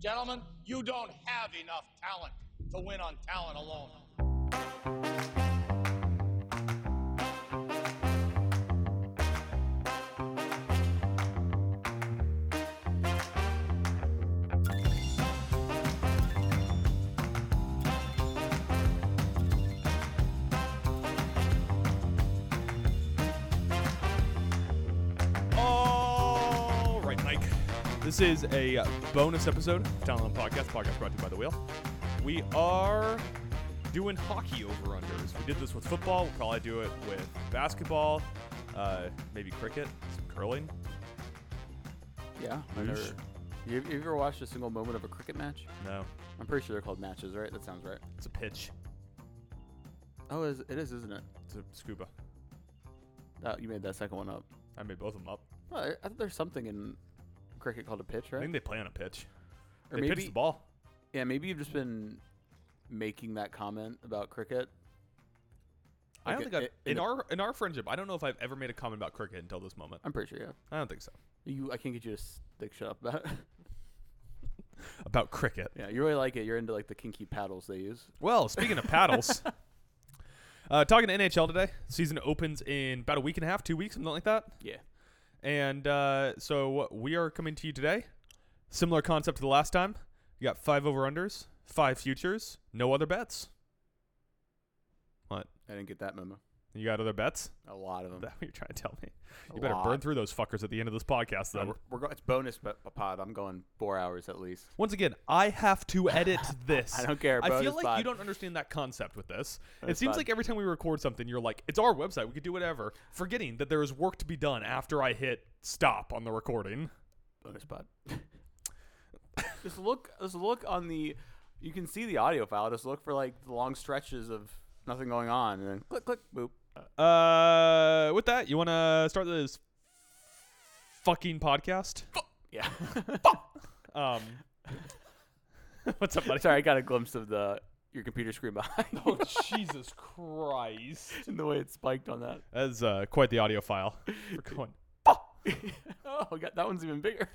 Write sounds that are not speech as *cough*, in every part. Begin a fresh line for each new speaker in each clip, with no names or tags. Gentlemen, you don't have enough talent to win on talent alone.
All right, Mike. This is a bonus episode of Talent Podcast, podcast brought to you by The Wheel. We are doing hockey over unders. We did this with football. We'll probably do it with basketball, uh, maybe cricket, some curling.
Yeah, I
Oosh.
never. You, you ever watched a single moment of a cricket match?
No,
I'm pretty sure they're called matches, right? That sounds right.
it's a pitch.
Oh, is, it is, isn't it?
It's a scuba. Uh,
That, you made that second one up.
I made both of them up.
Well, I, I thought there's something in cricket called a pitch,
I
right?
think they play on a pitch.
or
they
maybe,
pitch the ball.
yeah, maybe you've just been making that comment about cricket.
I don't
Okay,
think I've,
i-
in
in-
our in our friendship. I don't know if I've ever made a comment about cricket until this moment.
I'm pretty sure, yeah.
I don't think so.
You, I can't get you to stick shut up about. *laughs* It.
About cricket.
yeah, you really like it. You're into like the kinky paddles they use.
Well, speaking of *laughs* paddles, uh, talking to NHL today. Season opens in about a week and a half, two weeks, something like that.
Yeah.
And uh, so we are coming to you today. Similar concept to the last time. You got five over unders, five futures, no other bets. What?
I didn't get that memo.
You got other bets? *laughs*
A lot of
Is
them.
that what you're trying to tell me?
A
You better
lot.
burn through those fuckers at the end of this podcast,
Uh,
then.
we're, we're go- it's bonus but pod. I'm going four hours at least.
Once again, I have to
*laughs*
edit this.
I don't care,
I feel
bonus
like
pod.
you don't understand that concept with this. it
Bonus
seems
pod.
like every time we record something, you're like, "It's our website. We could do whatever," forgetting that there is work to be done after I hit stop on the recording.
bonus pod. *laughs* just look, just look on the. You can see the audio file. Just look for like the long stretches of nothing going on, and then click, click, boop.
Uh, with that, you want to start this fucking podcast?
Yeah.
Um, *laughs* what's up, buddy?
*laughs* Sorry, I got a glimpse of the your computer screen behind
*laughs* Oh, Jesus Christ!
you and *laughs* the way it spiked on *laughs* that.
That's uh, quite the audio file. *laughs* We're going.
oh, we got, that one's even bigger.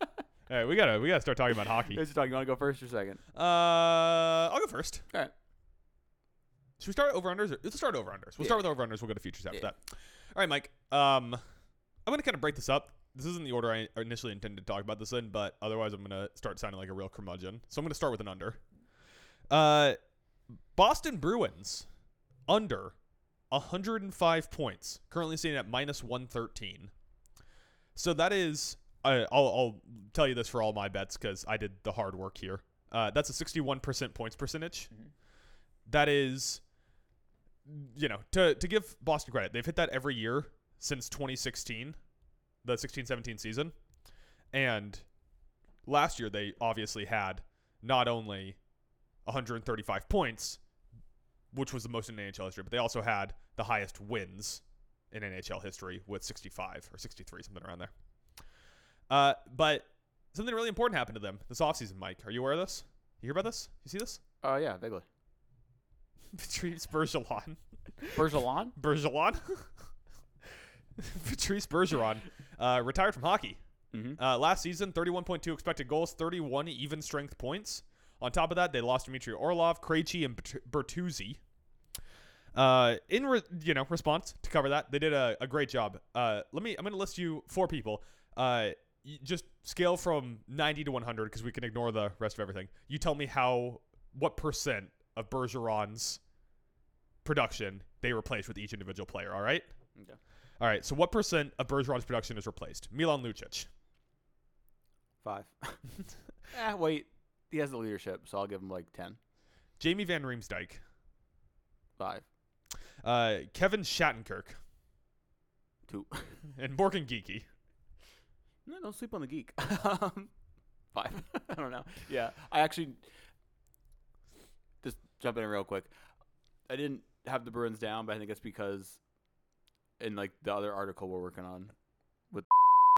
All right, we gotta we gotta start talking about hockey.
You guys are talking. You want to go first or second?
Uh, I'll go first.
All right.
Should we start over unders? Or, let's start over unders. We'll
Yeah.
start with over unders. We'll go to futures after
Yeah.
that. All right, Mike. Um, I'm gonna kind of break this up. This isn't the order I initially intended to talk about this in, but otherwise I'm gonna start sounding like a real curmudgeon. So I'm gonna start with an under. Uh, Boston Bruins under 105 points, currently sitting at minus 113. So that is, I, I'll, I'll tell you this for all my bets because I did the hard work here. Uh, that's a 61% points percentage.
Mm-hmm.
That is, you know, to, to give Boston credit, they've hit that every year since 2016, the 16 17 season. And last year, they obviously had not only 135 points, which was the most in NHL history, but they also had the highest wins in NHL history with 65 or 63, something around there. Uh, but something really important happened to them this offseason, Mike. Are you aware of this? You hear about this? You see this? *laughs*
Oh yeah, vaguely.
Patrice Bergeron.
Bergelon.
Bergeron? *laughs* Patrice Bergeron uh, retired from hockey.
Mhm.
Uh, last season, 31.2 expected goals, 31 even strength points. On top of that, they lost Dmitry Orlov, Krejci, and Bert- Bertuzzi. Uh, in re- you know response to cover that, they did a, a great job. Uh, let me. I'm going to list you four people. Uh, y- just scale from 90 to 100 because we can ignore the rest of everything. You tell me how what percent of Bergeron's production they replaced with each individual player. All right.
Okay.
All right. So what percent of Bergeron's production is replaced? Milan Lucic.
Five. *laughs* ah, wait. He has the leadership, so I'll give him like ten.
Jamie Van Riemsdyk,
Five.
uh, Kevin Shattenkirk,
Two.
*laughs* and Morgan Geeky.
No, don't sleep on the geek. *laughs* um, five. *laughs* I don't know. Yeah, I actually just jump in real quick. I didn't have the Bruins down, but I think that's because in like the other article we're working on.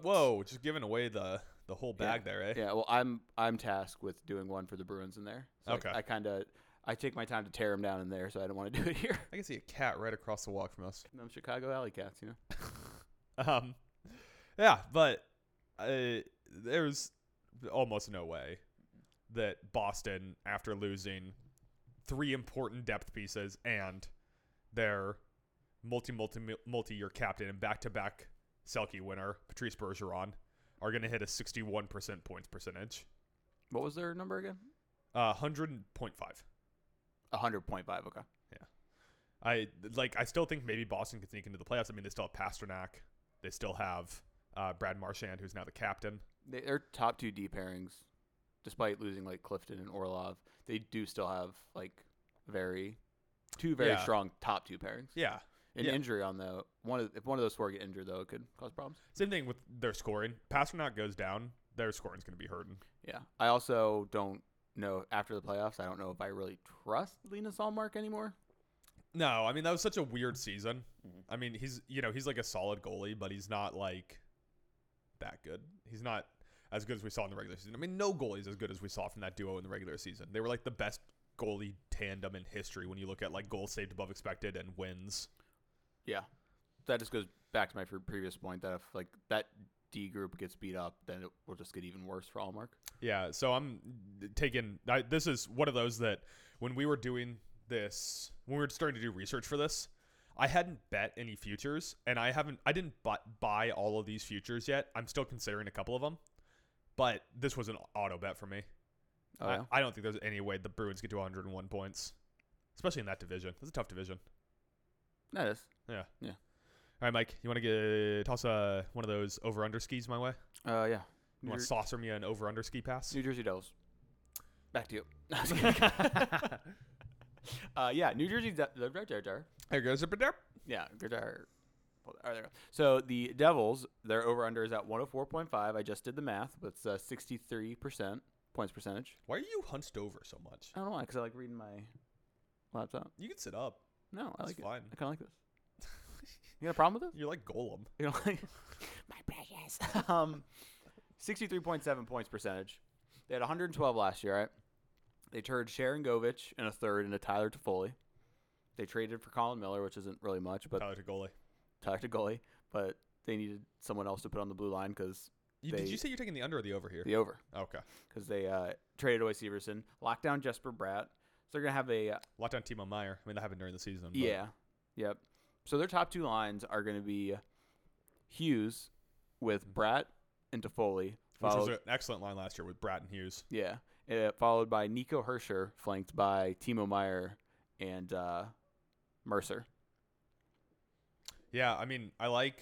Whoa! Just giving away the the whole bag there, eh?
Yeah, well, I'm I'm tasked with doing one for the Bruins in there. So
Okay.
I, I kind of I take my time to tear them down in there, so I don't want to *laughs* do it here.
I can see a cat right across the walk from us.
I'm Chicago Alley Cats, you know.
*laughs* Um, yeah, but uh, there's almost no way that Boston, after losing three important depth pieces and their multi multi multi year captain and back to back Selkie winner Patrice Bergeron, are going to hit a sixty one percent points percentage,
What was their number again?
uh, hundred point five.
hundred point five. Okay.
I like. I still think maybe Boston could sneak into the playoffs. I mean, they still have Pasternak. They still have uh, Brad Marchand, who's now the captain.
They, their top two D pairings, despite losing like Clifton and Orlov, they do still have like very two very
Yeah.
strong top two pairings.
Yeah.
An
yeah.
injury on the one of if one of those four get injured though, it could cause problems.
Same thing with their scoring. Pasternak goes down, their scoring's going to be hurting.
Yeah. I also don't know after the playoffs. I don't know if I really trust Linus Allmark anymore.
No, I mean that was such a weird season. I mean he's you know he's like a solid goalie, but he's not like that good. He's not as good as we saw in the regular season. I mean no goalie is as good as we saw from that duo in the regular season. They were like the best goalie tandem in history when you look at like goals saved above expected and wins.
Yeah. That just goes back to my pre- previous point that if like that D group gets beat up, then it will just get even worse for Allmark.
Yeah, so I'm taking I, this is one of those that when we were doing this, when we were starting to do research for this, I hadn't bet any futures, and I haven't I didn't bu- buy all of these futures yet. I'm still considering a couple of them, but this was an auto bet for me.
Oh,
I,
yeah?
I don't think there's any way the Bruins get to 101 points, especially in that division. That's a tough division.
That is.
Yeah.
Yeah.
All right, Mike, you want to get toss uh, one of those over under skis my way?
Uh, yeah.
You
New,
want to
Jer-
saucer me an over under ski pass?
New Jersey Devils. Back to you. *laughs* No, I'm just kidding. uh, yeah, New Jersey. De- the- the- the- the-
There goes a bit.
yeah, good there. Hold on, there we go. So the Devils, their over under is at 104.5. I just did the math. That's uh, 63% points percentage.
Why are you hunched over so much?
I don't know why, because I like reading my laptop.
You can sit up.
No, I
It's
like it.
fine.
I kind of like this. *laughs* You got a problem with this?
You're like Golem.
You know, like *laughs* my precious. *laughs* um, sixty-three point seven points percentage. They had one hundred and twelve last year, right? They turned Sharon Govich and a third into Tyler Toffoli. They traded for Colin Miller, which isn't really much, but
Tyler to goalie.
Tyler to goalie. But they needed someone else to put on the blue line because
You, did
they-
you say you're taking the under or the over here?
the over
Okay.
because they uh, traded away Severson, locked down Jesper Bratt. So they're gonna have a uh,
Locked on Timo Meyer. I mean, that happened during the season. but-
Yeah. Yep. So their top two lines are going to be Hughes with Bratt and Toffoli.
Which was
Followed,
an excellent line last year with Bratton Hughes.
yeah. Uh, followed by Nico Herscher, flanked by Timo Meyer and uh, Mercer.
Yeah, I mean, I like.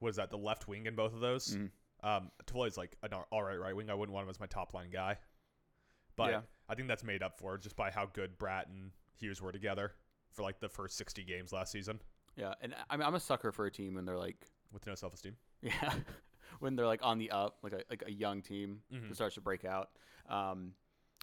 What is that? The left wing in both of those.
Mhm.
Um, Tavoy's like an all- all right right wing. I wouldn't want him as my top line guy, but
Yeah.
I think that's made up for just by how good Bratton and Hughes were together for like the first sixty games last season
Yeah. And I- I'm, I'm a sucker for a team when they're like, *laughs*
with no self esteem.
yeah, when they're like on the up, like a, like a young team that starts to break out. Um,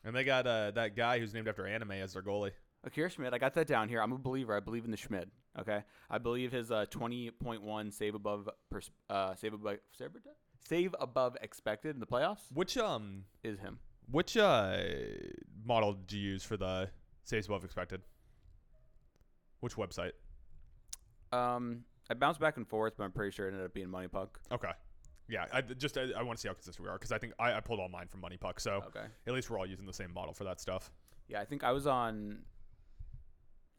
And they got uh, that guy who's named after anime as their goalie.
Akira Schmidt, I got that down here. I'm a believer. I believe in the Schmidt. Okay, I believe his uh, 20.1 save above pers- uh, save above save above- save above expected in the playoffs
Which um
is him.
Which uh model did you use for the saves above expected? Which website?
Um, I bounced back and forth, but I'm pretty sure it ended up being Money Puck.
Okay, yeah. I th- just I, I want to see how consistent we are because I think I, I pulled all mine from Money Puck, so
Okay.
at least we're all using the same model for that stuff.
Yeah, I think I was on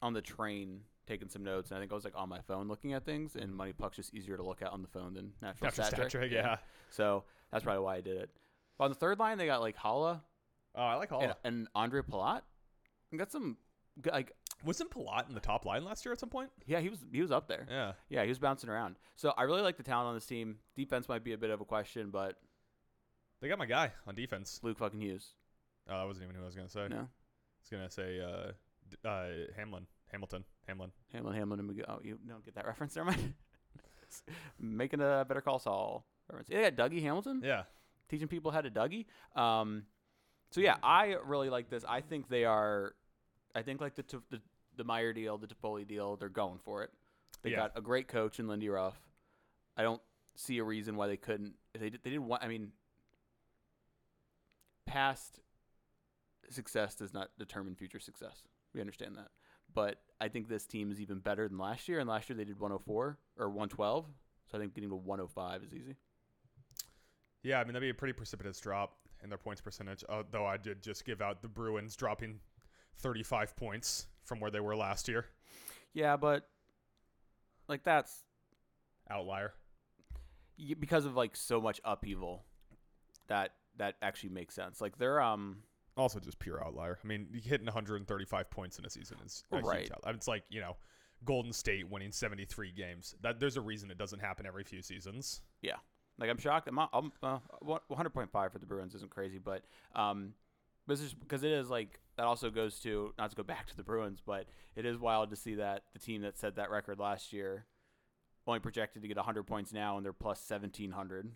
on the train taking some notes, and I think I was like on my phone looking at things, and Money Puck's just easier to look at on the phone than Natural,
After
Stat Trick.
Stat Trick, yeah.
So that's probably why I did it. on the third line, they got like Hala
Oh, I like all.
and, and Andre Palat. We got some g- like
Wasn't Palat in the top line last year at some
*laughs*
point?
Yeah, he was he was up there. Yeah.
Yeah.
he was bouncing around. So I really like the talent on this team. Defense might be a bit of a question, but
They got my guy on defense.
Luke fucking Hughes.
Oh, that wasn't even who I was gonna say. I
No.
was gonna say uh, d- uh Hamlin, Hamilton, Hamlin.
Hamlin Hamlin and Miguel. Oh, you don't get that *laughs* reference, never mind. Making a better call Saul reference. Yeah, Dougie Hamilton.
Yeah.
Teaching people how to Dougie. Um so yeah, I really like this. I think they are I think like the T- the, the Meyer deal, the Toffoli deal, they're going for it. They
Yeah.
got a great coach in Lindy Ruff. I don't see a reason why they couldn't. if They did- they didn't want. I mean, past success does not determine future success. We understand that, but I think this team is even better than last year. And last year they did 104 or 112, so I think getting to 105 is easy.
Yeah, I mean that'd be a pretty precipitous drop. in their points percentage. uh, Though I did just give out the Bruins dropping 35 points from where they were last year.
Yeah, but like that's
Outlier.
y- because of like so much upheaval that that actually makes sense. Like they're um
Also, just pure outlier. I mean, hitting 135 points in a season is a
Right.
huge outlier. It's like you know, Golden State winning 73 games. That there's a reason it doesn't happen every few seasons.
yeah. Like I'm shocked. I'm, I'm uh, one hundred point five for the Bruins isn't crazy, but um, this is because it is like that also goes to not to go back to the Bruins, but it is wild to see that the team that set that record last year only projected to get hundred points now, and they're plus seventeen hundred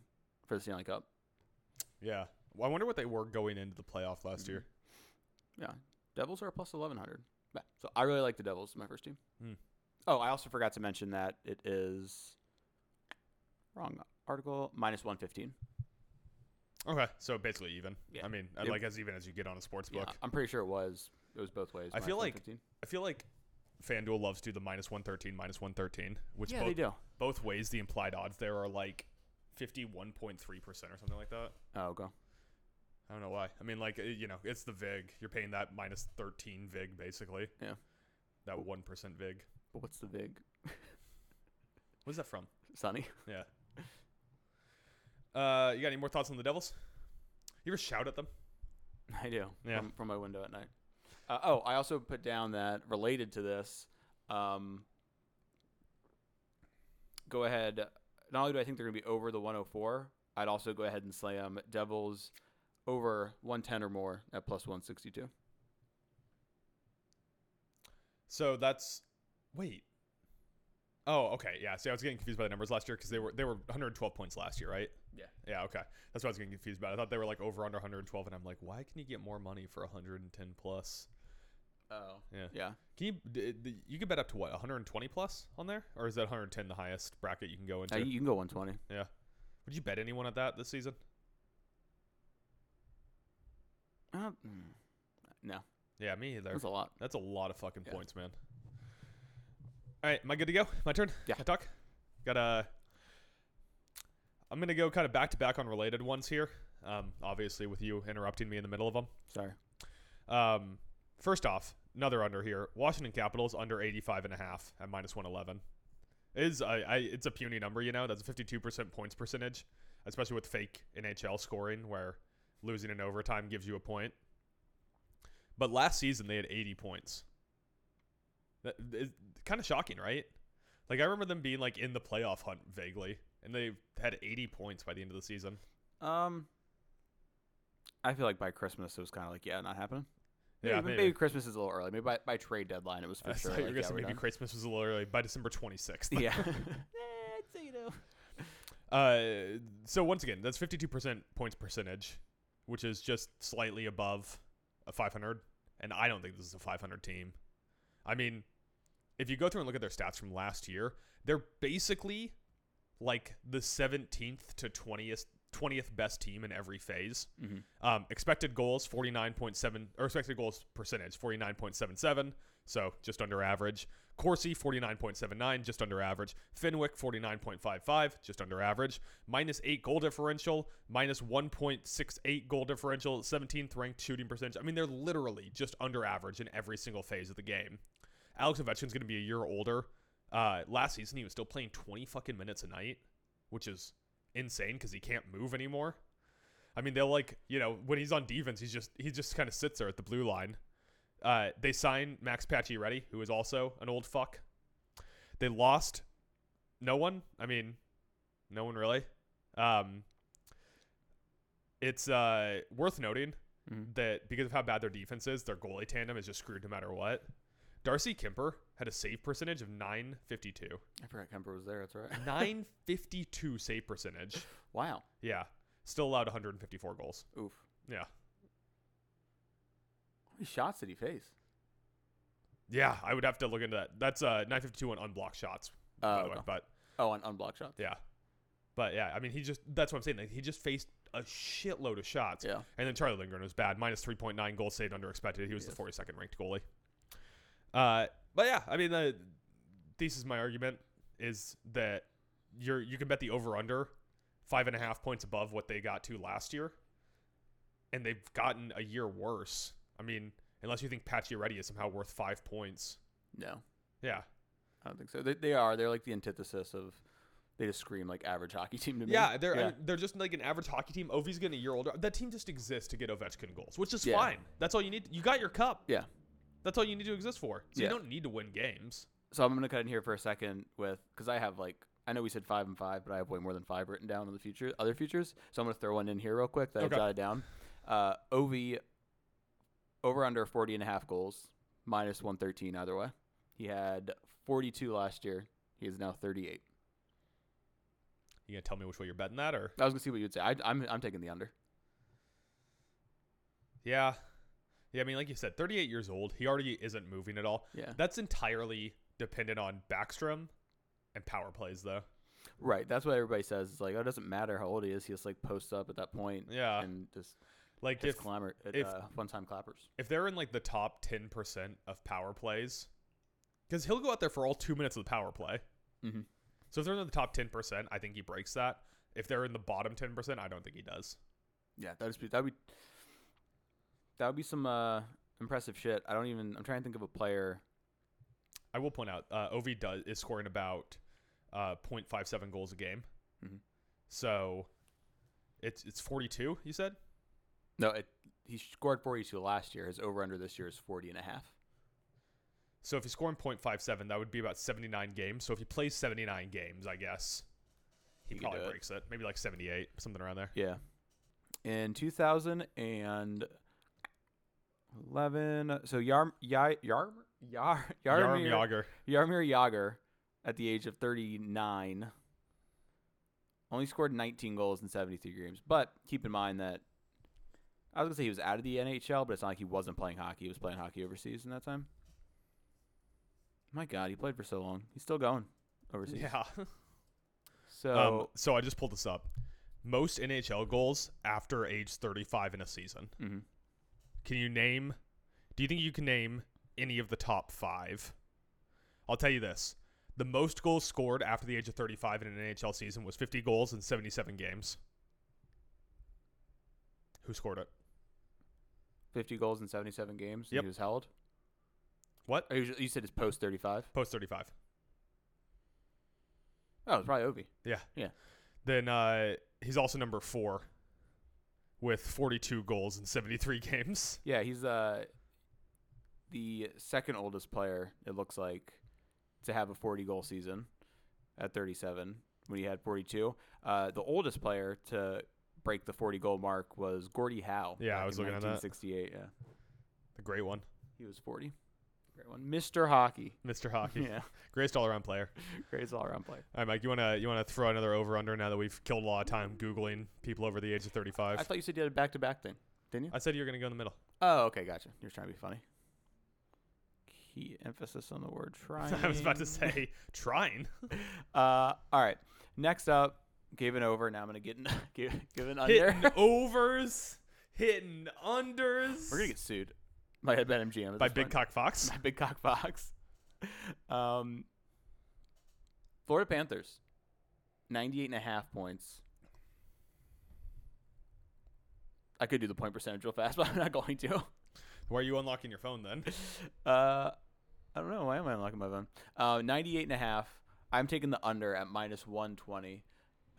for the Stanley Cup.
Yeah. Well, I wonder what they were going into the playoff last year.
Yeah, Devils are plus eleven hundred. So I really like the Devils, my first team.
Hmm.
Oh, I also forgot to mention that it is wrong article minus one fifteen.
Okay, so basically even.
Mm-hmm. Yeah.
I mean,
Yep.
like as even as you get on a sports
Yeah,
book.
I'm pretty sure it was. It was both ways.
I feel
minus
like
115.
I feel like FanDuel loves to do the minus 113, minus 113, which
yeah,
both,
they do.
both ways the implied odds there are like 51.3% or something like that.
Oh, go.
I don't know why. I mean, like, uh, you know, it's the VIG. You're paying that minus 13 VIG, basically.
Yeah.
That 1% VIG.
But what's the big
What's that from?
Sunny?
Yeah. Uh, you got any more thoughts on the Devils? You ever shout at them?
*laughs* I do.
Yeah.
From, from my window at night. Uh, oh, I also put down that related to this. Um, go ahead. Not only do I think they're going to be over the 104, I'd also go ahead and slam Devils over 110 or more at plus 162.
So that's wait. Oh, okay. Yeah. See, I was getting confused by the numbers last year because they were they were 112 points last year, right?
Yeah.
Yeah. Okay. That's what I was getting confused about. I thought they were like over under 112, and I'm like, why can you get more money for 110 plus?
Oh.
Yeah.
Yeah.
Can you d- d- you can bet up to what 120 plus on there, or is that 110 the highest bracket you can go
Uh,
into?
you you can go 120.
yeah. Would you bet anyone at that this season?
Uh, mm, no,
Yeah, me either.
that's a lot.
That's a lot of fucking
Yeah.
points, man. All right, am I good to go? My turn.
Yeah.
I talk. Got a. I'm gonna go kind of back to back on related ones here. Um, obviously, with you interrupting me in the middle of them.
Sorry.
Um, first off, another under here. Washington Capitals under 85 and a half at minus 111. It Is I, I it's a puny number, you know. That's a 52% points percentage, especially with fake NHL scoring where losing in overtime gives you a point. But last season they had 80 points. That is kind of shocking, right? Like I remember them being like in the playoff hunt vaguely, and they had 80 points by the end of the season.
Um, I feel like by Christmas it was kind of like, yeah, not happening. Maybe,
Yeah,
maybe.
maybe.
Christmas is a little early. Maybe by, by trade deadline
*laughs*
it was for
I
sure.
thought you were
like,
gonna
yeah,
say
we're
maybe
done.
Christmas was a little early by December 26th.
*laughs* yeah.
Uh, so once again, that's 52% points percentage, which is just slightly above a 500. And I don't think this is a 500 team. I mean, if you go through and look at their stats from last year, they're basically like the 17th to 20th 20th best team in every phase.
Mhm.
Um, expected goals 49.7 or expected goals percentage 49.77, so just under average. Corsi 49.79, just under average. Finwick 49.55, just under average. Minus 8 goal differential, minus 1.68 goal differential, 17th ranked shooting percentage. I mean, they're literally just under average in every single phase of the game. Alex Ovechkin's going to be a year older. Uh, last season, he was still playing 20 fucking minutes a night, which is insane because he can't move anymore. I mean, they'll like, you know, when he's on defense, he's just he just kind of sits there at the blue line. Uh, they sign Max Pacioretty, who is also an old fuck. They lost no one. I mean, no one really. Um, it's uh, worth noting
Mhm.
that because of how bad their defense is, their goalie tandem is just screwed no matter what. Darcy Kemper had a save percentage of 952.
I forgot Kemper was there. That's right. *laughs*
952 save percentage.
Wow.
Yeah. Still allowed 154 goals.
Oof.
Yeah.
How many shots did he face?
Yeah, I would have to look into that. That's uh 952 on unblocked shots, by
Oh,
the way.
okay.
But
oh, on unblocked shots.
yeah. But yeah, I mean he just that's what I'm saying. Like, he just faced a shitload of shots.
Yeah.
And then Charlie Lindgren was bad. Minus 3.9 goals saved under expected. He was
Yes.
the 42nd ranked goalie. Uh, but yeah, I mean, the this is my argument is that you're you can bet the over under five and a half points above what they got to last year, and they've gotten a year worse. I mean, unless you think Pacioretty is somehow worth five points.
No,
Yeah.
I don't think so. They, they are. They're like the antithesis of. They just scream like average hockey team to me.
Yeah, they're I mean, they're just like an average hockey team. Ovi's getting a year older. That team just exists to get Ovechkin goals, which is
Yeah.
fine. That's all you need. You got your cup.
yeah.
That's all you need to exist for. So you
Yeah.
don't need to win games.
So I'm gonna cut in here for a second with because I have like I know we said five and five, but I have way more than five written down on the future other futures. So I'm gonna throw one in here real quick that
Okay.
I jotted down. Uh, Ov over under 40 and a half goals minus 113 either way. He had 42 last year. He is now 38.
You gonna tell me which way you're betting that, or
I was gonna see what you'd say. I, I'm I'm taking the under.
yeah, yeah. I mean, like you said, 38 years old. He already isn't moving at all.
Yeah.
That's entirely dependent on Backstrom and power plays, though.
Right. That's what everybody says. It's like oh, it doesn't matter how old he is. He just like posts up at that point.
Yeah.
And just
Like
just
if
clamor at,
if-
uh, one time clappers.
if they're in like the top 10% of power plays, because he'll go out there for all two minutes of the power play.
Mhm.
So if they're in the top 10%, I think he breaks that. If they're in the bottom 10%, I don't think he does.
Yeah, that'd just be that'd be that would be some uh, impressive shit. I don't even. I'm trying to think of a player.
I will point out, uh, Ovi does is scoring about uh, 0.57 goals a game.
Mhm.
So it's it's 42. You said
No, it, he scored 42 last year. His over under this year is 40 and a half.
so. If he's scoring 0.57, that would be about 79 games. So if he plays 79 games, I guess he,
He could
probably
do it.
breaks it. Maybe like 78, something around there.
Yeah. In 2011, so Yarm Yar Yar Yar
Yarm
Yarmir
Yager.
Yarmir Yager at the age of 39 only scored 19 goals in 73 games. But keep in mind that I was going to say he was out of the NHL, but it's not like he wasn't playing hockey. He was playing hockey overseas in that time. My God, he played for so long. He's still going overseas.
*laughs* Yeah.
So
Um, so I just pulled this up. Most NHL goals after age 35 in a season.
Mhm.
Can you name? Do you think you can name any of the top five? I'll tell you this: the most goals scored after the age of 35 in an NHL season was 50 goals in 77 games. Who scored it?
50 goals in 77 games. and
Yep.
He was held.
What?
Or you you said it's post 35.
Post 35.
Oh, it's probably Ovi.
Yeah.
Yeah.
Then uh, he's also number four with 42 goals in 73 *laughs* games.
Yeah, he's uh the second oldest player it looks like to have a 40 goal season at 37 when he had 42. Uh, the oldest player to break the 40 goal mark was Gordie Howe.
Yeah, I
back
was
in
looking at that.
1968. Yeah,
The great one,
he was 40. Great one, Mr. Hockey.
Mr. Hockey.
*laughs* Yeah,
Greatest all around player.
greatest all around player.
All right, Mike, you wanna you wanna throw another over under now that we've killed a lot of time googling people over the age of thirty five.
I
I,
thought you said you had a back to back thing, didn't you?
said you're gonna go in the middle.
oh, okay, gotcha. You're trying to be funny. Key emphasis on the word trying.
*laughs* *laughs* I was about to say *laughs* trying.
Uh, all right. Next up, gave an over. Now I'm gonna *laughs* get an, give, give an under.
Hitting overs, hitting unders.
*laughs* We're gonna get sued by BetMGM
*laughs*
at
by
this
Big
point.
Cock Fox.
*laughs* By Big Cock Fox. *laughs* Um, Florida Panthers, 98 and a half points. I could do the point percentage real fast, *laughs* but I'm not going to.
Why are you unlocking your phone
*laughs*
then?
Uh, I don't know. Why am I unlocking my phone? Uh, 98 and a half. I'm taking the under at minus 120.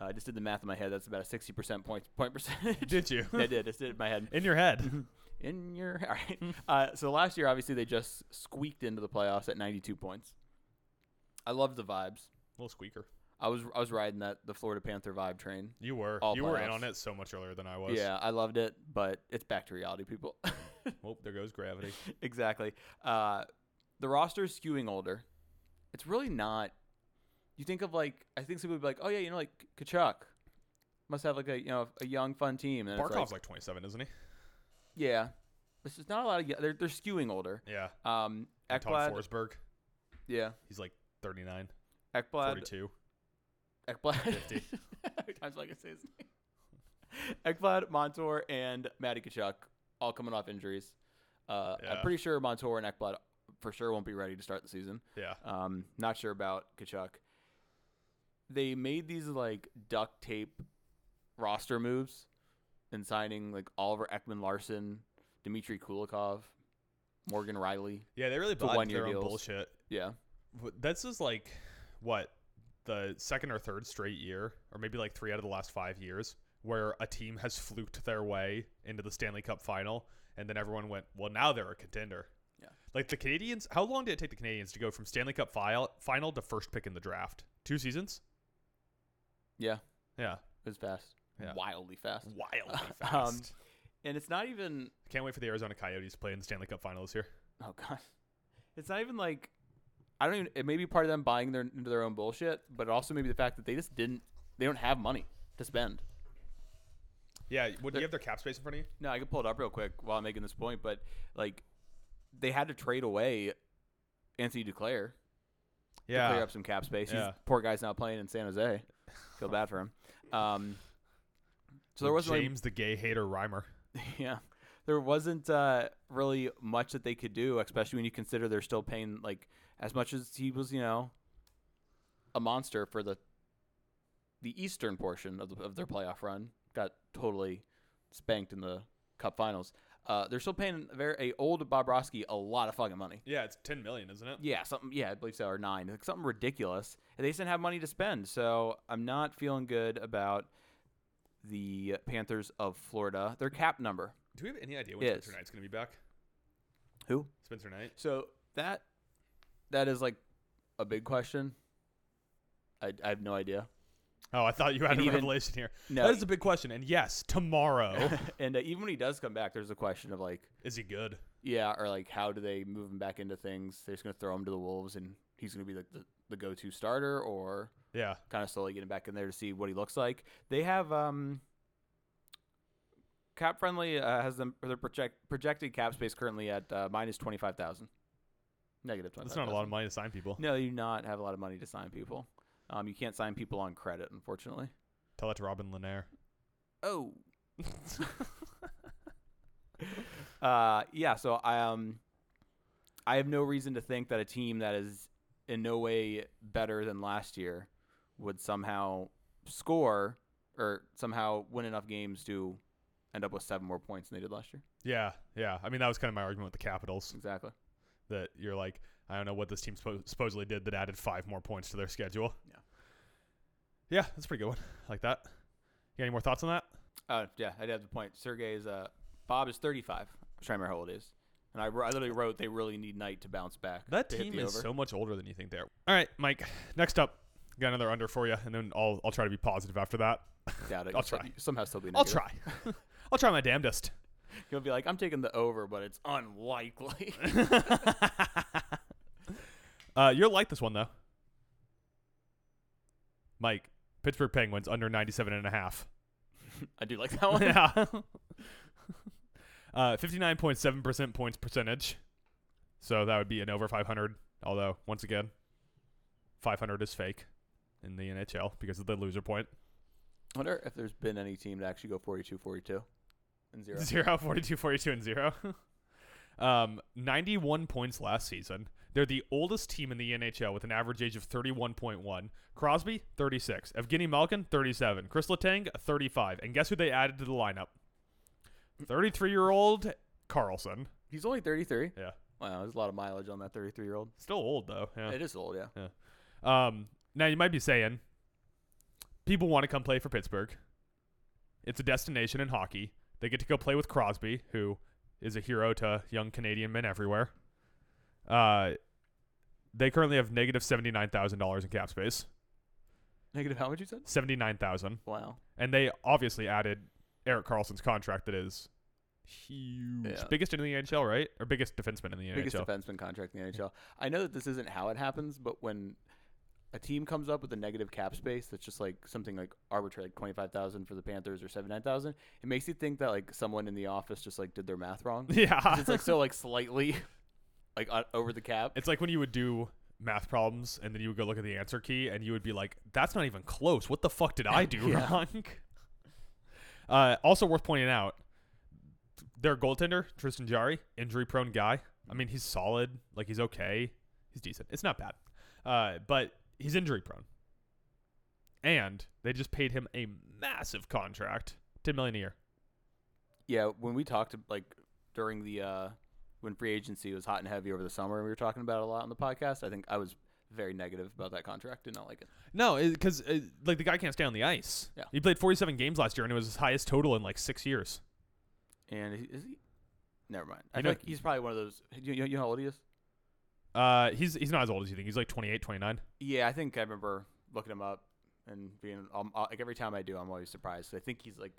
Uh, I just did the math in my head. That's about a 60% point, point percentage.
*laughs*
*laughs*
Did you?
I did. I just did it in my head.
in your
*laughs*
head.
In your. *laughs* All right. Uh, so last year, obviously, they just squeaked into the playoffs at 92 points. I love the vibes.
little squeaker.
I was I was riding that the Florida Panther vibe train.
You were.
All
you were in
playoffs.
on it so much earlier than I was.
Yeah, I loved it, but it's back to reality, people. *laughs*
Oh, there goes gravity.
exactly. Uh, the roster is skewing older. It's really not. You think of like I think some people would be like, oh yeah, you know, like Kachuk must have like a you know a young fun team. And it's
Barkov's
like,
like twenty seven, isn't he?
yeah, it's just not a lot of. y- They're they're skewing older.
Yeah.
Um,
And Todd
Ekblad,
Forsberg.
yeah,
He's like 39,
Ekblad,
42.
Ekblad. *laughs*
50.
Every time I can say his name. *laughs* Ekblad, Montour, and Matty Kachuk all coming off injuries. Uh, I'm
Yeah.
pretty sure Montour and Ekblad for sure won't be ready to start the season.
Yeah.
Um, not sure about Kachuk. They made these like duct tape roster moves and signing like Oliver Ekman Larson, Dmitry Kulikov, Morgan Riley.
Yeah, they really
The
bought into
one-year
their own
deals.
bullshit.
Yeah.
Wh- That's just like what the second or third straight year, or maybe like three out of the last five years, where a team has fluked their way into the Stanley Cup final, and then everyone went, "Well, now they're a contender."
Yeah.
Like the Canadians, how long did it take the Canadians to go from Stanley Cup file, final to first pick in the draft? Two seasons.
Yeah.
Yeah,
It was fast.
Yeah.
Wildly
*laughs*
fast.
wildly
*laughs* Um,
fast.
And it's not even
Can't wait for the Arizona Coyotes to play in the Stanley Cup final this year.
oh god. It's not even like I don't even it may be part of them buying their into their own bullshit, but also maybe the fact that they just didn't they don't have money to spend.
Yeah, would you have their cap space in front of you?
No, I can pull it up real quick while I'm making this point, but like they had to trade away Anthony Duclair to clear up some cap space. He's,
Yeah.
Poor guy's not playing in San Jose. Feel bad for him. Um, so there
With
wasn't really-
James the gay hater Reimer.
*laughs* yeah, there wasn't uh, really much that they could do, especially when you consider they're still paying like as much as he was, you know, a monster for the the eastern portion of the, of their playoff run. Got totally spanked in the cup finals. Uh, they're still paying a very a old Bobrovsky a lot of fucking money.
Yeah, it's ten million, isn't it?
Yeah, something. Yeah, I believe so, or nine, like something ridiculous. And they just didn't have money to spend, so I'm not feeling good about the Panthers of Florida. Their cap number.
Do we have any idea when
Yes.
Spencer Knight's going to be back?
Who?
Spencer Knight.
So that that is like a big question. I, I have no idea.
Oh, I thought you had
And
a
even-
revelation here.
No. *laughs*
that is a big question. And yes, tomorrow *laughs*
and uh, even when he does come back, there's a question of like,
is he good?
yeah, or like, how do they move him back into things? They're just gonna throw him to the wolves, and he's gonna be like the, the go-to starter, or
Yeah,
kind of slowly getting back in there to see what he looks like. They have um, cap friendly uh, has them their project, projected cap space currently at uh, minus twenty five thousand, negative twenty.
that's not a lot of money to sign people.
No, you do not have a lot of money to sign people. Um, you can't sign people on credit, unfortunately.
Tell that to Robin Lanier.
Oh. *laughs* uh, yeah. So I um, I have no reason to think that a team that is in no way better than last year would somehow score or somehow win enough games to end up with seven more points than they did last year.
Yeah, yeah. I mean, that was kind of my argument with the Capitals.
Exactly.
That you're like, I don't know what this team suppo- supposedly did that added five more points to their schedule.
Yeah.
Yeah, that's a pretty good one. I like that. You got any more thoughts on that?
Uh, yeah, I did have the point. Sergey is uh, Bob is thirty five. I'm trying to remember how old he is. And I, wr- I literally wrote they really need Knight to bounce back.
That
to hit
team
the
is
over.
so much older than you think they are. All right, Mike. Next up, got another under for you, and then I'll I'll try to be positive after that. *laughs*
Doubt it.
I'll
You'll so-
try.
you Somehow still be.
I'll
negative.
try. *laughs* I'll try my damnedest. *laughs*
You'll be like, I'm taking the over, but it's
*laughs*
unlikely.
Uh, you'll like this one though, Mike. Pittsburgh Penguins under 97 and a half.
I do like *laughs* that one.
Yeah. *laughs* uh, 59.7% points percentage. So that would be an over 500. Although, once again, 500 is fake in the NHL because of the loser point.
I wonder if there's been any team to actually go 42 42 and zero.
Zero, *laughs* 42, 42, and zero. *laughs* um, 91 points last season. They're the oldest team in the NHL with an average age of 31.1. Crosby, 36. Evgeny Malkin, 37. Chris Letang, 35. And guess who they added to the lineup? 33 year old Carlson.
He's only 33.
Yeah.
Wow, there's a lot of mileage on that 33 year old.
Still old, though. Yeah.
It is old, yeah.
Um, now, you might be saying people want to come play for Pittsburgh. It's a destination in hockey. They get to go play with Crosby, who is a hero to young Canadian men everywhere. Uh, they currently have negative $79,000 in cap space.
Negative how much you said?
79000
Wow.
And they obviously added Eric Carlson's contract that is huge.
Yeah.
Biggest in the NHL, right? Or biggest defenseman in the
Biggest
NHL.
defenseman contract in the NHL. I know that this isn't how it happens, but when a team comes up with a negative cap space that's just like something like arbitrary, like 25,000 for the Panthers or 79,000, it makes you think that like someone in the office just like did their
*laughs*
math wrong.
yeah.
it's like so like slightly like uh, over the cap.
It's like when you would do math problems and then you would go look at the answer key and you would be like, that's not even close. What the fuck did I do
*laughs* Yeah.
wrong? *laughs* Uh, also worth pointing out, their goaltender, Tristan Jari, injury prone guy. I mean, he's solid. Like, he's okay. He's decent. It's not bad. Uh, but he's injury prone. And they just paid him a massive contract, 10 million a year.
yeah, when we talked like during the uh, when free agency was hot and heavy over the summer, and we were talking about it a lot on the podcast. I think I was very negative about that contract. Did not like it.
No, because uh, like the guy can't stay on the ice.
Yeah.
He played 47 games last year, and it was his highest total in like six years.
And he- is he? Never mind. I
You
feel
know-
like he's probably one of those. You, you, you know how old he is?
Uh, he's he's not as old as you think. He's like 28, 29.
Yeah, I think I remember looking him up and being um, uh, like every time I do, I'm always surprised. 'cause I think he's like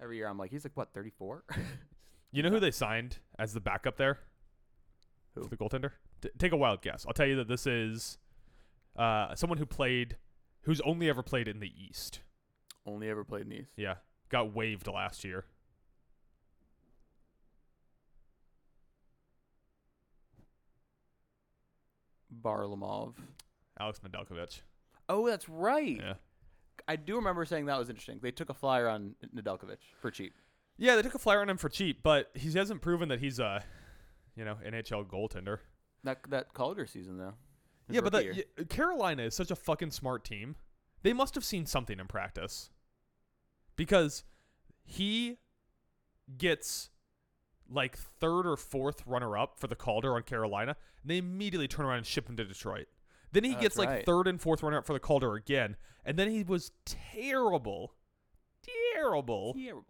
every year I'm like he's like what 34.
You know who they signed as the backup there?
Who?
For the goaltender? T- take a wild guess. I'll tell you that this is uh, someone who played, who's only ever played in the East.
*laughs* Only ever played in the East.
Yeah. Got waived last year.
Varlamov.
Alex Nedeljkovic.
Oh, that's right.
Yeah.
I do remember saying that was interesting. They took a flyer on Nedeljkovic for cheap.
Yeah, they took a flyer on him for cheap, but he hasn't proven that he's a, you know, NHL goaltender.
That that Calder season though. his
yeah, but
rookie
that,
year.
y- Carolina is such a fucking smart team. They must have seen something in practice because he gets like third or fourth runner up for the Calder on Carolina, and they immediately turn around and ship him to Detroit. Then he
That's
gets like
right.
third and fourth runner up for the Calder again, and then he was terrible. Terrible.
terrible.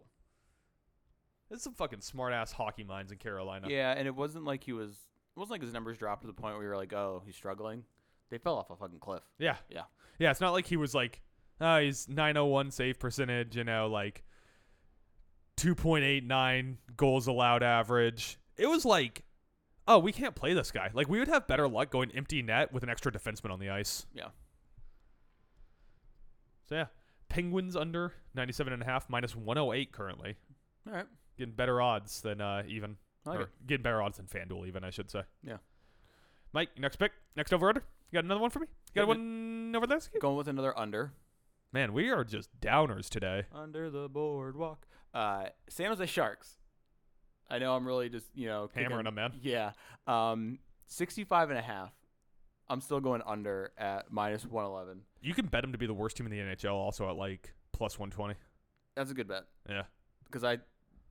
There's some fucking smart ass hockey minds in Carolina.
Yeah, and it wasn't like he was. It wasn't like his numbers dropped to the point where you were like, oh, he's struggling. They fell off a fucking cliff.
Yeah.
Yeah.
Yeah, it's not like he was like, oh, he's 901 save percentage, you know, like 2.89 goals allowed average. It was like, oh, we can't play this guy. Like, we would have better luck going empty net with an extra defenseman on the ice.
Yeah.
So, yeah. Penguins under 97.5 minus 108 currently.
All right.
Getting better odds than uh, even.
I like
or
it.
getting better odds than FanDuel, even, I should say.
Yeah.
Mike, next pick, next over under. You got another one for me? You got
Yeah, but-
one over there?
Going with another under.
Man, we are just downers today.
Under the boardwalk. Uh, San Jose Sharks. I know I'm really just, you know, kicking-
Hammering 'em, man.
Yeah. Um, 65 and a half. I'm still going under at minus 111.
You can bet them to be the worst team in the NHL also at like plus 120.
That's a good bet
Yeah.
because I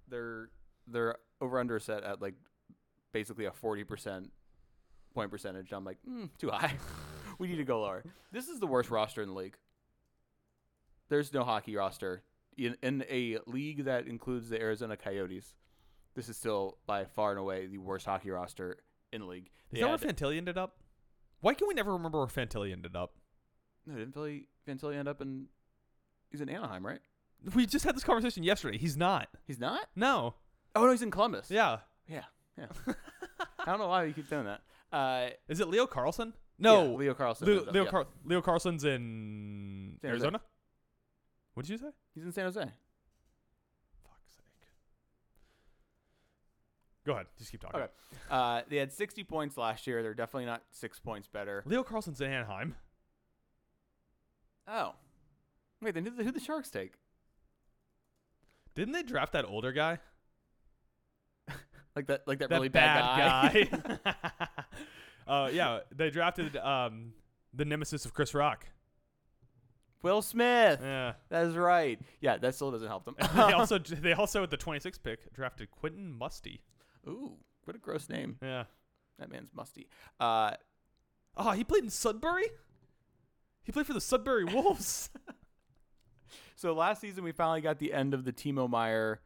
they're they're over under set at like basically a 40% point percentage. I'm like, mm, too high. *laughs* we need to go lower. This is the worst roster in the league. There's no hockey roster in, in a league that includes the Arizona Coyotes. This is still by far and away the worst hockey roster in the league.
Is
They
that where
had-
Fantilli ended up? Why can we never remember where Fantilli ended up?
no, didn't Philly Fantilli end up in? He's in Anaheim, right?
We just had this conversation yesterday. He's not.
He's not.
No.
Oh no, he's in Columbus.
Yeah.
yeah, yeah. I don't know why you keep doing that. Uh,
Is it Leo Carlson?
Yeah,
No.
Leo Carlson.
Leo,
ends up,
Leo,
yeah.
Car- Leo Carlson's in
San Jose.
Arizona? What did you say?
He's in San Jose.
Fuck's sake. Go ahead. Just keep talking.
Okay. Uh, they had 60 points last year. They're definitely not six points better.
Leo Carlson's in Anaheim.
Oh, wait. Then who the, who the Sharks take?
Didn't they draft that older guy?
Like that, like that,
that
really
bad,
guy.
guy. *laughs* uh, yeah, they drafted um, the nemesis of Chris
*laughs*
Rock.
*laughs* Will Smith.
Yeah.
That is right. Yeah, that still doesn't
*laughs*
help them.
they also they also at the 26th pick drafted Quentin Musty.
*laughs* Ooh, what a gross name.
Yeah.
That man's musty. Uh,
Oh, he played in Sudbury. He played for the
*laughs*
Sudbury Wolves.
so last season we finally got the end of the Timo Meyer.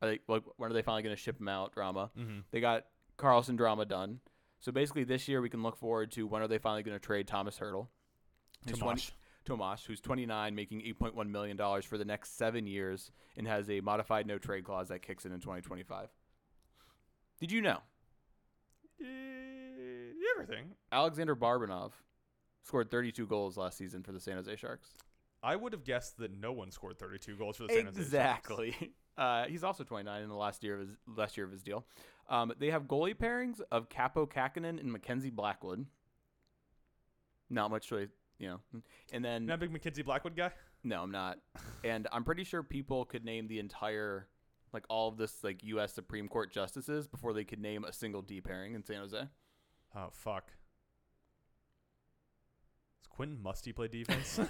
Are they, like, when are they finally going to ship him out? Drama.
*laughs* Mhm.
They got Carlson drama done. So basically, this year we can look forward to when are they finally going to trade Thomas Hurdle? who's 20 Tomas, who's 29, making 8.1 million dollars for the next seven years, and has a modified no trade clause that kicks in in 2025. Did you know
Eh, Everything.
Alexander Barbanov scored 32 goals last season for the San Jose Sharks?
I would have guessed that no one scored 32 goals for the San Jose. Sharks.
Exactly. *laughs* Uh, he's also 29 in the last year of his last year of his deal. Um, they have goalie pairings of Capo Kakinen and Mackenzie Blackwood. Not much choice, you know. And then
Not a big McKenzie Blackwood guy.
No, I'm not. And I'm pretty sure people could name the entire, like all of this, like U.S. Supreme Court justices before they could name a single D pairing in San Jose. *laughs*
Oh fuck. Does Quentin Musty play
*laughs*
defense?
I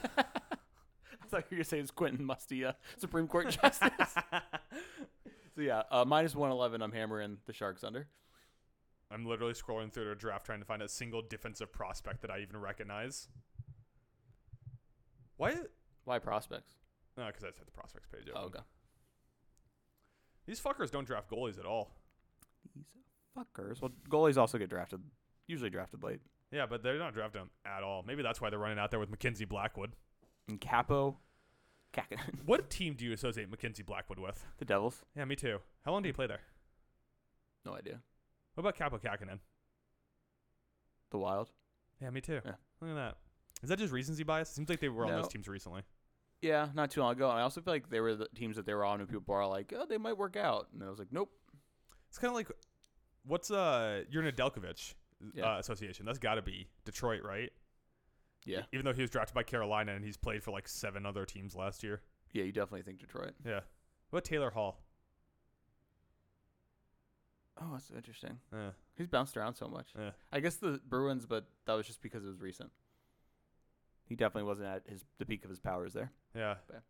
thought you were gonna say it's Quentin Musty, uh, Supreme Court justice. *laughs* So yeah, uh, minus one eleven. I'm hammering the Sharks under.
I'm literally scrolling through their draft trying to find a single defensive prospect that I even recognize. Why?
Why prospects?
No, because I just had the prospects page open.
Oh, okay.
These fuckers don't draft goalies at all.
These fuckers. Well, goalies also get drafted, usually drafted late.
Yeah, but they're not drafting them at all. Maybe that's why they're running out there with Mackenzie Blackwood.
And Capo, Kaka,
What team do you associate Mackenzie Blackwood with?
*laughs* the Devils.
Yeah, me too. How long do you play there?
No idea.
What about Capo Kakinen?
The Wild.
Yeah, me too.
Yeah.
Look at that. Is that just recency bias? It seems like they were on
No.
those teams recently.
Yeah, not too long ago. And I also feel like they were the teams that they were on, and people are like, "Oh, they might work out," and I was like, "Nope."
It's kind of like what's uh your Nedeljkovic
Yeah.
uh, association? That's got to be Detroit, right? E-,
Yeah,
Even though he was drafted by Carolina and he's played for like seven other teams last year.
yeah, you definitely think Detroit.
Yeah. What about Taylor Hall?
Oh, that's interesting.
Uh,
He's bounced around so much.
Yeah.
I guess the Bruins, but that was just because it was recent. He definitely wasn't at his the peak of his powers there.
yeah.
Yeah.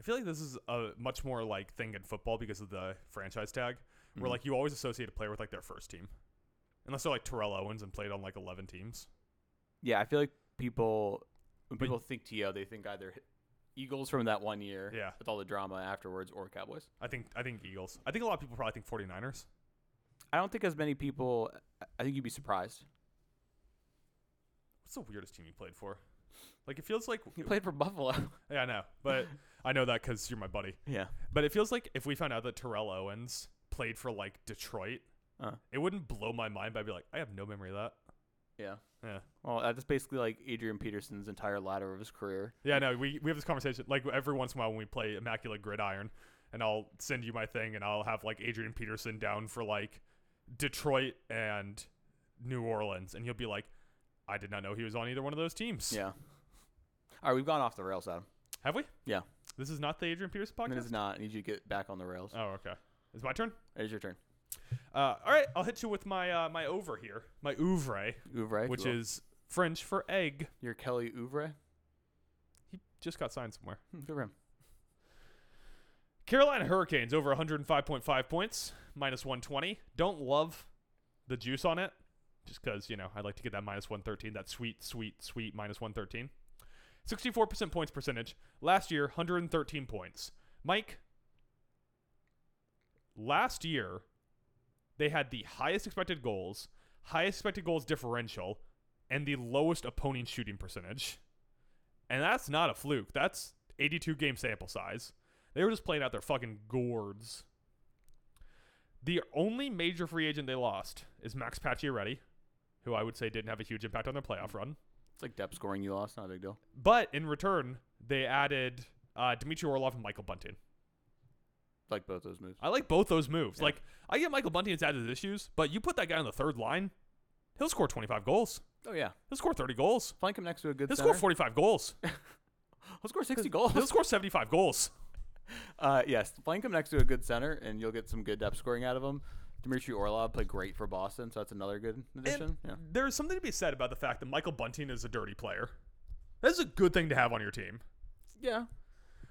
I feel like this is a much more like thing in football because of the franchise tag, where
Mhm.
like you always associate a player with like their first team, unless they're like Terrell Owens and played on like eleven teams.
Yeah, I feel like people when
But-
people think T.O., they think either Eagles from that one year,
Yeah.
with all the drama afterwards, or Cowboys.
I think I think Eagles. I think a lot of people probably think 49ers.
I don't think as many people. I- I think you'd be surprised.
What's the weirdest team you played for? Like it feels like
He played for Buffalo.
yeah I know, but I know that because you're my buddy.
*laughs* yeah,
But it feels like if we found out that Terrell Owens played for like Detroit,
Uh.
it wouldn't blow my mind. But I'd be like, I have no memory of that.
yeah.
Yeah,
Well, that's basically like Adrian Peterson's entire ladder of his career.
yeah. No, we we have this conversation like every once in a while when we play Immaculate Gridiron, and I'll send you my thing, and I'll have like Adrian Peterson down for like Detroit and New Orleans, and he'll be like, I did not know he was on either one of those teams.
Yeah. All right, we've gone off the rails, Adam.
Have we?
Yeah.
This is not the Adrian Peterson
It
podcast.
is not. I need you to get back on the rails.
Oh, okay. It's my turn.
It is your turn.
Uh, all right, I'll hit you with my uh, my over here, my ouvre,
Ouvre, if
which
you will.
is French for egg.
your Kelly Ouvre.
He just got signed somewhere.
Hmm, Good for him.
Carolina Hurricanes over 105.5 points, minus 120. Don't love the juice on it, just because, you know, I like to get that minus 113, that sweet, sweet, sweet minus 113. 64% points percentage. Last year, 113 points. Mike, last year, they had the highest expected goals, highest expected goals differential, and the lowest opponent shooting percentage. And that's not a fluke. That's 82 game sample size. They were just playing out their fucking gourds. The only major free agent they lost is Max Pacioretty, who I would say didn't have a huge impact on their playoff run.
It's like depth scoring you lost. Not a big deal.
But in return, they added uh, Dmitry Orlov and Michael Bunting.
Like both those moves.
I like both those moves.
Yeah.
Like, I get Michael Bunting's added issues, but you put that guy on the third line, he'll score 25 goals.
Oh, yeah.
He'll score 30 goals.
Flank him next to a good
He'll
center.
score 45
*laughs*
goals.
He'll score 60
He'll
goals.
score 75 goals.
*laughs* Uh, yes, flank him next to a good center, and you'll get some good depth scoring out of him. Dmitry Orlov played great for Boston, so that's another good addition.
And
Yeah.
There's something to be said about the fact that Michael Bunting is a dirty player. That's a good thing to have on your team.
Yeah.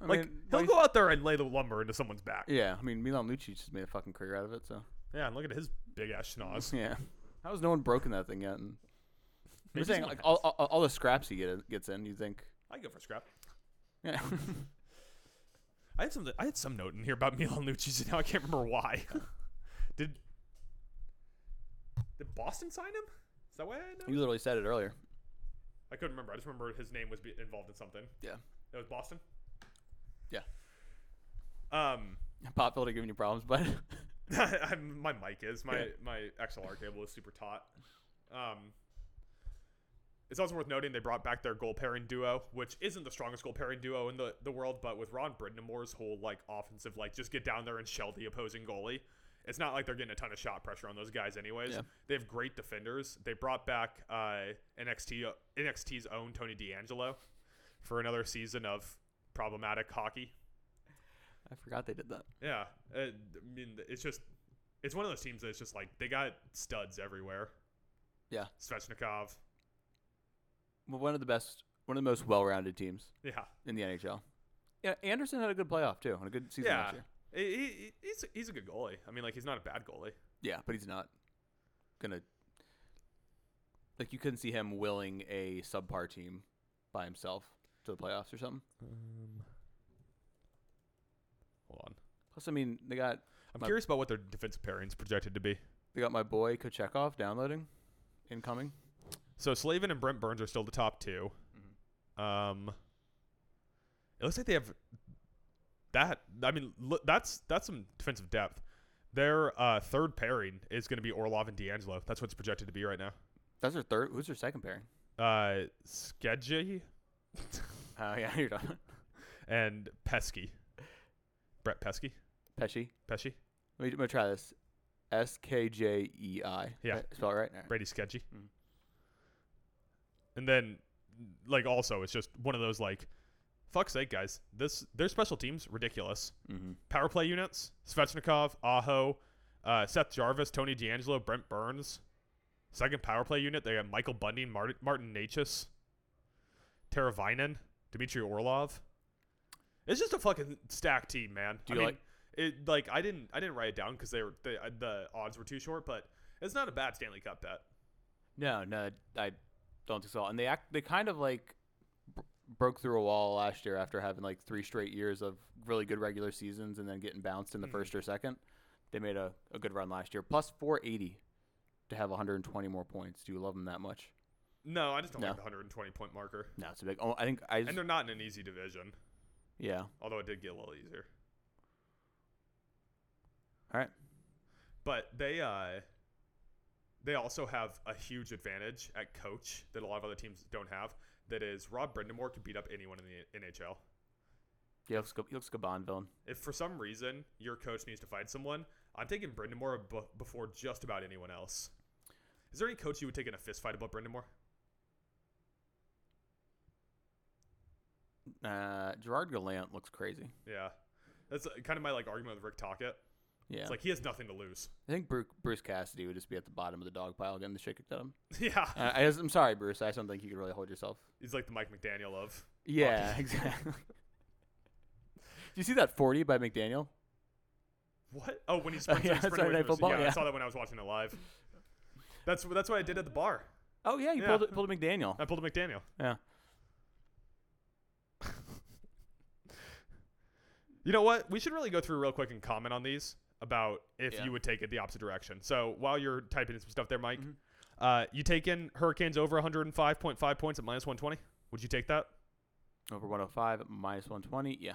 I
Like
mean,
he'll
like-
go out there and lay the lumber into someone's back. Yeah,
Yeah, I mean, Milan Lucic just made a fucking career out of it, so.
and look at his big ass schnoz.
Yeah. How has no one broken that thing yet? And
Maybe
you're saying
someone
like all, all, all the scraps he get, gets in, you think?
I go for scrap.
Yeah.
I had some. I had some note in here about *laughs* Milan Lucic, and now I can't remember why. *laughs* did Did Boston sign him? Is that why I know?
you literally said it earlier.
I couldn't remember. I just remember his name was be- involved in something.
Yeah.
That was Boston.
Yeah.
Um,
Pop filter giving you problems, but *laughs*
*laughs* I'm, my mic is my
Yeah.
my XLR cable is super taut. Um, it's also worth noting they brought back their goal pairing duo, which isn't the strongest goal pairing duo in the, the world, but with Ron Brind'Amour's whole like offensive like just get down there and shell the opposing goalie. It's not like they're getting a ton of shot pressure on those guys, anyways.
Yeah.
They have great defenders. They brought back uh, NXT o- NXT's own Tony D'Angelo for another season of problematic hockey.
I forgot they did that.
Yeah, uh, I mean, th- it's just it's one of those teams that's just like they got studs everywhere.
Yeah.
Svechnikov.
Well, one of the best, one of the most well-rounded teams
Yeah,
in the NHL. Yeah, Anderson had a good playoff too, and a good season
yeah.
last year.
He, he- he's he's a good goalie. I mean, like he's not a bad goalie.
Yeah, but he's not gonna. Like you couldn't see him willing a subpar team by himself to the playoffs or something.
Um, hold on.
Plus, I mean, they got
I'm
My-
curious about what their defensive pairing's projected to be.
they got my boy Kochekov downloading, incoming.
So Slavin and Brent Burns are still the top 2
Mm-hmm.
Um, it looks like they have that. I mean, look, that's that's some defensive depth. Their uh, third pairing is going to be Orlov and D'Angelo. That's what's projected to be right now.
That's their third. Who's their second pairing?
Uh, Skedgy
Oh *laughs* yeah, you're done.
and Pesky. Brett Pesky.
Pesci.
Pesci.
Let me, let me try this. S K J E I.
Yeah.
Right, Spell it right. All right.
Brady Sketchy.
Mm.
And then, like, also, it's just one of those like, fuck's sake, guys. This their special teams ridiculous.
Mhm.
Power play units: Svechnikov, Aho, uh, Seth Jarvis, Tony D'Angelo, Brent Burns. Second power play unit: they have Michael Bundy, Martin, Martin Natchez, Tara Vinen, Dmitry Orlov. It's just a fucking stacked team, man. I
Do you
mean,
like-
it? Like, I didn't, I didn't write it down because they were they, uh, the odds were too short, but it's not a bad Stanley Cup bet.
No, no, I don't think so. And they act. They kind of like br- broke through a wall last year after having like three straight years of really good regular seasons and then getting bounced in the first or second. They made a, a good run last year. Plus 480 to have 120 more points. Do you love them that much?
No, I just don't
No.
like the 120 point marker.
No, it's a big. Oh, I think I.
And
Just,
they're not in an easy division,
yeah.
although it did get a little easier.
All right.
But they uh they also have a huge advantage at coach that a lot of other teams don't have. That is Rob Brendamore can beat up anyone in the NHL.
He looks, he looks like a Bond villain.
If for some reason your coach needs to fight someone, I'm taking Brendamore b- before just about anyone else. Is there any coach you would take in a fist fight about Brendamore?
Uh, Gerard Gallant looks crazy.
Yeah. That's uh, kind of my like argument with Rick Tockett.
Yeah.
It's like he has nothing to lose. *laughs*
I think Bruce, Bruce Cassidy would just be at the bottom of the dog pile getting the shit kicked out of him. Uh,
yeah.
I, I, I'm sorry, Bruce. I just don't think you could really hold yourself.
He's like the Mike McDaniel of
*laughs* Yeah, exactly. Do you see that 40 by McDaniel?
What? Oh,
*laughs*
when he's
Oh,
sprinting,
yeah,
sprinting
Saturday
away from
Night
his-
Football,
yeah,
yeah.
I saw that when I was watching it live. That's that's what I did at the bar.
Oh, yeah, you
Yeah.
pulled, pulled a McDaniel.
I pulled a McDaniel.
Yeah.
*laughs* You know what? We should really go through real quick and comment on these about if
Yeah.
you would take it the opposite direction. So while you're typing in some stuff there, Mike, uh, you taking Hurricanes over 105.5 points at minus 120? Would you take that?
Over 105, minus 120. Yeah.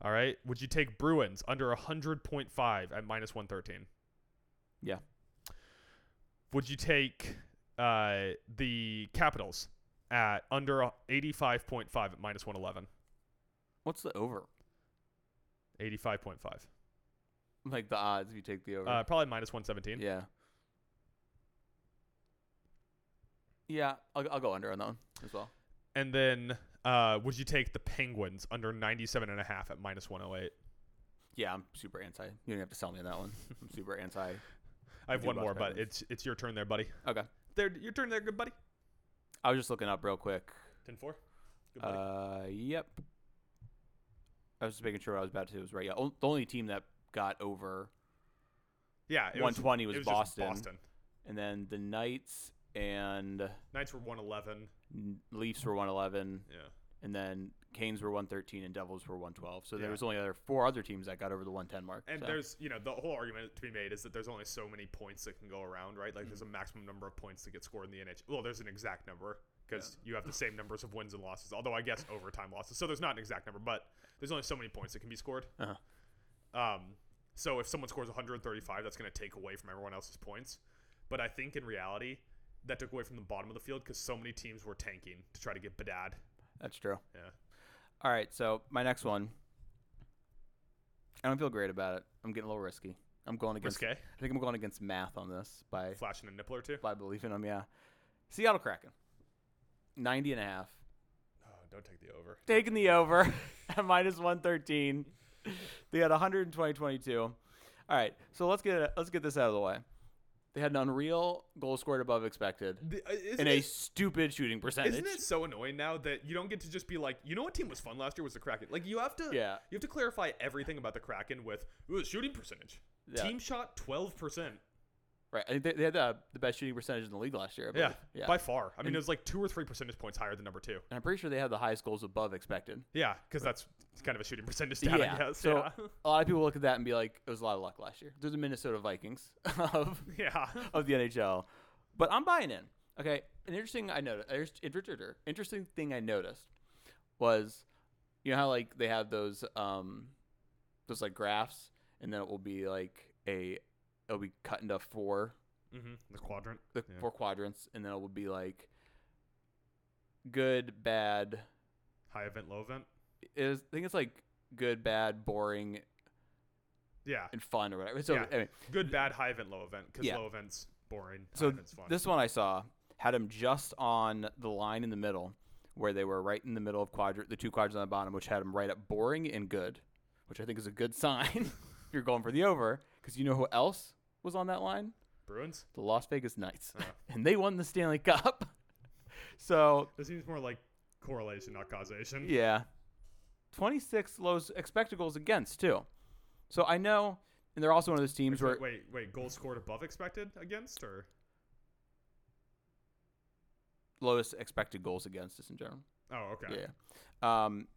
All right. Would you take Bruins under 100.5 at minus 113?
Yeah.
Would you take uh, the Capitals at under a- 85.5 at minus 111?
What's the over?
85.5.
Like the odds if you take the over.
Uh, probably minus 117.
yeah. Yeah, I'll, I'll go under on that one as well.
And then uh, would you take the Penguins under 97.5 at minus 108?
Yeah, I'm super anti. You don't have to sell me on that one. *laughs* I'm super anti.
I have
do
one
love
more, but
Penguins.
it's it's your turn there, buddy.
Okay.
There, your turn there, good buddy.
I was just looking up real quick.
10-4. Good buddy.
Uh, yep. I was just making sure I was about to. It was right. Yeah. o- The only team that got over
yeah, it
120 was
it just
Boston.
Boston.
and then the Knights and
Knights were 111.
N- Leafs were 111,
Yeah.
and then Canes were 113, and Devils were 112. So
Yeah.
there was only other four other teams that got over the 110 mark.
And
so.
there's, you know, the whole argument to be made is that there's only so many points that can go around, right? Like, there's
Mm.
a maximum number of points that get scored in the NHL. Well, there's an exact number because you have the
*laughs*
same numbers of wins and losses, although I guess overtime losses. So there's not an exact number, but there's only so many points that can be scored.
Uh-huh.
Um, so if someone scores 135, that's going to take away from everyone else's points. But I think in reality, that took away from the bottom of the field because so many teams were tanking to try to get bedad.
that's true.
Yeah.
All right, so my next one. I don't feel great about it. I'm getting a little risky. I'm going against.
Risque.
I think I'm going against math on this by
Flashing a nipple or two.
by belief in them. Yeah, Seattle Kraken, 90 and a half,
Oh, don't take the over.
taking the over *laughs* at minus 113. They had 120 22. All right, so let's get let's get this out of the way. They had an unreal goal scored above expected
The- uh, isn't
and a
it-
stupid shooting percentage.
Isn't it so annoying now that you don't get to just be like, you know what team was fun last year was the Kraken? Like you have to
Yeah.
you have to clarify everything about the Kraken with "Ooh, shooting percentage.
Yeah.
Team shot 12%.
Right. I think they, they had the, the best shooting percentage in the league last year. I
Yeah,
believe. Yeah.
by far. I mean, it was like 2 or 3 percentage points higher than number 2.
and I'm pretty sure they had the highest goals above expected.
Yeah, cuz that's kind of a shooting percentage stat, I guess.
So
yeah.
a lot of people look at that and be like, it was a lot of luck last year. They're the Minnesota Vikings *laughs* of
Yeah. *laughs*
of the NHL. But I'm buying in. Okay. An interesting I noticed interesting thing I noticed was you know how like they have those um those like graphs and then it will be like a it'll be cut into four
Mhm. The quadrant.
the
Yeah.
four quadrants and then it will be like good, bad
High event, low event.
is I think it's like good, bad, boring,
Yeah.
and fun or whatever. So
Yeah.
anyway,
Good, bad, high event, low event cuz
Yeah.
low events boring, high
So
events fun.
this one I saw had him just on the line in the middle, where they were right in the middle of quadrant, the two quadrants on the bottom, which had him right up boring and good, which I think is a good *laughs* sign if you're going for the over, because you know who else was on that line?
Bruins?
The Las Vegas Knights,
Oh.
*laughs* and they won the Stanley Cup. *laughs* so
This seems more like correlation not causation.
yeah, 26 low expected goals against too. So I know, and they're also one of those teams where
Wait, wait, wait, goal scored above expected against or
lowest expected goals against is in general.
Oh, okay.
Yeah. Um,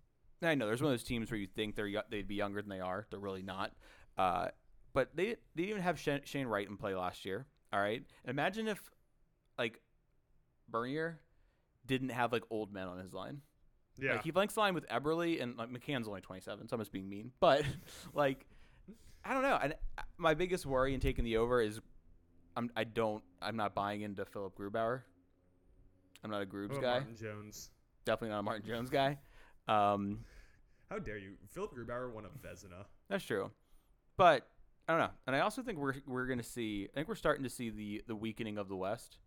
I know there's one of those teams where you think they're yo- they'd be younger than they are. They're really not. Uh, but they they didn't even have Shane, Shane Wright in play last year. All right. Imagine if like Bernier didn't have like old men on his line.
Yeah.
Like he flanks the line with Eberly and like McCann's only 27, so I'm just being mean. *laughs* But like, I don't know. And uh, my biggest worry in taking the over is, I'm I don't I'm not buying into Philip Grubauer. I'm not a
What
Grubes
about
guy.
Oh, Martin Jones.
Definitely not a Martin Jones guy. Um,
How dare you? Philip Grubauer won a Vezina.
That's true, but I don't know. And I also think we're we're gonna see. I think we're starting to see the the weakening of the West,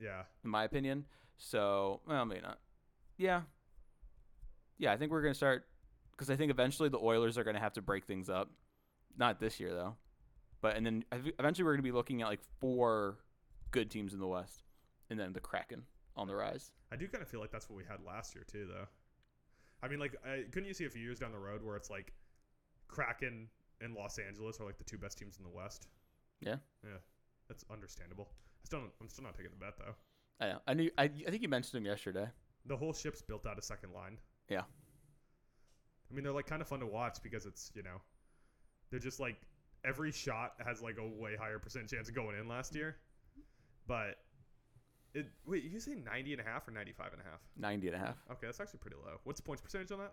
Yeah.
in my opinion. So well, maybe not. Yeah, yeah. I think we're gonna start because I think eventually the Oilers are gonna have to break things up. Not this year though, but and then ev- eventually we're gonna be looking at like four good teams in the West, and then the Kraken on the rise.
I do kind of feel like that's what we had last year too, though. I mean, like, I, couldn't you see a few years down the road where it's like Kraken and Los Angeles are like the two best teams in the West?
Yeah.
Yeah. That's understandable. I still don't, I'm still not taking the bet though.
I know. I knew. I, I think you mentioned them yesterday.
The whole ship's built out of second line.
Yeah.
I mean, they're like kind of fun to watch because it's you know, they're just like every shot has like a way higher percent chance of going in last year, but it wait you say 90 and a half or 95 and a half?
90 and a half.
Okay, that's actually pretty low. What's the points percentage on that?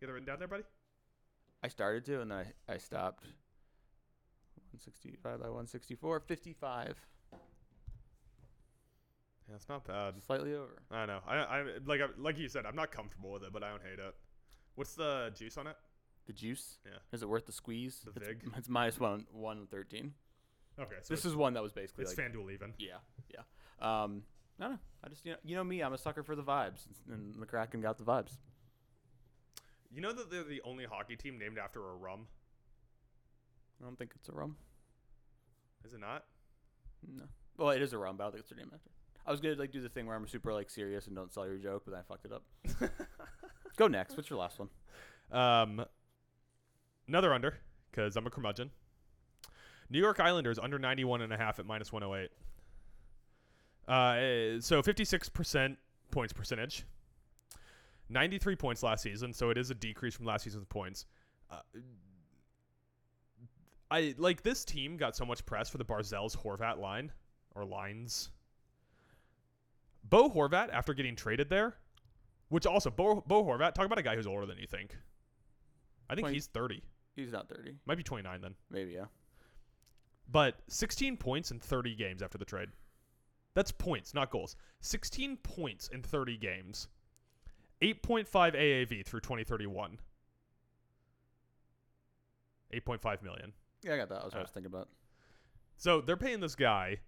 You got it written down there, buddy?
I started to, and then I, I stopped. 165 by 164, 55.
Yeah, it's not bad.
Slightly over.
I know. I I like I, like you said, I'm not comfortable with it, but I don't hate it. What's the juice on it?
The juice?
Yeah.
Is it worth the squeeze?
The
it's,
vig?
*laughs* it's minus one, 113.
Okay, so
This
it's,
is one that was basically
it's
like.
FanDuel even.
Yeah, yeah. Um, I don't know. I just, you know, you know me, I'm a sucker for the vibes, and the Kraken got the vibes.
You know that they're the only hockey team named after a rum,
I don't think it's a rum.
is it not?
No. Well, it is a rum, but I don't think it's their name after. I was going to like do the thing where I'm super like serious and don't sell your joke, but I fucked it up.
*laughs*
Go next. What's your last one?
Um, another under because I'm a curmudgeon. New York Islanders under 91 and a half at minus 108. Uh, eh, so 56% points percentage. 93 points last season, so it is a decrease from last season's points. Uh, I like this team got so much press for the Barzell's Horvat line or lines. Bo Horvat after getting traded there, which also Bo, Bo Horvat, talk about a guy who's older than you think. I think
Twenty-
he's 30.
He's not 30.
Might be 29 then.
Maybe, yeah.
But 16 points in 30 games after the trade. That's points, not goals. 16 points in 30 games. 8.5 AAV through 2031. 8.5 million.
Yeah, I got that. That's what I
Uh,
was thinking about.
So they're paying this guy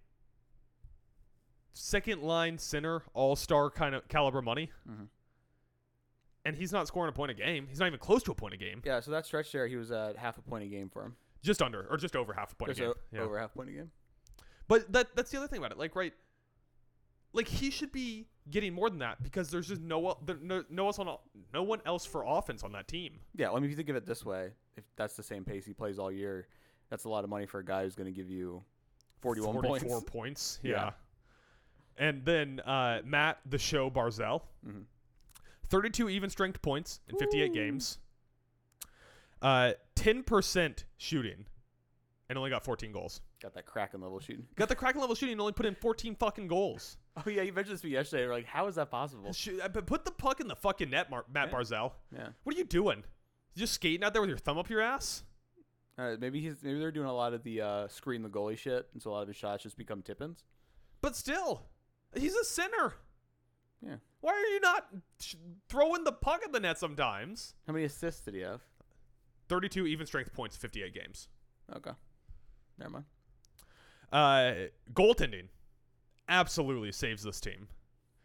second line center, all star kind of caliber money.
Mhm.
And he's not scoring a point a game. He's not even close to a point a game.
Yeah, so that stretch there, he was at half a point a game for him.
just under or just over half a point a
Just
game.
o-
yeah.
over half point a game.
But that that's the other thing about it. Like right, like he should be getting more than that because there's just no el- there, no no else on o- no one else for offense on that team.
Yeah, well, I mean, if you think of it this way, if that's the same pace he plays all year, that's a lot of money for a guy who's going to give you 41 points. *laughs*
44 *laughs* points. Yeah.
Yeah.
And then uh, Matt, the show Barzell,
Mhm.
32 even strength points in 58 games, uh, 10% shooting, and only got 14 goals.
Got that crack in level shooting.
Got the Kraken level shooting and only put in 14 fucking goals.
*laughs* Oh yeah, you mentioned this to me yesterday. We're like, how is that possible?
Shoot, uh, but put the puck in the fucking net, Mar- Matt
Yeah.
Barzell.
*laughs* Yeah,
What are you doing? You just skating out there with your thumb up your ass?
uh, maybe he's maybe they're doing a lot of the uh, screen the goalie shit, and so a lot of his shots just become tippins.
But still, he's a center.
Yeah.
Why are you not sh- throwing the puck in the net sometimes?
How many assists did he have?
32 even strength points, 58 games.
Okay, never mind.
Uh, goaltending absolutely saves this team.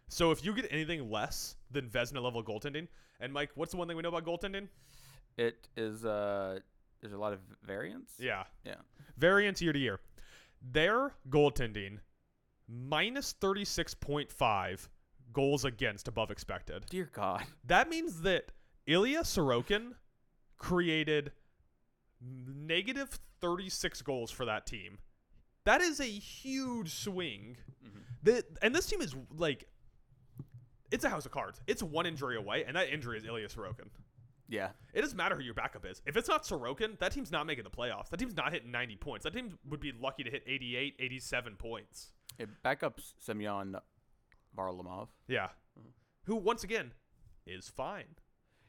So if you get anything less than Vesna level goaltending, and Mike, what's the one thing we know about goaltending?
It is uh, there's a lot of variance.
Yeah,
yeah.
variance year to year. Their goaltending minus 36.5 goals against above expected.
Dear God,
That means that Ilya Sorokin created negative 36 goals for that team. That is a huge swing. That and this team is like it's a house of cards. It's one injury away, and that injury is Ilya Sorokin.
yeah.
It doesn't matter who your backup is. If it's not Sorokin, that team's not making the playoffs. That team's not hitting 90 points. That team would be lucky to hit 88, 87 points.
It back up Semyon Varlamov.
Yeah. Who, once again, is fine.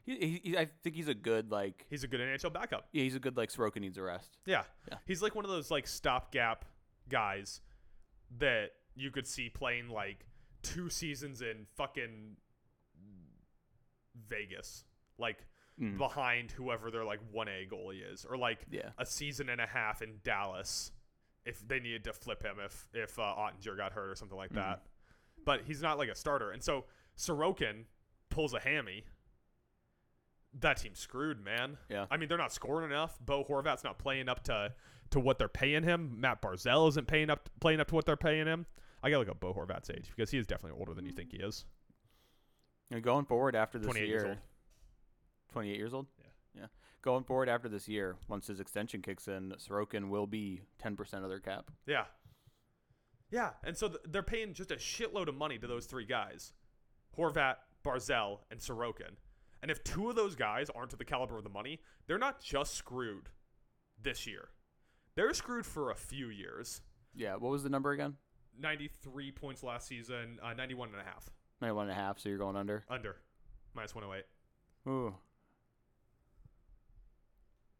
He, he, he, I think he's a good like.
He's a good NHL backup.
Yeah, he's a good like Sorokin needs a rest.
Yeah.
Yeah.
He's like one of those like stopgap guys that you could see playing like two seasons in fucking Vegas. Like
Mm.
behind whoever their like 1A goalie is or like
Yeah.
a season and a half in Dallas if they needed to flip him if if uh, Ottinger got hurt or something like that.
Mm-hmm.
But he's not like a starter. And so Sorokin pulls a hammy. That team's screwed, man.
Yeah.
I mean, they're not scoring enough. Bo Horvat's not playing up to to what they're paying him. Matt Barzell isn't paying up playing up to what they're paying him. I gotta look up Bo Horvat's age because he is definitely older than you think he is.
And going forward after this
28
year,
years old.
28 years old? Yeah. Yeah. Going forward after this year, once his extension kicks in, Sorokin will be 10% of their cap.
Yeah. Yeah, and so th- they're paying just a shitload of money to those three guys, Horvat, Barzell, and Sorokin. And if two of those guys aren't to the caliber of the money, they're not just screwed this year. They're screwed for a few years.
Yeah. What was the number again?
93 points last season, uh, 91 and a half.
91 and a half, so you're going under.
Under. Minus 108.
Ooh.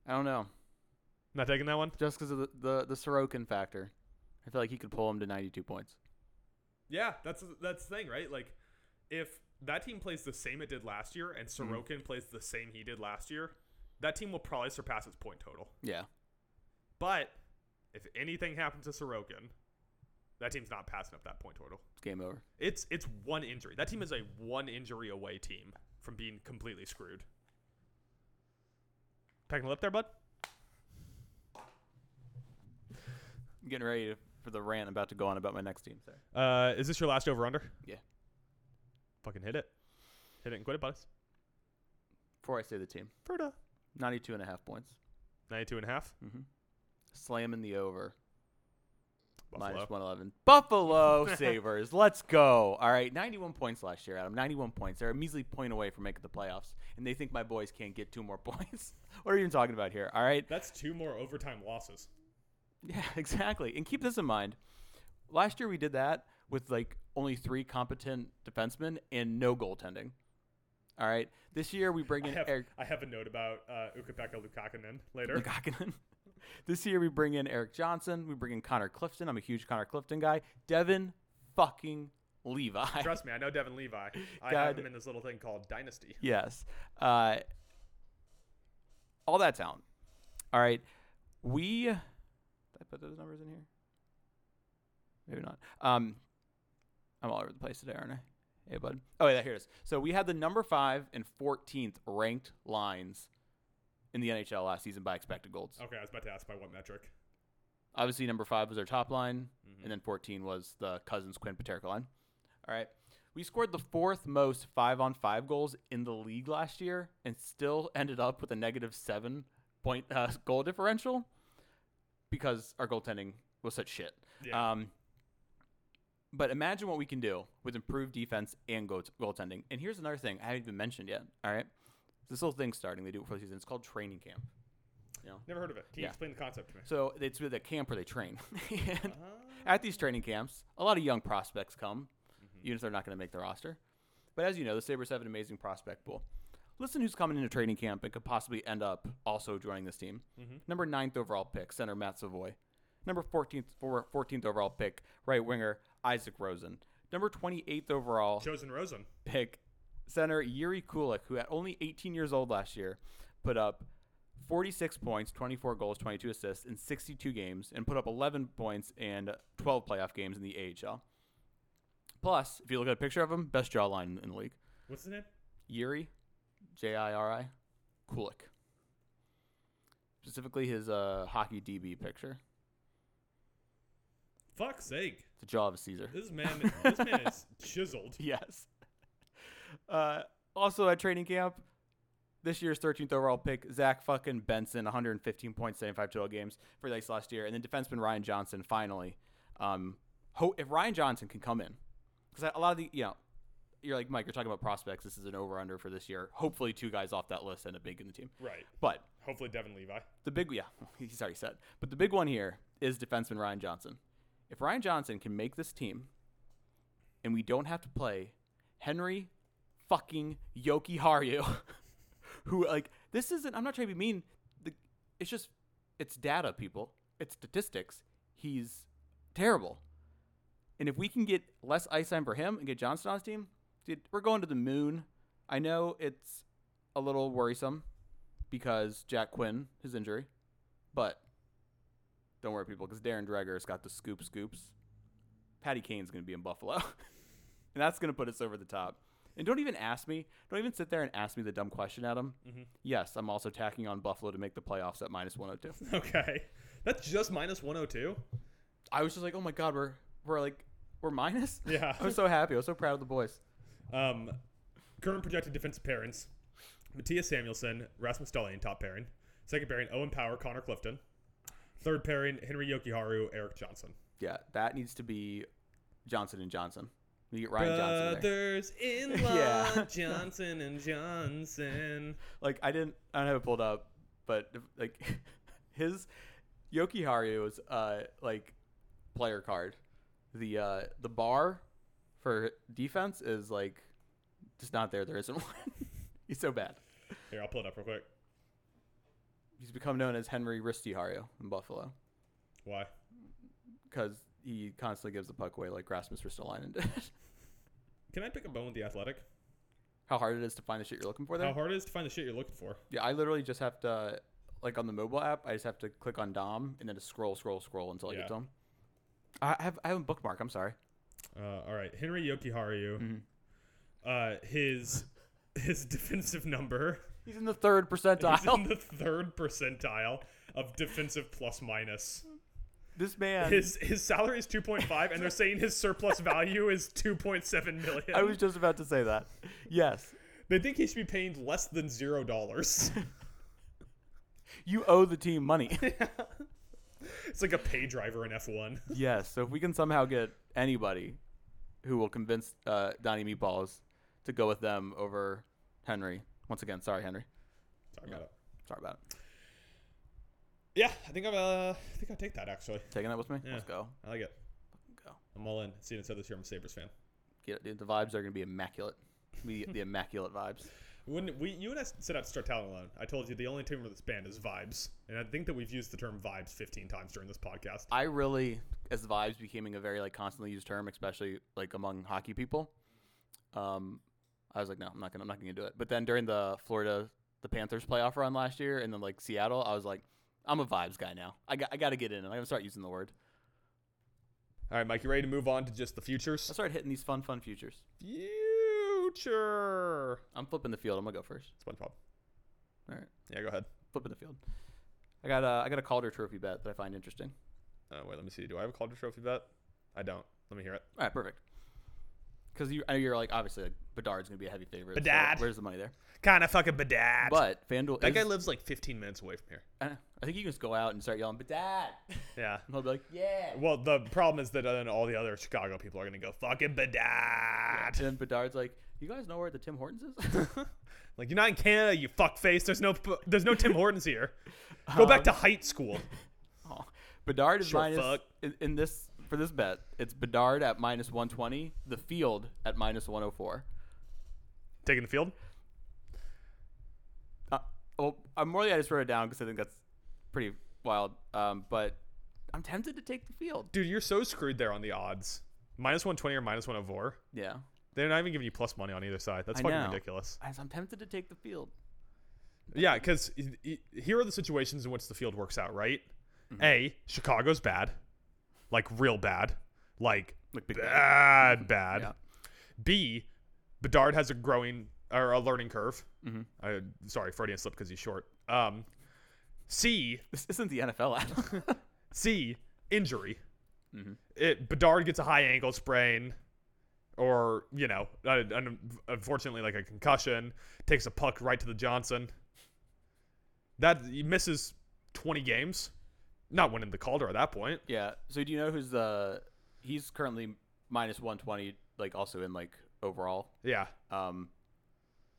I don't know.
Not taking that one?
Just because of the, the, the Sorokin factor, I feel like he could pull him to 92 points.
Yeah, that's that's the thing, right? Like, if that team plays the same it did last year and Sorokin plays the same he did last year, that team will probably surpass its point total.
Yeah.
But if anything happens to Sorokin, that team's not passing up that point total.
It's game over.
It's it's one injury. That team is a one injury away team from being completely screwed. Packing it up there, bud.
I'm getting ready to, for the rant I'm about to go on about my next team. Sorry.
Uh, is this your last over under?
Yeah.
Fucking hit it. Hit it and quit it, buddies.
Before I say the team,
Ferda.
92 and a half points.
92 and a half.
Slamming the over.
Buffalo.
Minus 111.
*laughs*
Buffalo Sabres. Let's go. All right. 91 points last year, Adam. 91 points. They're a measly point away from making the playoffs. And they think my boys can't get two more *laughs* points. what are you even talking about here? All right. *laughs*
That's two more overtime losses.
Yeah, exactly. And keep this in mind. Last year we did that with like only three competent defensemen and no goaltending. All right. This year we bring
I
in
have,
Eric
I have a note about uh, Ukapeka Lukakinen later.
Lukakunen. *laughs* this year we bring in Eric Johnson. We bring in Connor Clifton. I'm a huge Connor Clifton guy. Devin fucking Levi.
Trust me, I know Devin Levi. I have
God.
him in this little thing called Dynasty.
*laughs* Yes. Uh, all that talent. All right. We. Did I put those numbers in here? Maybe not. Um, I'm all over the place today, aren't I? Hey, bud. Oh, yeah, here it is. So we had the number five and 14th ranked lines in the NHL last season by expected goals.
Okay, I was about to ask by what metric.
Obviously, number five was their top line, and then 14 was the Cousins Quinn Paterka line. All right. We scored the fourth most five on five goals in the league last year and still ended up with a negative seven point uh, *laughs* goal differential because our goaltending was such shit.
Yeah.
Um, but imagine what we can do with improved defense and go- goaltending. And here's another thing I haven't even mentioned yet. All right. This little thing starting, they do it for the season. It's called training camp. You know?
Never heard of it. Can
you
you
Yeah.
explain the concept to me?
So it's with a camp where they train. *laughs* and at these training camps, a lot of young prospects come, even if they're not going to make the roster. But as you know, the Sabres have an amazing prospect pool. Listen who's coming into training camp and could possibly end up also joining this team. Number ninth overall pick, center Matt Savoy. Number 14th, for- 14th overall pick, right winger Isaac Rosen. Number 28th overall
Chosen Rosen.
pick center Yuri Kulik, who at only 18 years old last year put up 46 points, 24 goals, 22 assists in 62 games, and put up 11 points and 12 playoff games in the AHL. Plus, if you look at a picture of him, best jawline in the league.
What's his name?
Yuri, J I R I, Kulik. Specifically, his uh, hockey DB picture.
Fuck's sake.
The jaw of a Caesar.
This man this man is chiseled.
*laughs* Yes. Uh, also at training camp, this year's 13th overall pick, Zach fucking Benson, 115 points, 75 total games for the Ice last year, and then defenseman Ryan Johnson. Finally, um, ho- if Ryan Johnson can come in, because a lot of the you know, you're like Mike, you're talking about prospects. This is an over under for this year. Hopefully, two guys off that list end up big in the team.
Right.
But
Hopefully Devin Levi. *laughs*
the big yeah, *laughs* he's already said. But the big one here is defenseman Ryan Johnson. If Ryan Johnson can make this team, and we don't have to play Henry fucking Yoki Haru, *laughs* who like this isn't. I'm not trying to be mean. The, it's just it's data, people. It's statistics. He's terrible. And if we can get less ice time for him and get Johnson on his team, dude, we're going to the moon. I know it's a little worrisome because Jack Quinn, his injury. But don't worry, people, because Darren Dreger's got the scoop scoops. Patty Kane's going to be in Buffalo. *laughs* and that's going to put us over the top. And don't even ask me, don't even sit there and ask me the dumb question, Adam. Yes, I'm also tacking on Buffalo to make the playoffs at minus 102.
Okay. That's just minus one oh two.
I was just like, oh my God, we're, we're like, we're minus?
Yeah.
*laughs* I was so happy. I was so proud of the boys.
Um current projected defensive pairings. Matthias Samuelson, Rasmus Dahlin, top pairing. Second pairing, Owen Power, Connor Clifton. Third pairing, Henry Yokiharu, Eric Johnson.
Yeah, that needs to be Johnson and Johnson. You get Ryan Johnson there.
Brothers in
*laughs* Yeah.
Johnson and Johnson.
like I didn't I don't have it pulled up, but like *laughs* his Yoki Haru's uh like player card. The uh the bar for defense is like just not there, there isn't *laughs* one. He's so bad.
Here, I'll pull it up real quick.
He's become known as Henry Risty Haru in Buffalo
Why?
because he constantly gives the puck away like Rasmus Ristolainen *laughs* did.
Can I pick a bone with the athletic?
How hard it is to find the shit you're looking for there.
How hard it is to find the shit you're looking for.
Yeah, I literally just have to, like on the mobile app, I just have to click on Dom and then just scroll, scroll, scroll until I get
Yeah.
to him. I I have I have a bookmark. I'm sorry.
Uh, all right, Henry Yokiharu.
Mm-hmm.
Uh, his *laughs* his defensive number
He's in the third
is *laughs*
percentile.
in the third percentile of defensive plus minus.
this man.
His his salary is 2.5, and they're saying his surplus value is 2.7 million.
I was just about to
*laughs*
say that. Yes,
They think he should be paid less than zero
*laughs*
dollars.
you owe the team money. *laughs*
it's like a pay driver in F1.
yes. So if we can somehow get anybody who will convince uh, Donnie Meatballs to go with them over Henry. Once again, sorry, Henry.
Sorry about it.
Sorry about it.
Yeah, I think I'm. Uh, I think I'll take that actually.
Taking that with me.
Yeah.
Let's go.
I like it.
Go.
I'm all in. Seeing it said this year, I'm a Sabres fan.
Get it, dude. The vibes are gonna be immaculate. We get the immaculate vibes.
When we you and I set out to start talent alone, I told you the only term of this band is vibes, and I think that we've used the term vibes 15 times during this podcast.
I really, as vibes becoming a very like constantly used term, especially like among hockey people. Um, I was like, no, I'm not gonna, I'm not gonna do it. But then during the Florida, the Panthers playoff run last year, and then like Seattle, I was like, I'm a vibes guy now. I got, I got to get in, and I'm gonna start using the word.
All right, Mike, you ready to move on to just the
I
futures?
started hitting these fun, fun futures.
Future
I'm flipping the field. I'm gonna go first.
SpongeBob.
All right.
Yeah, go ahead.
flipping the field. I got a I got a Calder Trophy bet that I find interesting.
Uh, wait, let me see. Do I have a Calder Trophy bet? I don't. Let me hear it.
All right, perfect. Because you, I know you're like obviously like, Bedard's going to be a heavy favorite. so
Bedard.
where's the money there?
Kind of fucking bedad.
But FanDuel.
that
Is,
guy lives like 15 minutes away from here.
I don't know. I think you can just go out and start yelling *laughs* Bedard, and
Yeah.
he'll be like, "Yeah."
Well, the problem is that then all the other Chicago people are gonna go fucking bedad.
And then Bedard's like, "You guys know where the Tim Hortons *laughs* is?"
Like you're not in Canada, you fuckface. There's no there's no *laughs* Tim Hortons here. Go back to height school.
oh. Bedard is
Sure,
minus
fuck.
In, in this for this bet. It's Bedard at minus 120. The field at minus 104.
Taking the field.
Uh, well, I'm more I just wrote it down because I think that's pretty wild. Um, but I'm tempted to take the field.
Dude, you're so screwed there on the odds. Minus 120 or minus 104.
Yeah,
They're not even giving you plus money on either side. That's
I
fucking
know.
ridiculous.
I- I'm tempted to take the field.
Yeah, because here are the situations in which the field works out, right?
Mm-hmm.
A, Chicago's bad. Like, real bad. Like,
Like big *laughs*
bad, bad.
Yeah.
B, Bedard has a growing or a learning curve. Mm-hmm. I, sorry, Freudian slip because he's short. Um, C,
This isn't the NFL. *laughs* Adam.
C, injury. It Bedard gets a high ankle sprain, or you know, un- un- unfortunately, like a concussion, takes a puck right to the Johnson. That he misses twenty games, not winning the Calder at that point.
yeah. So do you know who's the? He's currently minus 120, like also in like overall.
Yeah.
Um,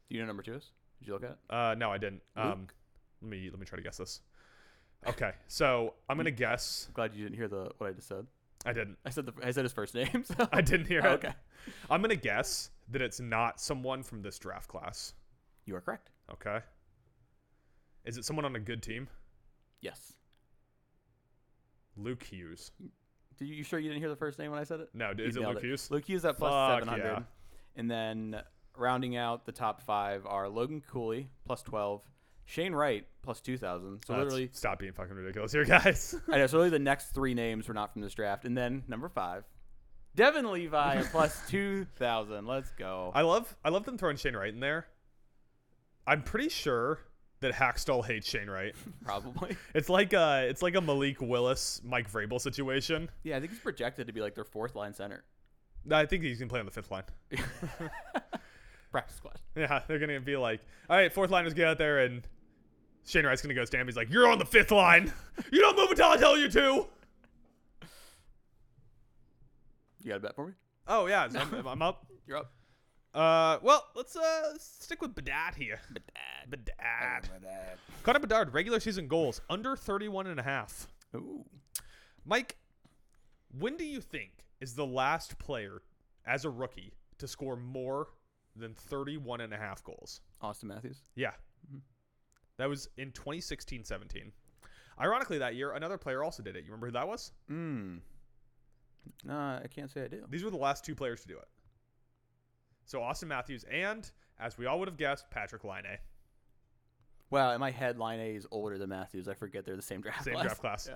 do you know number two is? Did you look at it?
Uh, no, I didn't. Um, let me let me try to guess this. Okay, so I'm gonna guess.
Glad you didn't hear the what I just said.
I didn't.
I said the I said his first *laughs* name. So.
I didn't hear it.
Okay.
I'm gonna guess that it's not someone from this draft class.
You are correct.
Okay. Is it someone on a good team?
Yes.
Luke Hughes.
Did you, you sure you didn't hear the first name when I said it?
No, d-
You
is it
nailed
Luke Hughes?
Luke Hughes at plus
Fuck
700.
yeah.
And then rounding out the top five are Logan Cooley plus 12, Shane Wright plus 2,000. So
That's-
literally,
stop being fucking ridiculous here, *laughs* guys.
I know, so really the next three names were not from this draft. And then number five, Devin Levi at *laughs* plus 2,000. Let's go.
I love I love them throwing Shane Wright in there. I'm pretty sure that Hackstall hates Shane
*laughs*
Wright.
Probably.
It's like uh it's like a Malik Willis, Mike Vrabel situation.
yeah, I think he's projected to be like their fourth line *laughs* center.
I think he's gonna play on the fifth line. *laughs*
Practice squad.
Yeah, they're gonna be like, all right, fourth liners get out there and Shane Wright's gonna go stand. He's like, you're on the fifth line. *laughs* You don't move until I tell you
*laughs*
to.
You got a bet for me?
Oh yeah, so I'm, I'm up.
You're up.
Uh, well, let's uh stick with Bedad here. Bedad. Bedad. Connor Bedard, regular season goals under 31 and a half.
Ooh.
Mike, when do you think is the last player as a rookie to score more than 31 and a half goals?
Austin Matthews.
Yeah. That was in 2016-17. Ironically, that year another player also did it. You remember who that was?
Mm. No, I can't say I do.
These were the last two players to do it. So Austin Matthews and, as we all would have guessed, Patrick Line.
Wow, in my head, line A is older than Matthews. I forget they're the same draft
Same
class.
draft class.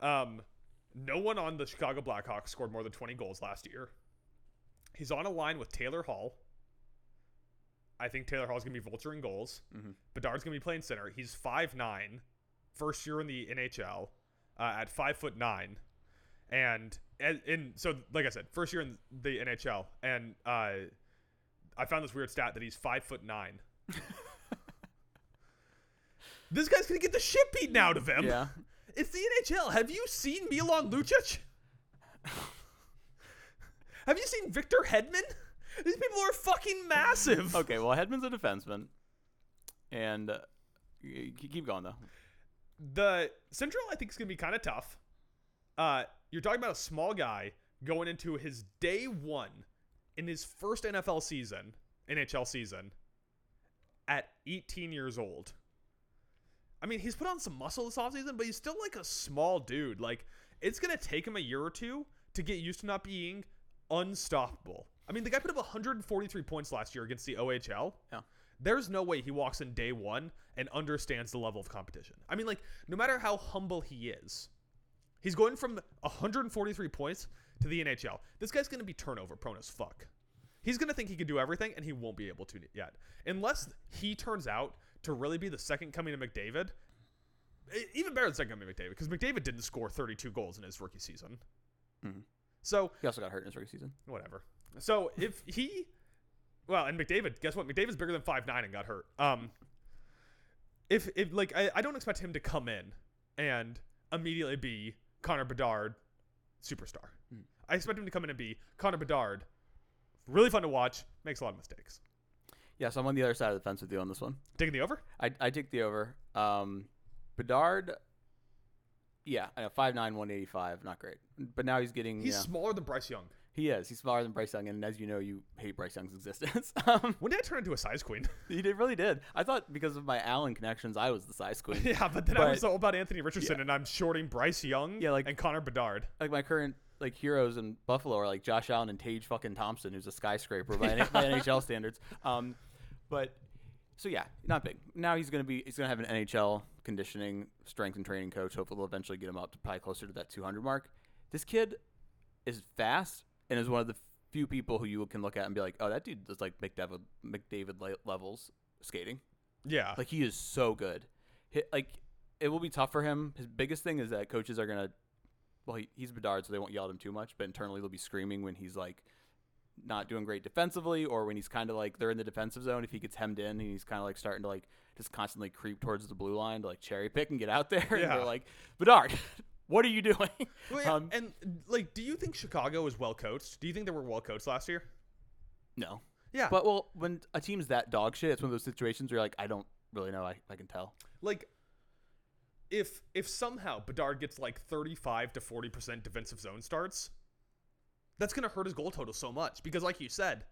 Um, no one on the Chicago Blackhawks scored more than 20 goals last year. He's on a line with Taylor Hall. I think Taylor Hall's going to be vulturing goals. Bedard's going to be playing center. He's 5'9", first year in the NHL uh, at 5 foot 9. And, and and so like I said, first year in the NHL and uh, I found this weird stat that he's 5 foot 9. this guy's going to get the shit beaten out of him.
Yeah.
*laughs* It's the NHL. Have you seen Milan Lucic? Have you seen Victor Hedman? These people are fucking massive.
Okay, well, Hedman's a defenseman. And uh, y- y- keep going, though.
The Central, I think, is going to be kind of tough. Uh, you're talking about a small guy going into his day one in his first NFL season, NHL season, at 18 years old. I mean, he's put on some muscle this offseason, but he's still like a small dude. Like, it's going to take him a year or two to get used to not being unstoppable. I mean, the guy put up 143 points last year against the OHL.
Yeah.
There's no way he walks in day one and understands the level of competition. I mean, like, no matter how humble he is, he's going from 143 points to the NHL. This guy's going to be turnover prone as fuck. He's going to think he can do everything, and he won't be able to yet. Unless he turns out to really be the second coming to McDavid e- even better than second coming of McDavid because McDavid didn't score 32 goals in his rookie season.
Mhm.
So
He also got hurt in his rookie season.
whatever. So if he, well, and McDavid, guess what? McDavid's bigger than five nine and got hurt. Um, if if like I, I don't expect him to come in and immediately be Connor Bedard superstar.
Hmm.
I expect him to come in and be Connor Bedard. Really fun to watch. Makes a lot of mistakes.
Yeah, so I'm on the other side of the fence with you on this one.
Taking the over.
I I take the over. Um, Bedard. Yeah, I know five nine one eighty five. Not great, but now he's getting.
He's
yeah,
smaller than Bryce Young.
he is. He's smaller than Bryce Young, and as you know, you hate Bryce Young's existence. *laughs* um,
When did I turn into a size queen? *laughs*
he did, really did. I thought because of my Allen connections, I was the size queen.
yeah, but then I was
But-
all about Anthony Richardson, and I'm shorting Bryce Young
Yeah, like-
and Connor Bedard.
like my current like heroes in Buffalo are like Josh Allen and Tage fucking Thompson, who's a skyscraper by, N- by NHL standards. Um, but so yeah, not big. Now he's gonna be he's gonna have an NHL conditioning, strength and training coach. Hopefully, they'll eventually get him up to probably closer to that 200 mark. This kid is fast and is one of the few people who you can look at and be like, oh, that dude is like McDavid McDavid le- levels skating.
Yeah,
Like he is so good. Hi like it will be tough for him. His biggest thing is that coaches are gonna. Well, he, he's Bedard, so they won't yell at him too much. But internally, they'll be screaming when he's like not doing great defensively, or when he's kind of like they're in the defensive zone. If he gets hemmed in, and he's kind of like starting to like just constantly creep towards the blue line to like cherry pick and get out there. And
Yeah.
they're like Bedard, *laughs* what are you doing? *laughs*
Well, yeah,
um,
and like, do you think Chicago is well coached? Do you think they were well coached last year?
no.
Yeah,
But well, when a team's that dog shit, it's one of those situations where you're like, I don't really know. I, I can tell.
like, if if somehow Bedard gets like thirty five to forty percent defensive zone starts, that's gonna hurt his goal total so much because, like you said,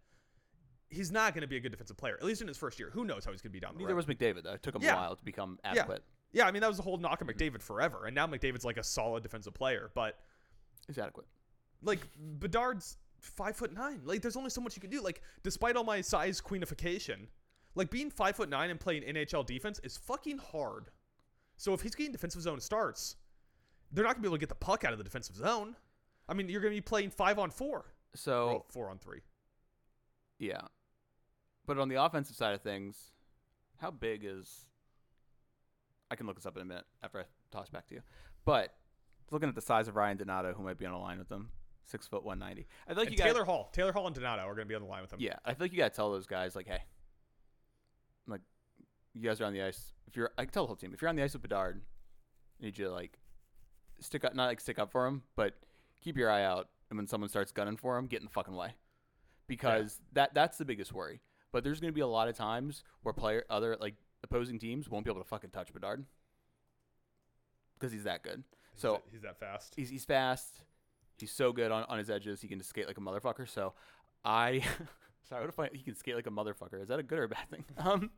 he's not gonna be a good defensive player at least in his first year. Who knows how he's gonna be down the
Neither
road?
was McDavid though. It took him
Yeah.
a while to become
yeah,
adequate.
yeah. I mean, that was the whole knock on McDavid forever, and now McDavid's like a solid defensive player, but.
He's adequate.
like Bedard's five foot nine. Like there's only so much you can do. Like despite all my size queenification, like being five foot nine and playing NHL defense is fucking hard. So if he's getting defensive zone starts, they're not gonna be able to get the puck out of the defensive zone. I mean, you're gonna be playing five on four,
So
oh, four on three.
Yeah. But on the offensive side of things, how big is I can look this up in a minute after I toss back to you. But looking at the size of Ryan Donato, who might be on a line with them, six foot one ninety. I feel like
and
you
Taylor
gotta,
Hall, Taylor Hall and Donato are gonna be on the line with him.
Yeah, I feel like you gotta tell those guys like, hey, like you guys are on the ice. If you're, I can tell the whole team if you're on the ice with Bedard, I need you to like stick up, not like stick up for him, but keep your eye out. And when someone starts gunning for him, get in the fucking way, because that that's the biggest worry. But there's gonna be a lot of times where player other like opposing teams won't be able to fucking touch Bedard because he's that good.
He's
So
that- he's that fast.
he's he's fast. He's so good on, on his edges. He can just skate like a motherfucker. So I *laughs* sorry, what if I he can skate like a motherfucker? Is that a good or a bad thing? *laughs* Um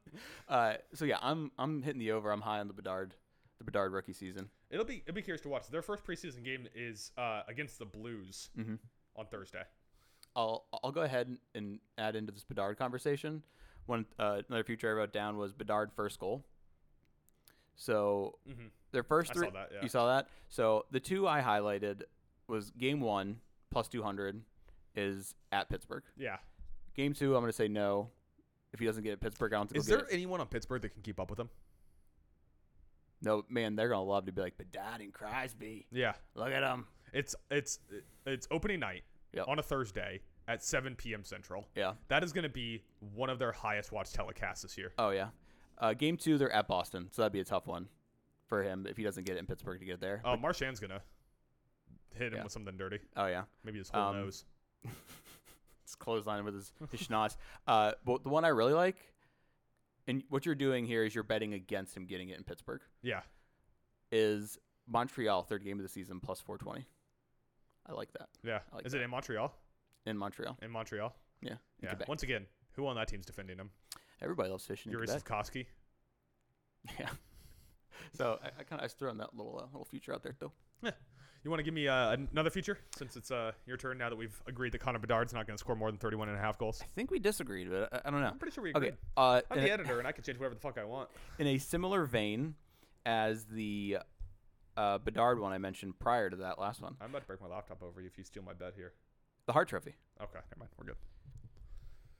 uh so yeah, I'm I'm hitting the over. I'm high on the Bedard the Bedard rookie season.
It'll be it'll be curious to watch. Their first preseason game is uh, against the Blues
Mm-hmm.
on Thursday.
I'll I'll go ahead and add into this Bedard conversation. One uh, another future I wrote down was Bedard first goal. So
Mhm.
their first
I
three
saw that, yeah.
you saw that. So the two I highlighted was game one plus two hundred is at Pittsburgh.
Yeah.
Game two, I'm going to say no. If he doesn't get it, Pittsburgh, I don't think
Is
he'll
there
get it.
anyone on Pittsburgh that can keep up with him?
No, man, they're going to love to be like, Bedard and Crosby.
Yeah.
Look at him.
It's it's it's opening night
Yep.
on a Thursday at 7 p.m. Central.
Yeah.
That is going to be one of their highest watched telecasts this year.
Oh, yeah. Uh, game two, they're at Boston, so that'd be a tough one for him if he doesn't get it in Pittsburgh to get there.
Uh, Marshan's going to hit him
Yeah.
with something dirty.
oh yeah.
Maybe his whole
Um,
nose.
It's clothesline with his, his schnoz. *laughs* Uh, but the one I really like, and what you're doing here is you're betting against him getting it in Pittsburgh,
Yeah.
is Montreal, third game of the season, plus 420. I like that.
Yeah.
I like
is it in Montreal?
In Montreal.
In Montreal?
Yeah. in
Yeah.
Quebec.
Once again, who on that team's defending him?
Everybody loves fishing. in
Yuri
Quebec.
Slavkovsky.
*laughs* Yeah. So I, I kind of I was throwing that little uh, little future out there though.
Yeah. You want to give me uh, another feature since it's uh, your turn now that we've agreed that Connor Bedard's not going to score more than 31 and a half goals?
I think we disagreed, but I, I don't know. I'm
pretty sure we
Okay.
agreed.
Uh,
I'm
in,
the
a,
editor and I can change whatever the fuck I want.
in a similar vein as the uh, Bedard one I mentioned prior to that last one,
I'm about to break my laptop over you if you steal my bet here.
the Hart Trophy.
Okay. Never mind. We're good.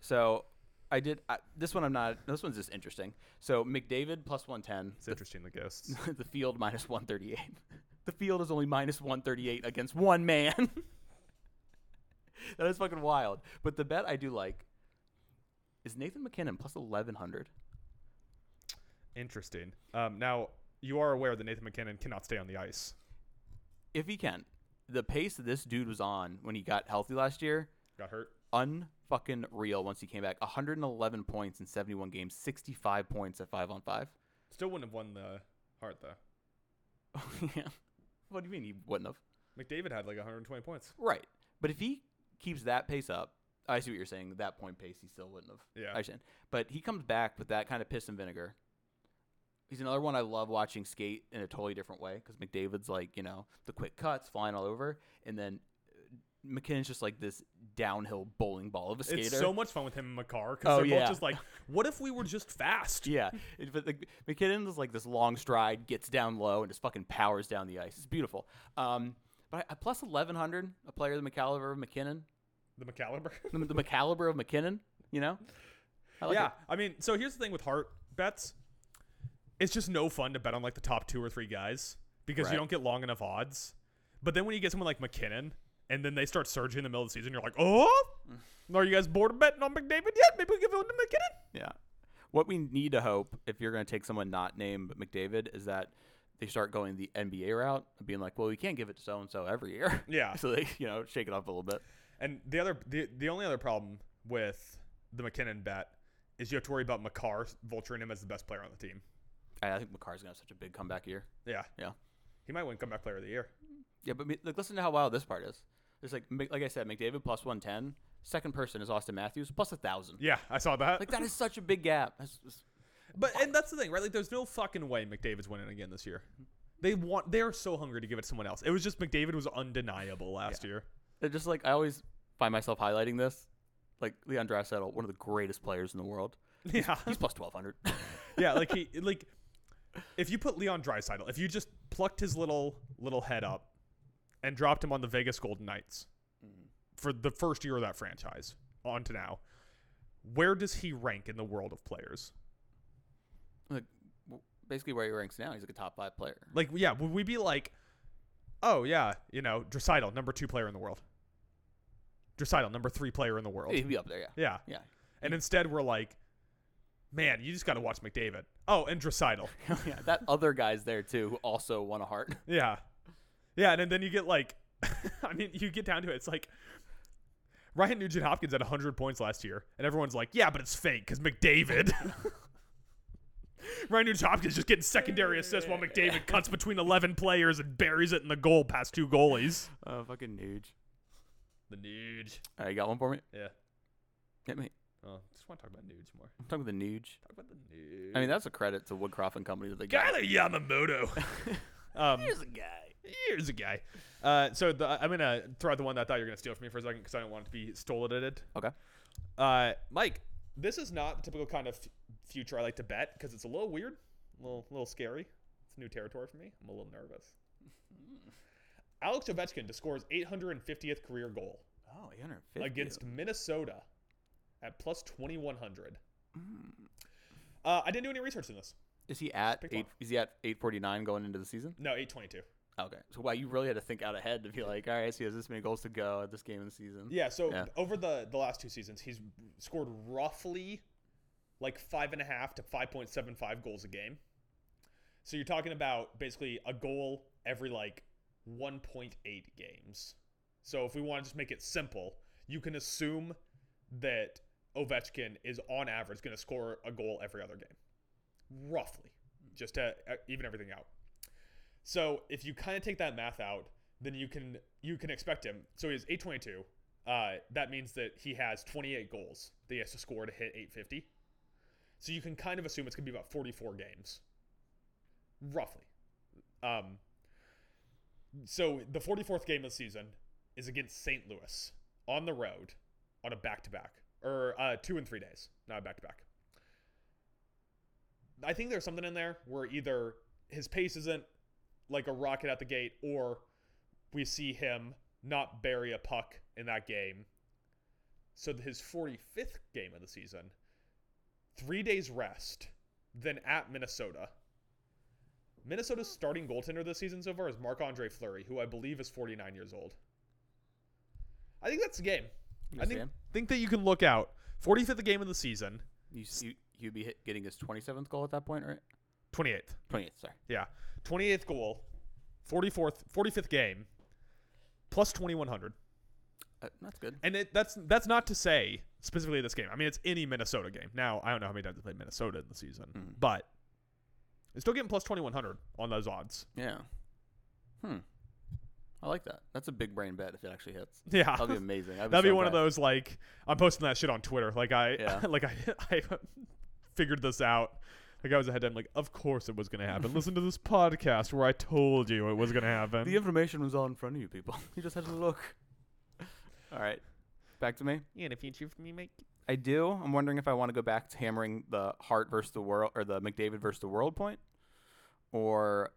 So I did I, this one. I'm not. This one's just interesting. So McDavid plus one ten.
It's interesting, the ghosts.
*laughs* the field minus 138. The field is only minus 138 against one man. *laughs* that is fucking wild. But the bet I do like is Nathan McKinnon plus 1100.
Interesting. Um, now, you are aware that Nathan McKinnon cannot stay on the ice.
If he can, the pace that this dude was on when he got healthy last year,
Got hurt.
unfucking real once he came back. 111 points in 71 games, 65 points at 5 on 5.
Still wouldn't have won the heart, though.
*laughs* yeah. What do you mean he wouldn't have?
McDavid had like 120 points.
Right. But if he keeps that pace up, I see what you're saying. That point pace, he still wouldn't have.
Yeah.
I understand. But he comes back with that kind of piss and vinegar. He's another one I love watching skate in a totally different way because McDavid's like, you know, the quick cuts flying all over. And then uh, McKinnon's just like this downhill bowling ball of a skater.
It's so much fun with him and Makar because
Oh,
they're
yeah.
both just like, what if we were just fast?
*laughs* yeah. It- but like, McKinnon is like this long stride, gets down low, and just fucking powers down the ice. It's beautiful. Um, but I, plus 1,100, a player of the caliber of McKinnon,
The *laughs* McCaliber.
the, the caliber of McKinnon, you know? I like
yeah.
it.
I mean, so here's the thing with heart bets it's just no fun to bet on like the top two or three guys because
Right.
you don't get long enough odds. But then when you get someone like McKinnon and then they start surging in the middle of the season, you're like, oh,
Mm.
are you guys bored of betting on McDavid yet? Maybe we give it to McKinnon.
*laughs* Yeah. What we need to hope if you're going to take someone not named McDavid is that they start going the NBA route and being like, well, we can't give it to so and so every year. *laughs*
Yeah.
so they, you know, shake it up a little bit.
And the other, the, the only other problem with the McKinnon bet is you have to worry about Makar vulturing him as the best player on the team.
I I think McCarr's going to have such a big comeback year.
Yeah,
Yeah.
he might win comeback player of the year.
Yeah. But me- like, listen to how wild this part is. It's like, Mc- like I said, McDavid plus 110. Second person is Austin Matthews plus 1,000.
Yeah, I saw that.
Like, that is such a big gap. That's, that's-
but and that's the thing, right? Like, there's no fucking way McDavid's winning again this year. They want. They are so hungry to give it to someone else. It was just McDavid was undeniable last year.
they're just like, I always find myself highlighting this. Like, Leon Draisaitl, one of the greatest players in the world.
*laughs* Yeah,
He's plus 1,200.
yeah. Like he like. If you put Leon Dreisaitl, if you just plucked his little little head up, and dropped him on the Vegas Golden Knights for the first year of that franchise on to now, where does he rank in the world of players?
*laughs* like w- basically where he ranks now. He's like a top five player.
Like, yeah, would we be like, oh yeah, you know, Draisaitl, number two player in the world. Draisaitl, number three player in the world.
He'd be up there, yeah.
Yeah.
Yeah. *laughs*
And instead, we're like, man, you just got to watch McDavid. Oh, and Draisaitl.
yeah. That other guy's there too, who also won a heart. *laughs*
yeah. Yeah. And then you get like, *laughs* I mean, you get down to it. It's like, Ryan Nugent Hopkins had 100 points last year, and everyone's like, yeah, but it's fake because McDavid. *laughs* Ryan Nugent Hopkins just getting secondary assists while *laughs* McDavid cuts between 11 players and buries it in the goal past two goalies.
Oh, fucking Nuge.
The Nuge.
All right, you got one for me?
Yeah.
Hit me.
Oh, just want to talk about Nudes more.
I'm talking about the Nuge.
Talk about the Nudes.
I mean, that's a credit to Woodcroft and Company that they got.
Kyler Yamamoto. *laughs* um,
Here's a guy.
here's a guy. Uh, so the, I'm gonna throw out the one that I thought you were gonna steal from me for a second because I don't want it to be stolen.
Okay.
Uh, Mike, this is not the typical kind of f- future I like to bet because it's a little weird, a little, little scary. It's new territory for me. I'm a little
*laughs*
nervous. Alex Ovechkin to score his 850th career goal
Oh, 850.
against Minnesota at plus 2100.
Mm.
Uh, I didn't do any research in this.
Is he at
Pick
eight?
one.
Is he at 849 going into the season?
No, 822.
Okay. So wow, you really had to think out ahead to be like, all right, so he has this many goals to go at this game in the season.
Yeah, so
Yeah.
over the the last two seasons, he's scored roughly like five and a half to five point seven five goals a game. So you're talking about basically a goal every like one point eight games. So if we want to just make it simple, you can assume that Ovechkin is on average going to score a goal every other game, roughly, just to uh, even everything out. So if you kind of take that math out, then you can you can expect him. So he has 822. Uh, that means that he has 28 goals that he has to score to hit 850. So you can kind of assume it's going to be about 44 games, roughly. Um, so the 44th game of the season is against St. Louis on the road on a back to back or uh, two and three days, not a back to back. I think there's something in there where either his pace isn't like a rocket at the gate, or we see him not bury a puck in that game. So that his 45th game of the season three days rest, then at Minnesota. Minnesota's starting goaltender this season so far is Marc Andre Fleury, who I believe is 49 years old. I think that's the game. I
Yes,
think,
Sam.
think that you can look out. 45th game of the season,
You, you, you'd be hit, getting his 27th goal at that point, right?
28th.
28th, sorry.
Yeah. 28th goal, 44th, 45th game, plus 2100.
Uh, that's good.
And it, that's that's not to say specifically this game. I mean, it's any Minnesota game. Now, I don't know how many times they played Minnesota in the season, but it's still getting plus 2100 on those odds. *laughs*
Yeah. Hmm. I like that. That's a big brain bet if it
*laughs*
actually hits.
Yeah.
That'd be amazing. I'd
That'd be
so
one of
glad.
those like I'm posting that shit on Twitter. Like I
Yeah.
*laughs* like I I figured this out. Like I was ahead. I'm like, of course it was gonna happen. Listen to this podcast where I told you it was gonna happen.
The information was all in front of you, people. *laughs* you just had to look. all right. Back to me.
yeah, in a future for me, make
I do. I'm wondering if I want to go back to hammering the Hart versus the world or the McDavid versus the world point, or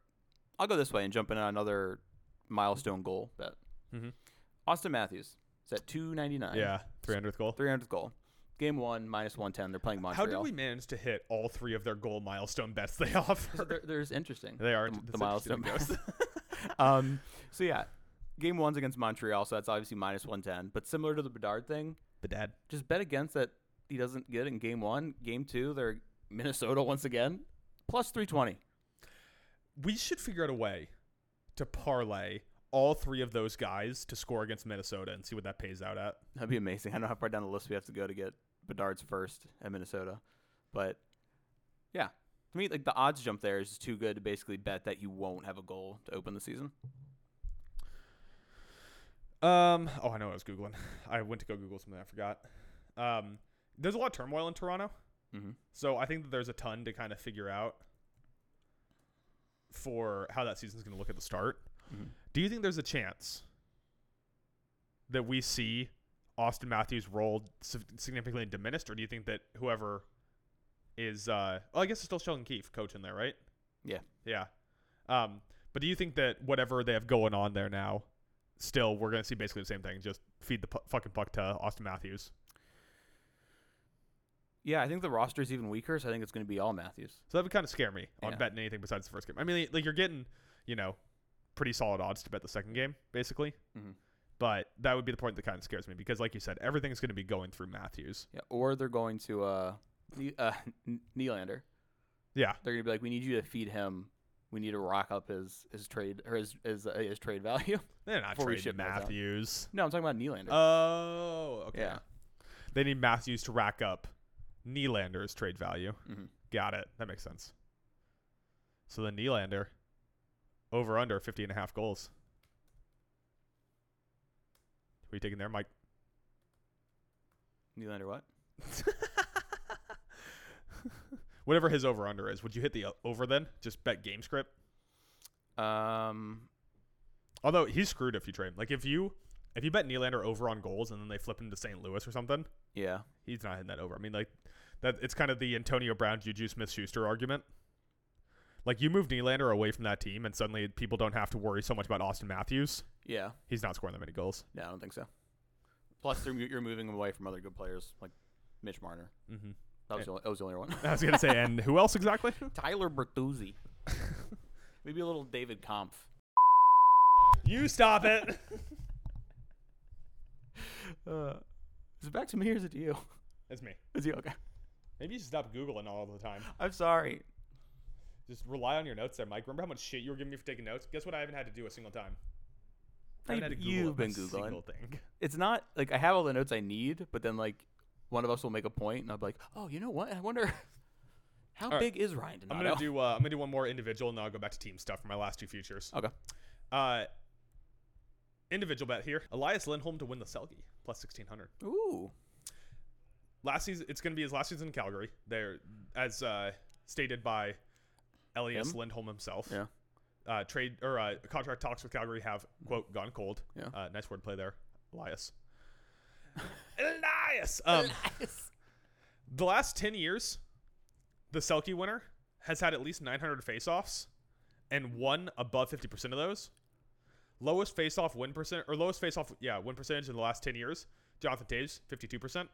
I'll go this way and jump in on another milestone goal bet.
Mhm.
Austin Matthews is at 299.
Yeah, 300th goal.
300th goal. Game one minus 110. They're playing
How
Montreal.
did we manage to hit all three of their goal milestone bets they *laughs*
So
offer?
they're, they're just interesting.
They are
the,
interesting.
the
That's
milestone
interesting
goes. *laughs* um, so yeah, game one's against Montreal, so that's obviously minus 110. But similar to the Bedard thing,
But dad,
just bet against that he doesn't get it in game one. Game two, they're Minnesota once again, plus 320.
we should figure out a way to parlay all three of those guys to score against Minnesota and see what that pays out at.
That'd be amazing. I don't know how far down the list we have to go to get Bedard's first at Minnesota, but yeah, to me, like the odds jump there is just too good to basically bet that you won't have a goal to open the season.
Um. Oh, I know. I was googling. *laughs* I went to go Google something. I forgot. Um. There's a lot of turmoil in Toronto,
Mhm.
so I think that there's a ton to kind of figure out for how that season's going to look at the start.
Mhm.
Do you think there's a chance that we see Austin Matthews rolled significantly diminished, or do you think that whoever is, uh, well, I guess it's still Sheldon Keefe coaching there, right?
Yeah.
Yeah. Um. But do you think that whatever they have going on there now? still we're going to see basically the same thing. Just feed the pu- fucking puck to Austin Matthews.
Yeah, I think the roster is even weaker, so I think it's going to be all Matthews.
So that would kind of scare me on
Yeah.
betting anything besides the first game. I mean, like you're getting, you know, pretty solid odds to bet the second game, basically.
Mhm.
But that would be the point that kind of scares me because, like you said, everything's going to be going through Matthews.
Yeah, or they're going to uh, Ne- uh *laughs* N- Nylander.
Yeah,
They're gonna be like, we need you to feed him. We need to rock up his his trade or his his, uh, his trade value. *laughs*
they're not
Before we
trading
ship those out.
Matthews.
no, I'm talking about Nylander.
Uh, Oh, okay.
yeah,
They need Matthews to rack up Nylander's trade value.
Mhm.
Got it. That makes sense. So then Nylander, over under 50 and a half goals. Who are you taking there, Mike?
Nylander. What?
*laughs* Whatever his over under is, would you hit the o- over then? Just bet game script?
Um,
Although he's screwed if you trade him. Like if you if you bet Nylander over on goals and then they flip him to St. Louis or something,
yeah,
he's not hitting that over. I mean, like that it's kind of the Antonio Brown, Juju Smith Schuster argument. Like you move Nylander away from that team, and suddenly people don't have to worry so much about Austin Matthews.
yeah.
He's not scoring that many goals.
No, I don't think so. Plus, they're, you're moving him away from other good players like Mitch Marner.
Mm-hmm.
That was, the only, that was the only one.
*laughs*
*laughs*
I was gonna say, and who else exactly?
Tyler Bertuzzi. Maybe a little David Kampf.
*laughs* you stop it.
Uh, is it back to me or is it to you? *laughs*
It's me.
Is he okay?
Maybe you should stop googling all the time.
I'm sorry.
Just rely on your notes there, Mike. Remember how much shit you were giving me for taking notes? Guess what? I haven't had to do a single time. I haven't had to Google
You've
a
been
single
googling.
thing.
It's not like I have all the notes I need, but then like one of us will make a point, and I'll be like, "Oh, you know what? I wonder *laughs* how
right.
big is Ryan *laughs*
I'm
Donato."
gonna do. Uh, I'm gonna do one more individual, and then I'll go back to team stuff for my last two futures.
okay.
Uh, individual bet here: Elias Lindholm to win the Selkie plus sixteen hundred.
Ooh.
Last season, it's going to be his last season in Calgary. There, as uh, stated by Elias
Him?
Lindholm himself.
Yeah.
Uh, trade or uh, contract talks with Calgary have quote gone cold.
Yeah.
Uh, nice wordplay there, Elias. *laughs* Elias. Um, the last 10 years, the Selkie winner has had at least 900 faceoffs and won above 50% of those. Lowest faceoff win percent or lowest faceoff yeah, win percentage in the last 10 years, Jonathan Taves, 52%.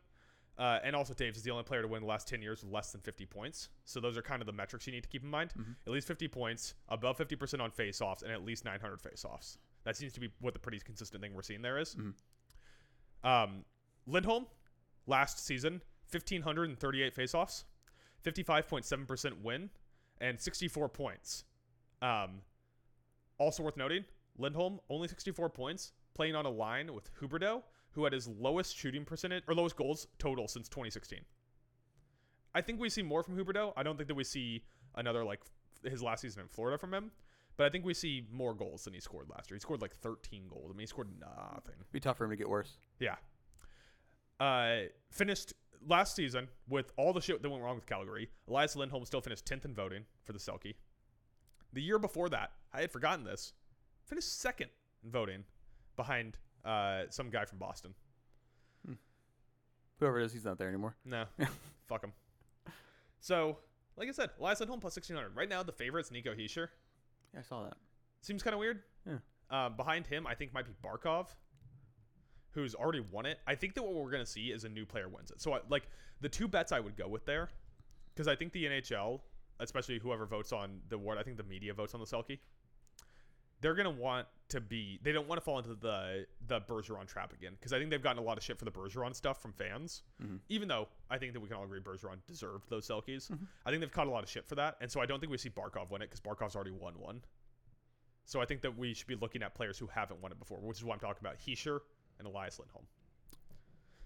Uh, and also, Dave's is the only player to win the last 10 years with less than 50 points. So those are kind of the metrics you need to keep in mind. At least 50 points, above 50% on faceoffs, and at least 900 faceoffs. That seems to be what the pretty consistent thing we're seeing there is. Um, Lindholm, last season, 1,538 faceoffs, 55.7% win, and 64 points. Um, also worth noting, Lindholm only 64 points, playing on a line with Huberdeau, who had his lowest shooting percentage or lowest goals total since 2016. I think we see more from Huberdeau. I don't think that we see another like f- his last season in Florida from him, but I think we see more goals than he scored last year. He scored like 13 goals. I mean, he scored nothing.
be tough for him to get worse.
Yeah. Uh, finished last season with all the shit that went wrong with Calgary. Elias Lindholm still finished 10th in voting for the Selkie. The year before that, I had forgotten this, finished second in voting behind uh, some guy from Boston.
Whoever it is, he's not there anymore.
No, fuck him. So, like I said, Elias Lindholm plus 1600. Right now, the favorite's Nico Heischer.
Yeah, I saw that.
Seems kind of weird.
Yeah.
Uh, behind him, I think might be Barkov, who's already won it. I think that what we're gonna see is a new player wins it. So I, like the two bets I would go with there, because I think the NHL, especially whoever votes on the award, I think the media votes on the Selkie. They're gonna want to be. They don't want to fall into the the Bergeron trap again because I think they've gotten a lot of shit for the Bergeron stuff from fans. Even though I think that we can all agree Bergeron deserved those Selkies, I think they've caught a lot of shit for that, and so I don't think we see Barkov win it because Barkov's already won one. So I think that we should be looking at players who haven't won it before, which is why I'm talking about Heischer and Elias Lindholm.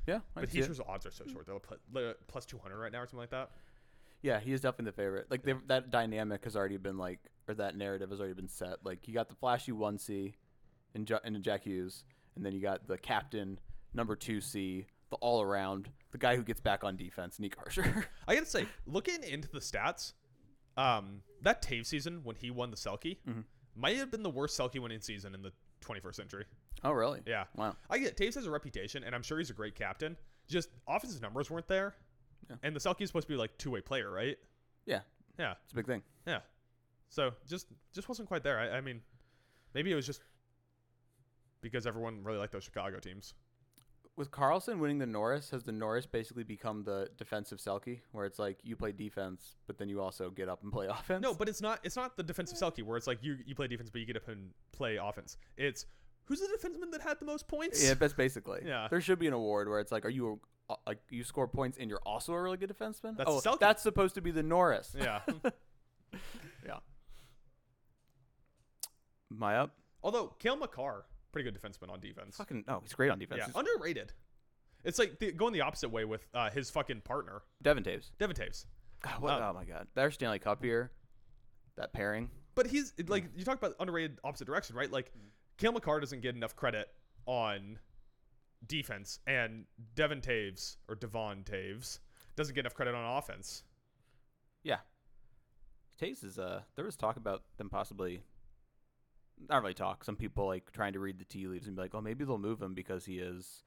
Yeah, I
But
can see it.
Heischer's odds are so short. They're pl- they're plus 200 right now or something like that.
Yeah, he is definitely the favorite. Like they've that dynamic has already been like, or that narrative has already been set. Like you got the flashy one C, and ja- and Jack Hughes, and then you got the captain number two C, the all around, the guy who gets back on defense, Nick Harsher. *laughs*
I gotta
*sighs*
say, looking into the stats, um, that Tave season when he won the Selkie
Mm-hmm.
might have been the worst Selkie winning season in the 21st century.
oh really?
Yeah.
Wow.
I get Taves has a reputation, and I'm sure he's a great captain. Just offensive numbers weren't there,
Yeah.
and the Selkie's supposed to be like two way player, right?
Yeah,
Yeah.
it's a big thing.
Yeah. So just just wasn't quite there. I, I mean, maybe it was just because everyone really liked those Chicago teams.
With Carlson winning the Norris, has the Norris basically become the defensive Selkie, where it's like you play defense, but then you also get up and play *laughs* offense?
No, but it's not it's not the defensive Selkie where it's like you you play defense but you get up and play offense. It's who's the defenseman that had the most points? *laughs*
Yeah, that's basically.
Yeah.
There should be an award where it's like, are you a, uh, like you score points and you're also a really good defenseman?
That's
oh,
Selke.
that's supposed to be the Norris.
Yeah.
yeah. Am I up?
Although Kale McCarr, pretty good defenseman on defense.
Fucking no, he's great on defense.
Yeah,
He's-
underrated. It's like the, going the opposite way with uh, his fucking partner,
Devin Taves.
Devin Taves.
God, what,
Oh.
oh my god, their Stanley Cup year, that pairing.
But he's like
Mm.
you talk about underrated opposite direction, right? Like Kale McCarr doesn't get enough credit on defense, and Devon Taves or Devon Taves doesn't get enough credit on offense.
Yeah. Taves is uh there was talk about them possibly not really talk, some people like trying to read the tea leaves and be like, Oh, maybe they'll move him because he is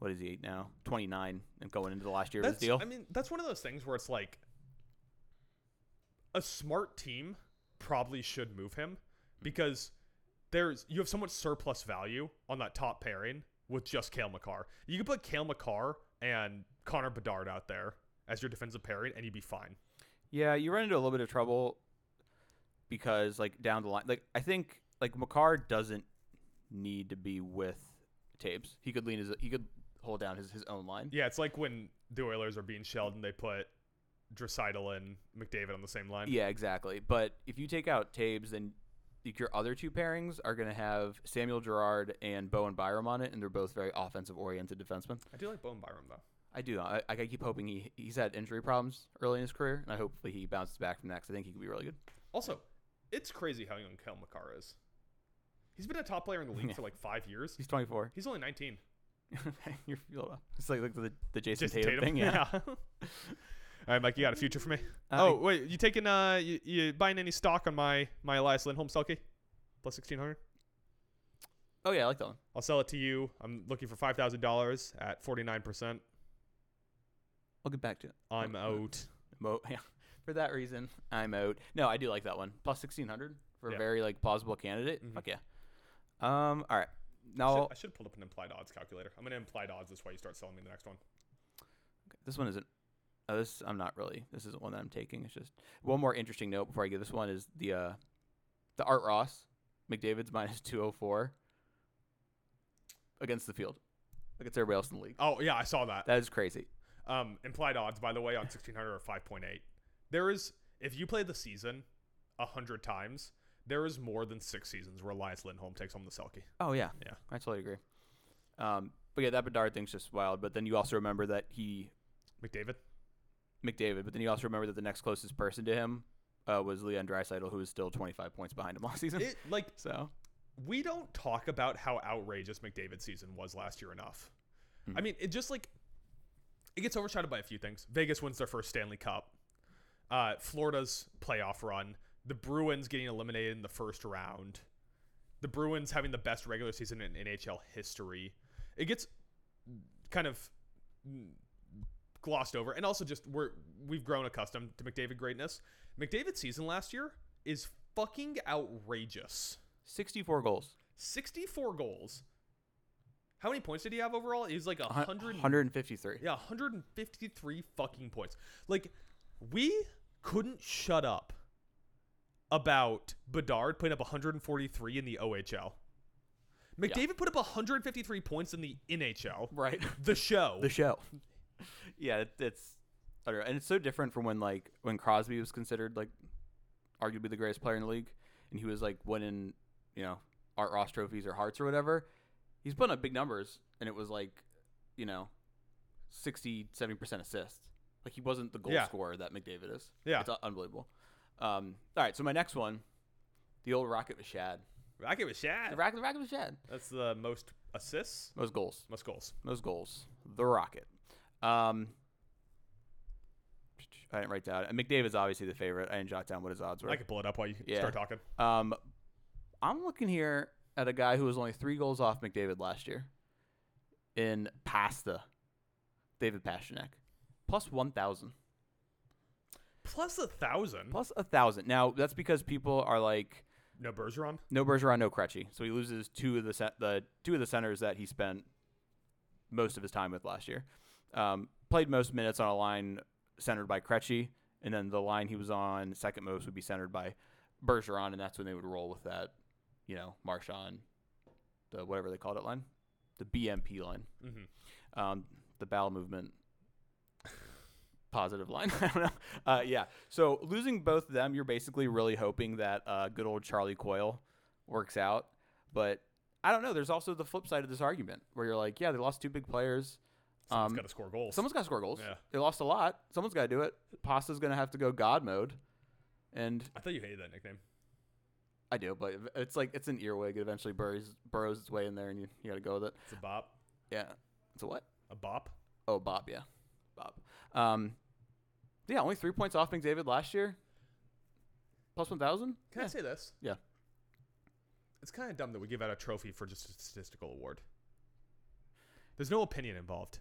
what is he now? Twenty nine and going into the last year of
That's
his deal.
I mean, that's one of those things where it's like a smart team probably should move him
Mm.
because there's you have so much surplus value on that top pairing with just Kale McCarr. You could put Kale McCarr and Connor Bedard out there as your defensive pairing, and you'd be fine.
Yeah, you run into a little bit of trouble because like down the line, like I think like Makar doesn't need to be with Tapes. He could lean his he could hold down his, his own line.
Yeah, it's like when the Oilers are being shelled and they put Dreisaitl and McDavid on the same line.
Yeah, exactly. But if you take out Tabes, then like, your other two pairings are going to have Samuel Gerard and Bowen Byram on it, and they're both very offensive oriented defensemen.
I do like Bone Byram though.
I do. I, I keep hoping he he's had injury problems early in his career, and I hopefully he bounces back from that 'cause I think he could be really good.
Also, it's crazy how young Kel McCarr is. He's been a top player in the league for like five years.
He's 24.
He's only 19.
*laughs* You're field up. It's like, like the, the Jason,
Jason
Tatum,
*laughs*
thing. Yeah. Uh,
All right, Mike, you got a future for me?
I
oh,
think-
wait, you taking uh you, you buying any stock on my my Elias Lindholm Selkie? Plus 1600.
Oh yeah, I like that one.
I'll sell it to you. I'm looking for $5,000 at 49%.
I'll get back to it.
I'm out.
Mo- *laughs* yeah. For that reason, I'm out. No, I do like that one. Plus sixteen hundred for
Yeah.
a very like plausible candidate. Fuck yeah. Um. All right. Now.
I should have pulled up an implied odds calculator. I'm going to implied odds. That's why you start selling me the next one.
Okay, this one isn't. Uh, this I'm not really. This isn't one that I'm taking. It's just one more interesting note before I give this one is the uh, the Art Ross McDavid's minus *laughs* two hundred four against the field against everybody else in the league.
Oh yeah, I saw that.
That is crazy.
Um, implied odds, by the way, on 1600 are 5.8. There is, if you play the season a hundred times, there is more than six seasons where Elias Lindholm takes home the Selkie.
Oh yeah,
Yeah.
I totally agree. Um, but yeah, that Bedard thing's just wild. But then you also remember that he
McDavid.
McDavid. But then you also remember that the next closest person to him uh, was Leon Draisaitl, who was still 25 points behind him *laughs* all season.
It like
so
we don't talk about how outrageous McDavid's season was last year enough. I mean, it just like it gets overshadowed by a few things. Vegas wins their first Stanley Cup. Uh, Florida's playoff run. The Bruins getting eliminated in the first round. The Bruins having the best regular season in NHL history. It gets kind of mm, glossed over, and also just we're we've grown accustomed to McDavid greatness. McDavid's season last year is fucking outrageous.
64 goals,
64 goals. How many points did he have overall? He was like 100
153.
Yeah, 153 fucking points. Like we couldn't shut up about Bedard putting up 143 in the OHL. McDavid put up 153 points in the NHL.
Right.
The show.
the show. yeah, it, it's I don't know, and it's so different from when like when Crosby was considered like arguably the greatest player in the league, and he was like winning you know Art Ross trophies or Hearts or whatever. He's putting up big numbers, and it was like you know 60 70 percent assists. Like he wasn't the goal
Yeah.
scorer that McDavid is.
Yeah.
it's un- unbelievable. Um, all right, so my next one, the old Rocket with Shad.
I give a
The
shot.
Rocket, the Rocket with Shad.
That's the most assists,
Most goals.
most goals.
those goals. The Rocket. Um, I didn't write down. McDavid's obviously the favorite. I didn't jot down what his odds were.
I can pull it up while you
Yeah.
start talking.
um, I'm looking here at a guy who was only three goals off McDavid last year in Pasta, David Pasternak, plus 1,000.
Plus a thousand.
Plus 1,000. Now, that's because people are like,
No Bergeron.
no Bergeron, no Krejci. So he loses two of the, cen- the two of the centers that he spent most of his time with last year. Um, played most minutes on a line centered by Krejci, and then the line he was on second most would be centered by Bergeron, and that's when they would roll with that, you know, Marchand, the whatever they called it line, the BMP line,
Mhm.
um, the bowel movement positive line. *laughs* I don't know. Uh, yeah. So losing both of them, you're basically really hoping that uh, good old Charlie Coyle works out. But I don't know. There's also the flip side of this argument where you're like, yeah, they lost two big players.
Someone's
Um,
got to score goals.
Someone's got to score goals.
Yeah.
They lost a lot. Someone's got to do it. Pasta's going to have to go God mode. And
I thought you hated that nickname.
I do, but it's like it's an earwig. It eventually burrows, burrows its way in there, and you, you got to go with it.
It's a bop.
Yeah. It's a what?
A bop.
Oh, Bob, yeah. Bob. Um, yeah, only three points off McDavid last year. Plus 1,000?
Can I say this?
Yeah.
It's kind of dumb that we give out a trophy for just a statistical award. There's no opinion involved.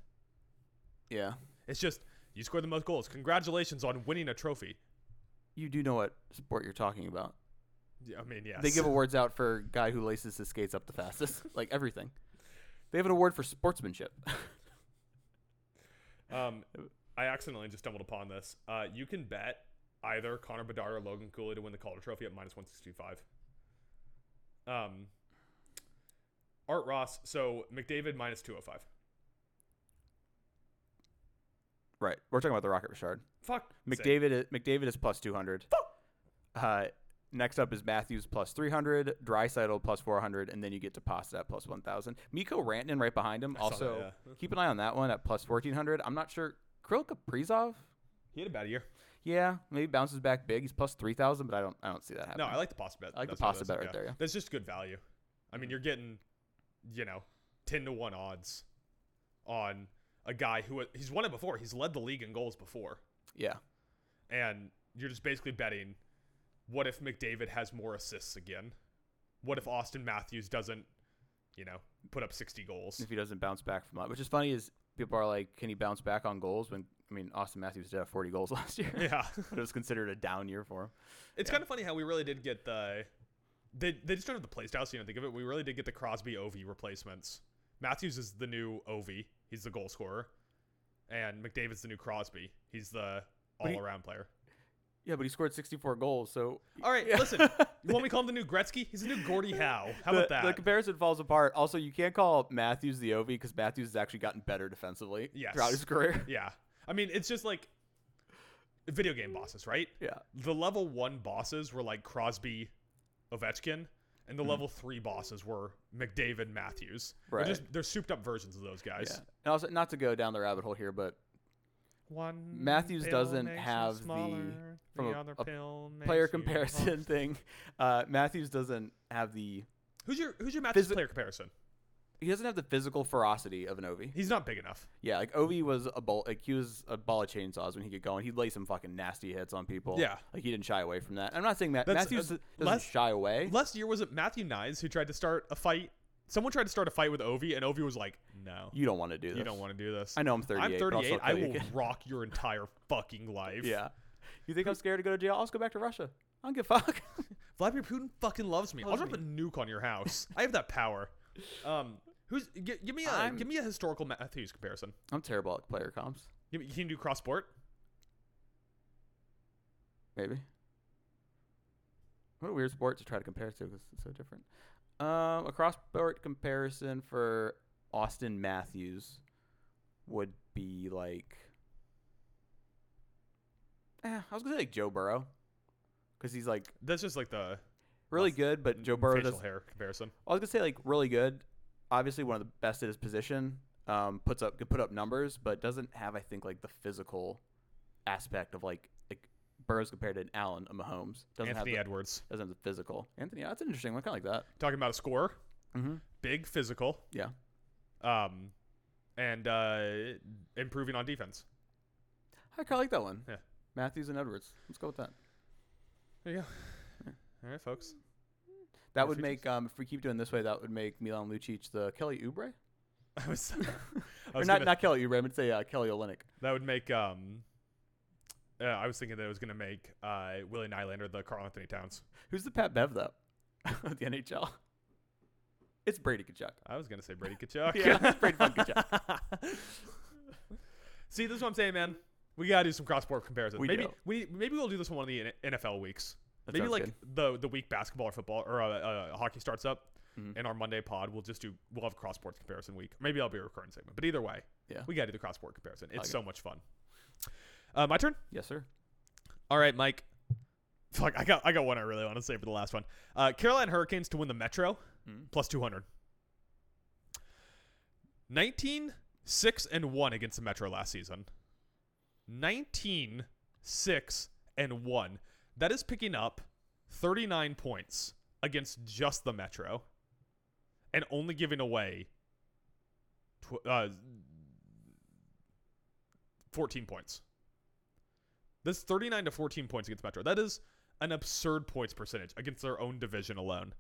Yeah.
It's just you scored the most goals. Congratulations on winning a trophy.
You do know what sport you're talking about.
Yeah, I mean, yes.
They give awards out for guy who laces his skates up the fastest, *laughs* like everything. They have an award for sportsmanship.
*laughs*
*laughs*
um, I accidentally just stumbled upon this. Uh, you can bet either Connor Bedard or Logan Cooley to win the Calder Trophy at minus 165. Um, Art Ross, so McDavid minus 205.
right. We're talking about the Rocket Richard.
Fuck. sake.
McDavid is, McDavid is plus 200. Uh, next up is Matthews plus 300, Drysidle plus 400, and then you get to Pasta at plus 1,000. Miko Rantanen right behind him.
saw that,
also,
yeah.
keep an eye on that one at plus 1,400. I'm not sure. Kirill Kaprizov?
He had a bad year.
Yeah, maybe bounces back big. He's plus 3,000, but I don't I don't see that
No,
happening.
I like the pasta bet.
I like the
That's what it
pasta
is.
bet right there, yeah. Mm-hmm.
That's just good value. I mean, you're getting, you know, ten to one odds on a guy who he's won it before. He's led the league in goals before,
yeah.
and you're just basically betting. What if McDavid has more assists again? What if Austin Matthews doesn't, you know, put up sixty goals?
*laughs* If he doesn't bounce back from that, which is funny is people are like, can he bounce back on goals? When I mean, Austin Matthews did have 40 goals *laughs* last year.
Yeah,
but it was considered a down year for him.
it's kind of funny how we really did get the. They, they just don't have the play style, so you don't think of it. We really did get the Crosby Ovi replacements. Matthews is the new Ovi. He's the goal scorer. and McDavid's the new Crosby. He's the
But he-
all-around player.
Yeah, but he scored 64 goals, so
All
*laughs*
right, listen. You want me to call him the new Gretzky? He's the new Gordie Howe. How
the,
about that?
the comparison falls apart. Also, you can't call Matthews the OV because Matthews has actually gotten better defensively
Yes.
throughout his career. *laughs*
yeah, I mean, it's just like video game bosses, right?
yeah.
The level one bosses were like Crosby, Ovechkin, and the level three bosses were McDavid, Matthews. They're
Mm-hmm. Right.
just- they're souped up versions of those guys.
Yeah. And also, not to go down the rabbit hole here, but
One
Matthews
pill
doesn't
makes you
have the-
smaller,
from
the
a-
other
a
pill
player
makes you taller.
comparison thing. Uh, Matthews doesn't have the
Who's your who's your Matthews
Physi-
player comparison?
he doesn't have the physical ferocity of an Ovi.
He's not big enough.
Yeah, like Ovi was a ball, like he was a ball of chainsaws when he could go, and he'd lay some fucking nasty hits on people.
Yeah.
like he didn't shy away from that. I'm not saying that
That's-
Matthews
uh,
doesn't
less-
shy away.
Last year was it Matthew Nyes who tried to start a fight? Someone tried to start a fight with Ovi, and Ovi was like, "No, you,
you don't want to do this.
don't want to do this."
I know I'm 38.
I'm
but I'll
38.
still
I
kill you
will
again.
rock your entire fucking life. *laughs*
*laughs* Yeah. You think I'm scared to go to jail? I'll just go back to Russia. I don't give a fuck. *laughs*
Vladimir Putin fucking loves me. I'll
Loves
drop
me.
a nuke on your house. I have that power. Um, who's gi- give me a
I'm-
give me a historical Matthews comparison?
I'm terrible at player comps.
Give me, can you do cross sport?
Maybe. What a weird sport to try to compare it to because it's so different. Um, a cross sport comparison for Austin Matthews would be like. Eh, I was gonna say like Joe Burrow, because he's like
That's just like the
really
Austin-
good, but Joe Burrow
facial
does.
hair comparison.
I was gonna say like really good, obviously one of the best at his position. Um, puts up can put up numbers, but doesn't have I think like the physical aspect of like, like Burrow's compared to an Allen, a Mahomes. Doesn't
Anthony
have the,
Edwards
doesn't have the physical. Anthony, that's an interesting one. Kind of like that.
talking about a scorer,
Mm-hmm.
big physical,
Yeah.
um, and uh, improving on defense.
I kind of like that one.
Yeah.
Matthews and Edwards. Let's go with that.
There you go. All right, folks. *laughs*
That
Nice
would
features.
make um, if we keep doing this way, that would make Milan Lucic the Kelly Oubre.
I was, I
Or
was
not
gonna-
not Kelly Oubre, but say uh, Kelly Olynyk.
that would make. Um, uh, I was thinking that it was gonna make uh, Willie Nylander the Carl Anthony Towns.
Who's the Pat Bev though? *laughs* of the NHL. It's Brady Kachuk.
I was gonna say Brady Kachuk.
*laughs* Yeah, it's Brady fucking Kachuk.
*laughs* See, this is what I'm saying, man. We gotta do some cross-sport comparisons.
We
maybe
do.
we maybe we'll do this one of the N- NFL weeks.
That
maybe
sounds
like
good.
the the week basketball or football or uh, uh, hockey starts up,
Mm-hmm.
and our Monday pod we'll just do we'll have cross sports comparison week. Maybe I'll be a recurring segment, but either way,
Yeah.
we gotta do the cross sport comparison. It's
Okay.
so much fun. Uh, my turn.
Yes, sir.
All right, Mike. Fuck, I got I got one I really want to say for the last one. Uh, Carolina Hurricanes to win the Metro plus two hundred. Nineteen six and one against the Metro last season. Nineteen six and one. That is picking up thirty nine points against just the Metro, and only giving away tw- uh, fourteen points. That's 39 to 14 points against Metro. That is an absurd points percentage against their own division alone.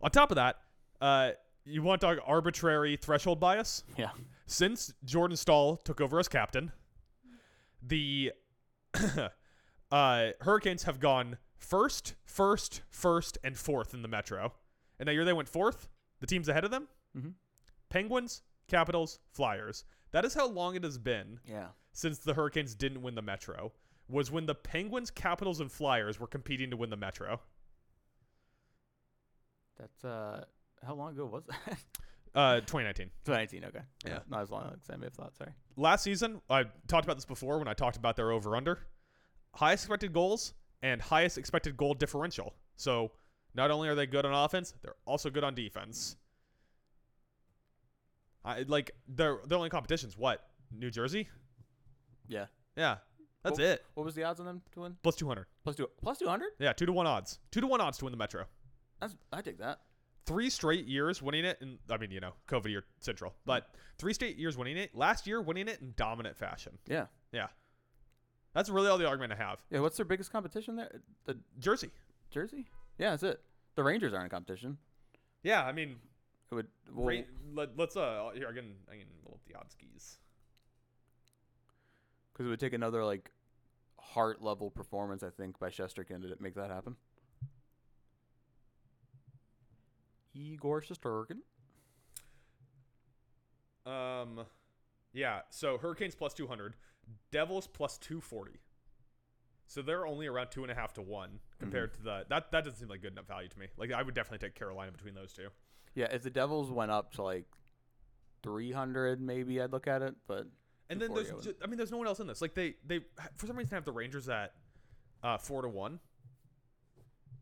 On top of that, uh, you want to talk arbitrary threshold bias?
Yeah.
Since Jordan Stahl took over as captain, the *coughs* uh, Hurricanes have gone first, first, first, and fourth in the Metro. And that year they went fourth. The teams ahead of them
Mhm.
Penguins, Capitals, Flyers. That is how long it has been
Yeah.
since the Hurricanes didn't win the Metro was when the Penguins, Capitals, and Flyers were competing to win the Metro.
That's uh, how long ago was that? *laughs*
Uh, 2019.
2019. Okay.
Yeah.
Not as long as I may have thought. Sorry.
Last season, I talked about this before when I talked about their over under. Highest expected goals and highest expected goal differential. So not only are they good on offense, they're also good on defense. I like their their only competition's what? New Jersey?
Yeah.
Yeah. That's
Well-
it.
What was the odds on them to win?
Plus 200.
Plus two. Plus 200.
Yeah, 2 to 1 odds. 2 to 1 odds to win the Metro.
That's I take that.
three straight years winning it, and I mean, you know, COVID year central, but three straight years winning it. Last year, winning it in dominant fashion.
Yeah.
Yeah, that's really all the argument I have.
Yeah. What's their biggest competition there? The
Jersey.
Jersey. Yeah, that's it. The Rangers aren't a competition.
Yeah, I mean,
It would. Well,
ra- let, us uh here I can I can pull up the odd skis.
Because it would take another like heart level performance, I think, by Shesterkin to make that happen. Igor Shesterkin.
Um, Yeah, so Hurricanes plus 200, Devils plus 240. So they're only around two and a half to one compared to the that. That doesn't seem like good enough value to me. Like I would definitely take Carolina between those two.
Yeah, if the Devils went up to like 300, maybe I'd look at it. But
And then there's,
240 I
ju- I mean, there's no one else in this. Like they, they for some reason have the Rangers at uh, four to one.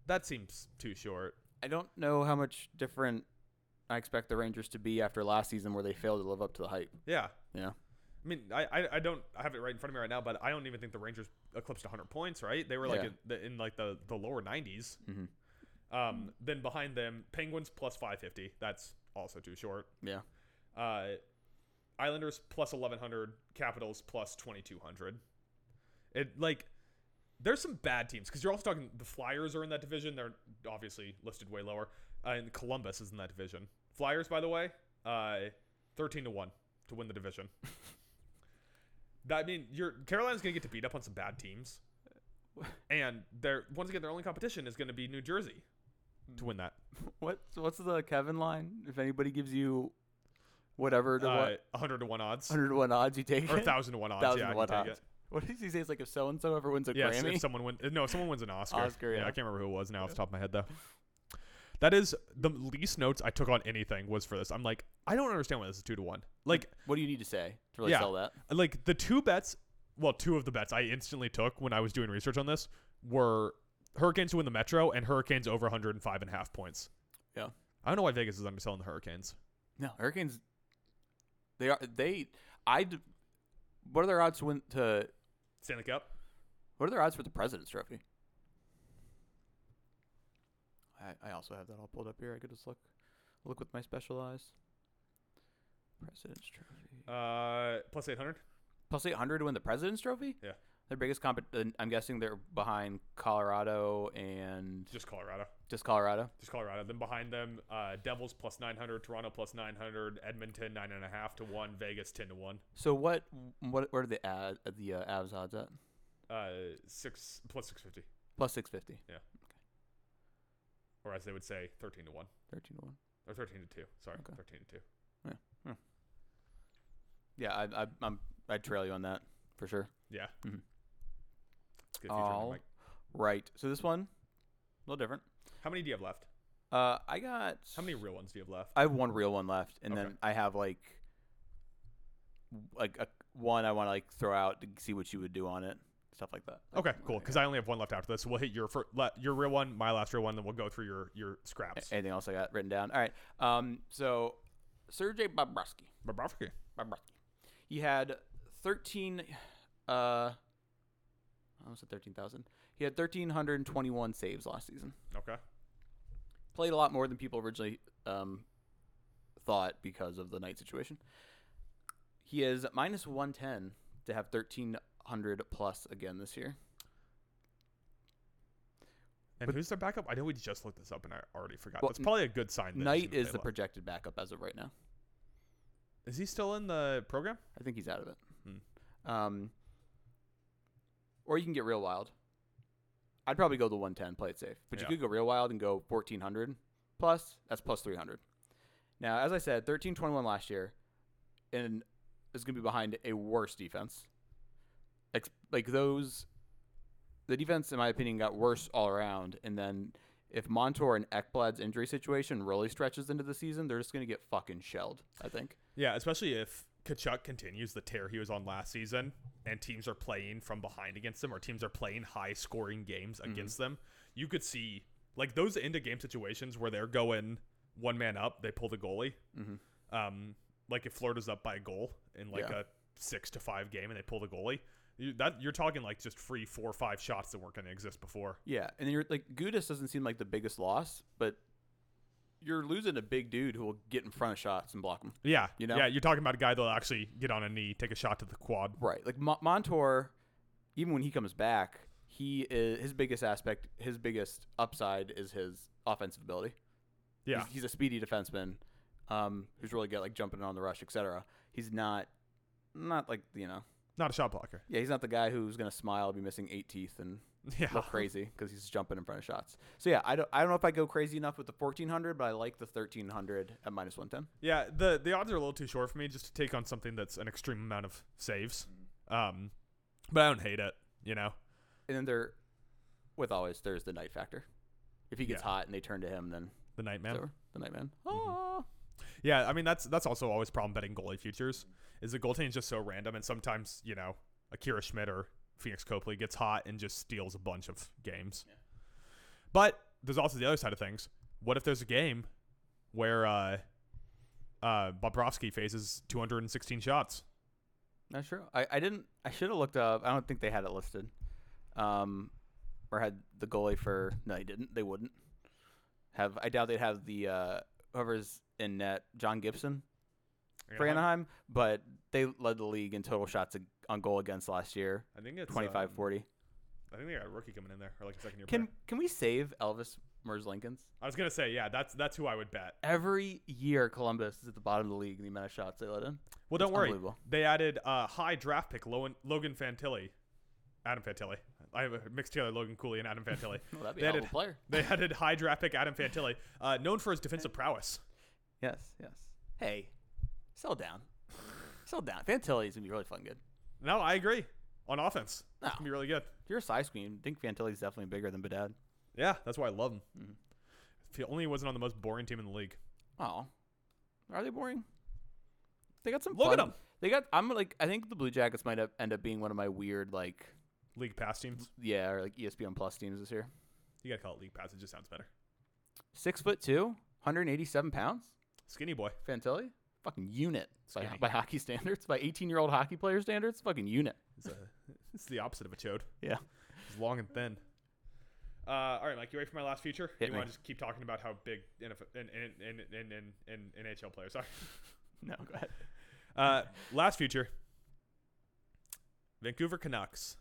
That seems too short.
wouldn't- I don't know how much different I expect the Rangers to be after last season, where they failed to live up to the hype.
Yeah,
Yeah,
I mean, I, I, I don't have it right in front of me right now, but I don't even think the Rangers eclipsed 100 points, right? They were like
Yeah.
in, the, in like the, the lower 90s. Um, then behind them, Penguins plus 550. That's also too short.
yeah.
Uh, Islanders plus 1100. Capitals plus 2200. It like there's some bad teams because you're also talking the Flyers are in that division. They're obviously listed way lower, uh, and Columbus is in that division. Flyers, by the way, uh, thirteen to one to win the division. *laughs* that I mean, your Carolina's gonna get to beat up on some bad teams, and their once again their only competition is gonna be New Jersey to win that.
What what's the Kevin line? If anybody gives you whatever to
Uh,
what
hundred to one odds or
100 to one odds, you take it.
thousand to one odds.
Thousand
yeah, I
to
can
one
take
odds.
it.
What does he say? It's like if so and so ever wins a
Yeah, so
Grammy.
if someone wins, no, if someone wins an Oscar.
Oscar,
I
yeah.
can't remember who it was now off the top of my head though. That is the least notes I took on anything was for this. I'm like, I don't understand why this is two to one. Like,
what do you need to say to really
yeah,
sell that?
like the two bets, well, two of the bets I instantly took when I was doing research on this were Hurricanes to win the Metro and Hurricanes over 105 and a half points.
Yeah.
I don't know why Vegas is underselling the Hurricanes.
No, Hurricanes. They are they. I. d- What are their odds to win to?
Stanley Cup.
What are their odds for the President's Trophy? I, I also have that all pulled up here. I could just look, look with my special eyes. President's Trophy.
Uh, plus 800.
Plus eight hundred to win the President's Trophy.
Yeah.
Their biggest comp. I'm guessing they're behind Colorado and
Just Colorado.
just Colorado.
Just Colorado. Then behind them, uh, Devils plus 900, Toronto plus 900, Edmonton 9.5 to 1, Vegas 10 to 1.
So what? What? Where are the ad, the uh, Avs odds at?
Uh, six plus 650,
Plus six fifty.
or as they would say, 13 to 1.
Thirteen to one.
Or 13 to 2. Sorry,
Okay.
13 to 2.
Yeah, I, I, I'm. I'd trail you on that for sure.
Yeah.
Mhm.
Let's get a feature on the
All
mic.
Right. So this one, a little different.
How many do you have left?
Uh, I got.
How many real ones do you have left?
I have one real one left, and
Okay.
then I have like, like a, one I want to like throw out to see what you would do on it, stuff like that.
Okay, cool. Because I only have one left after this. So we'll hit your fir- le- your real one, my last real one, then we'll go through your your scraps.
Anything else I got written down? All right. Um. So, Sergey Bobrovsky.
Bobrovsky.
Bobrovsky. He had 13 uh I almost said 13,000. He had 1321 saves last season.
Okay.
Played a lot more than people originally um thought because of the night situation. He is minus 110 to have 1300 plus again this year.
And who's their backup? I know we just looked this up and I already forgot.
Well,
That's probably a good sign. That he's
Knight
gonna
is
play
the
a lot.
projected backup as of right now.
Is he still in the program?
I think he's out of it. Um or you can get real wild. I'd probably go the 110, play it safe. But
Yeah.
you could go real wild and go 1400 plus. That's plus 300. Now, as I said, 1321 last year, and is going to be behind a worse defense. Ex- like those, the defense, in my opinion, got worse all around. And then if Montour and Ekblad's injury situation really stretches into the season, they're just going to get fucking shelled. I think.
Yeah, especially if Kachuk continues the tear he was on last season and teams are playing from behind against them or teams are playing high scoring games
Mm-hmm.
against them, you could see like those end of game situations where they're going one man up, they pull the goalie. Um, like if Florida's up by a goal in like
Mm-hmm. Yeah.
a six to five game and they pull the goalie, you, that you're talking like just free four or five shots that weren't going to exist before.
Yeah, and you're like Gudis doesn't seem like the biggest loss, but you're losing a big dude who will get in front of shots and block them.
Yeah,
You know?
yeah, you're talking about a guy that'll actually get on a knee, take a shot to the quad.
Right. Like Mo- Montour, even when he comes back, he is his biggest aspect, his biggest upside is his offensive ability.
Yeah,
He's, he's a speedy defenseman um, who's really good, like jumping on the rush, etc. He's not, not like you know,
not a shot blocker. *laughs*
yeah, he's not the guy who's gonna smile, be missing eight teeth, and
Yeah. *laughs*
look crazy because he's jumping in front of shots. So yeah, I don't I don't know if I go crazy enough with the 1400, but I like the 1300 at minus 110.
Yeah, the the odds are a little too short for me just to take on something that's an extreme amount of saves. Um, but I don't hate it, you know.
And then there, with always there's the night factor. If he gets
Yeah.
hot and they turn to him, then
The
it's
Nightman.
over. the Ah, nightman.
Yeah, I mean that's that's also always a problem betting goalie futures. Is the goaltending is just so random, and sometimes you know Akira Schmidt or Phoenix Copley gets hot and just steals a bunch of games. But there's also the other side of things. What if there's a game where uh, uh, Bobrovsky faces 216 shots?
Not sure. I, I didn't. I should have looked up. I don't think they had it listed, um, or had the goalie for. No, they didn't. They wouldn't have. I doubt they'd have the uh, whoever's in net, John Gibson for Anaheim. But they led the league in total shots ag- on goal against last year,
I think it's
25
um,
40.
I think they got a rookie coming in there or like a second year.
Can
player.
can we save Elvis Merz Lincoln's?
I was gonna say yeah, that's that's who I would bet.
Every year, Columbus is at the bottom of the league in the amount of shots they let in.
Well, don't
It's
worry.
unbelievable.
They added uh, high draft pick Logan, Logan Fantilli, Adam Fantilli. I have mixed together Logan Cooley and Adam
*laughs*
Fantilli.
Well, that'd be
they
a hell
added-
of a player.
They added high draft pick Adam Fantilli, uh, known for his defensive prowess.
Yes, yes. Hey, sell down. sell down. Fantilli's gonna be really fun. Good.
No, I agree. On offense,
No.
that can be really good.
If you're a size queen, I think Fantilli's definitely bigger than Bedad.
Yeah, that's why I love him. If he only wasn't on the most boring team in the league.
Oh, are they boring? They got some.
Look at
fun-
'em.
They got. I'm like. I think the Blue Jackets might up- end up being one of my weird like.
League pass teams.
Yeah, or like E ESPN Plus teams this year.
You gotta call it league pass. It just sounds better.
Six foot two, 187 pounds.
Skinny boy.
Fantilli, fucking unit by,
Skinny.
by hockey standards, by 18 year old hockey player standards, fucking unit.
It's, a, *laughs* it's the opposite of a chode.
Yeah. *laughs*
It's long and thin. Uh, all right, Mike, you ready for my last feature?
Hit
you
me.
want to just keep talking about how big NFL and and and and, and, and NHL players are?
No, go ahead.
*laughs* Uh, last feature. Vancouver Canucks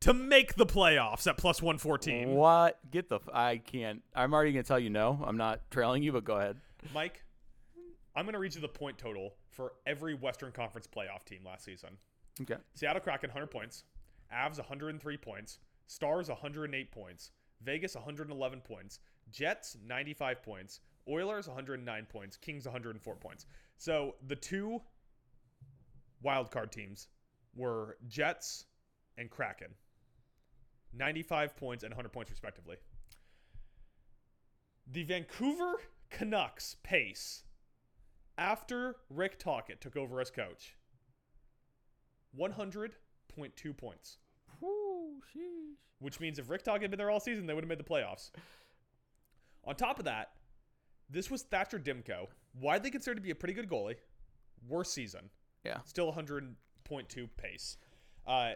to make the playoffs at plus one fourteen.
What? Get the. F- I can't. I'm already gonna tell you no. I'm not trailing you, but go ahead.
Mike, I'm going to read you the point total for every Western Conference playoff team last season.
Okay.
Seattle Kraken 100 points, Avs 103 points, Stars 108 points, Vegas 111 points, Jets 95 points, Oilers 109 points, Kings 104 points. So the two wildcard teams were Jets and Kraken. 95 points and 100 points respectively. The Vancouver Canucks pace after Rick Tockett took over as coach 100.2 points.
Woo, sheesh.
Which means if Rick Tock had been there all season, they would have made the playoffs. On top of that, this was Thatcher Dimko, widely considered to be a pretty good goalie. Worst season.
Yeah.
Still 100.2 pace. Uh,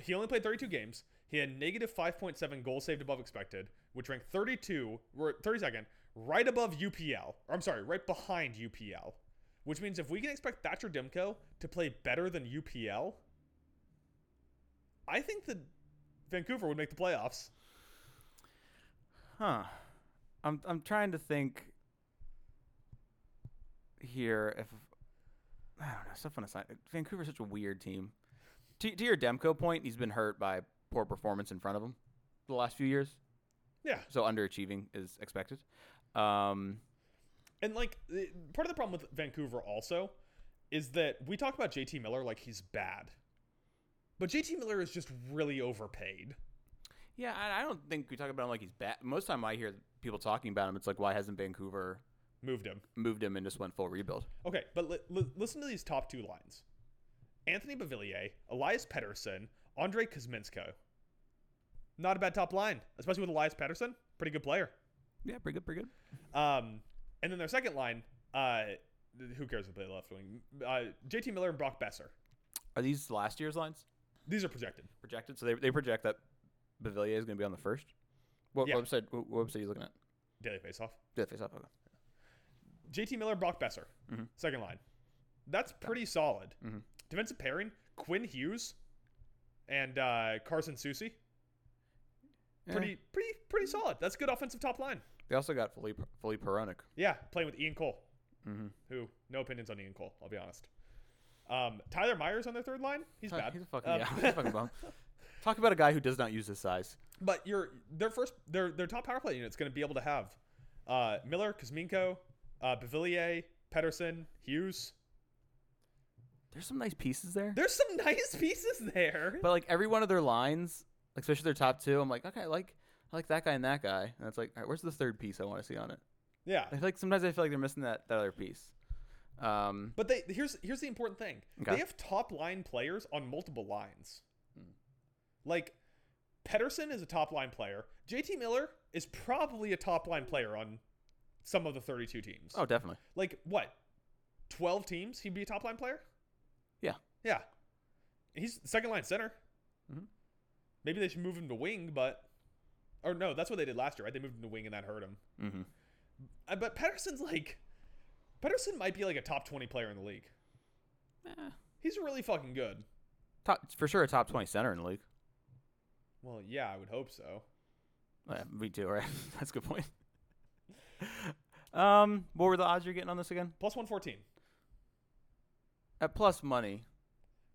he only played 32 games. He had negative 5.7 goals saved above expected, which ranked 32, or 32nd, right above UPL. Or I'm sorry, right behind UPL. Which means if we can expect Thatcher Demko to play better than UPL, I think that Vancouver would make the playoffs.
Huh. I'm I'm trying to think here if I don't know, stuff on aside. Vancouver's such a weird team. To to your Demko point, he's been hurt by poor performance in front of him the last few years.
Yeah.
So underachieving is expected. Um
And like the- part of the problem with Vancouver also is that we talk about JT Miller like he's bad. But JT Miller is just really overpaid.
yeah, I, I don't think we talk about him like he's bad. Most time I hear people talking about him, it's like why hasn't Vancouver
Moved him.
moved him and just went full rebuild?
Okay, but li- li- listen to these top two lines. Anthony Bevilier, Elias Pettersson, Andre Kuzminsko. Not a bad top line, especially with Elias Pettersson. Pretty good player.
Yeah, pretty good, pretty good.
Um, and then their second line, uh, th- who cares if they left wing? Uh, JT Miller and Brock Besser.
Are these last year's lines?
These are projected.
projected. So they, they project that Bavillier is going to be on the first. What
Yeah.
website? What website are you looking at?
Daily faceoff.
Yeah, face off. Okay.
JT Miller, Brock Besser,
Mm-hmm.
second line. That's pretty solid.
Mhm.
Defensive pairing: Quinn Hughes and uh, Carson Susi.
Yeah.
Pretty, pretty, pretty solid. That's good offensive top line.
They also got Philippe Philippe Peronic.
Yeah, playing with Ian Cole,
Mhm.
who no opinions on Ian Cole. I'll be honest. Um, Tyler Myers on their third line. He's bad.
He's a fucking *laughs*
Um,
yeah. He's a fucking bum. Talk about a guy who does not use his size.
*laughs* But your their first their their top power play unit's going to be able to have uh, Miller, Kuzminko, uh, Bavillier, Pedersen, Hughes.
There's some nice pieces there.
There's some *laughs* nice pieces there.
But like every one of their lines, like especially their top two, I'm like, okay, I like I like that guy and that guy. And it's like, all right, where's the third piece I want to see on it?
yeah.
I feel like sometimes I feel like they're missing that, that other piece. Um,
But they here's here's the important thing.
Okay.
They have top line players on multiple lines. Hmm. Like Pedersen is a top line player. JT Miller is probably a top line player on some of the 32 teams.
oh, definitely.
Like what? 12 teams he'd be a top line player?
Yeah.
Yeah. He's second line center.
Mhm.
Maybe they should move him to wing, but or no, that's what they did last year, right? They moved him to wing and that hurt him.
Mm-hmm.
Uh, But Pedersen's like Pedersen might be like a top 20 player in the league. He's really fucking good.
Top, for sure, a top 20 center in the league.
Well, yeah, I would hope so.
Oh, Yeah, me too, right? *laughs* That's a good point. um, what were the odds you're getting on this again?
Plus 114.
At plus money.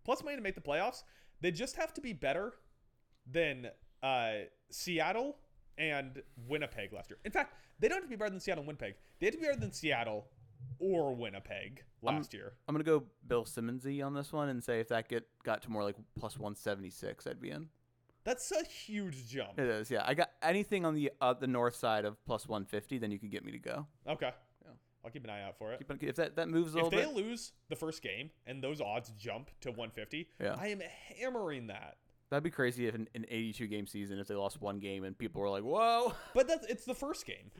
Plus money to make the playoffs. They just have to be better than uh, Seattle and Winnipeg last year. In fact, they don't have to be better than Seattle and Winnipeg. They have to be better than Seattle or Winnipeg last year.
I'm gonna go Bill Simmonsy on this one and say if that get got to more like plus 176, I'd be in.
That's a huge jump.
It is, yeah. I got anything on the uh, the north side of plus 150, then you can get me to go.
Okay.
Yeah.
I'll keep an eye out for it.
Keep on- If that that moves a
If
little
they
bit,
lose the first game and those odds jump to 150,
Yeah.
I am hammering that.
that'd be crazy. If an, an 82 game season, if they lost one game and people were like, "Whoa,"
But that's it's the first game.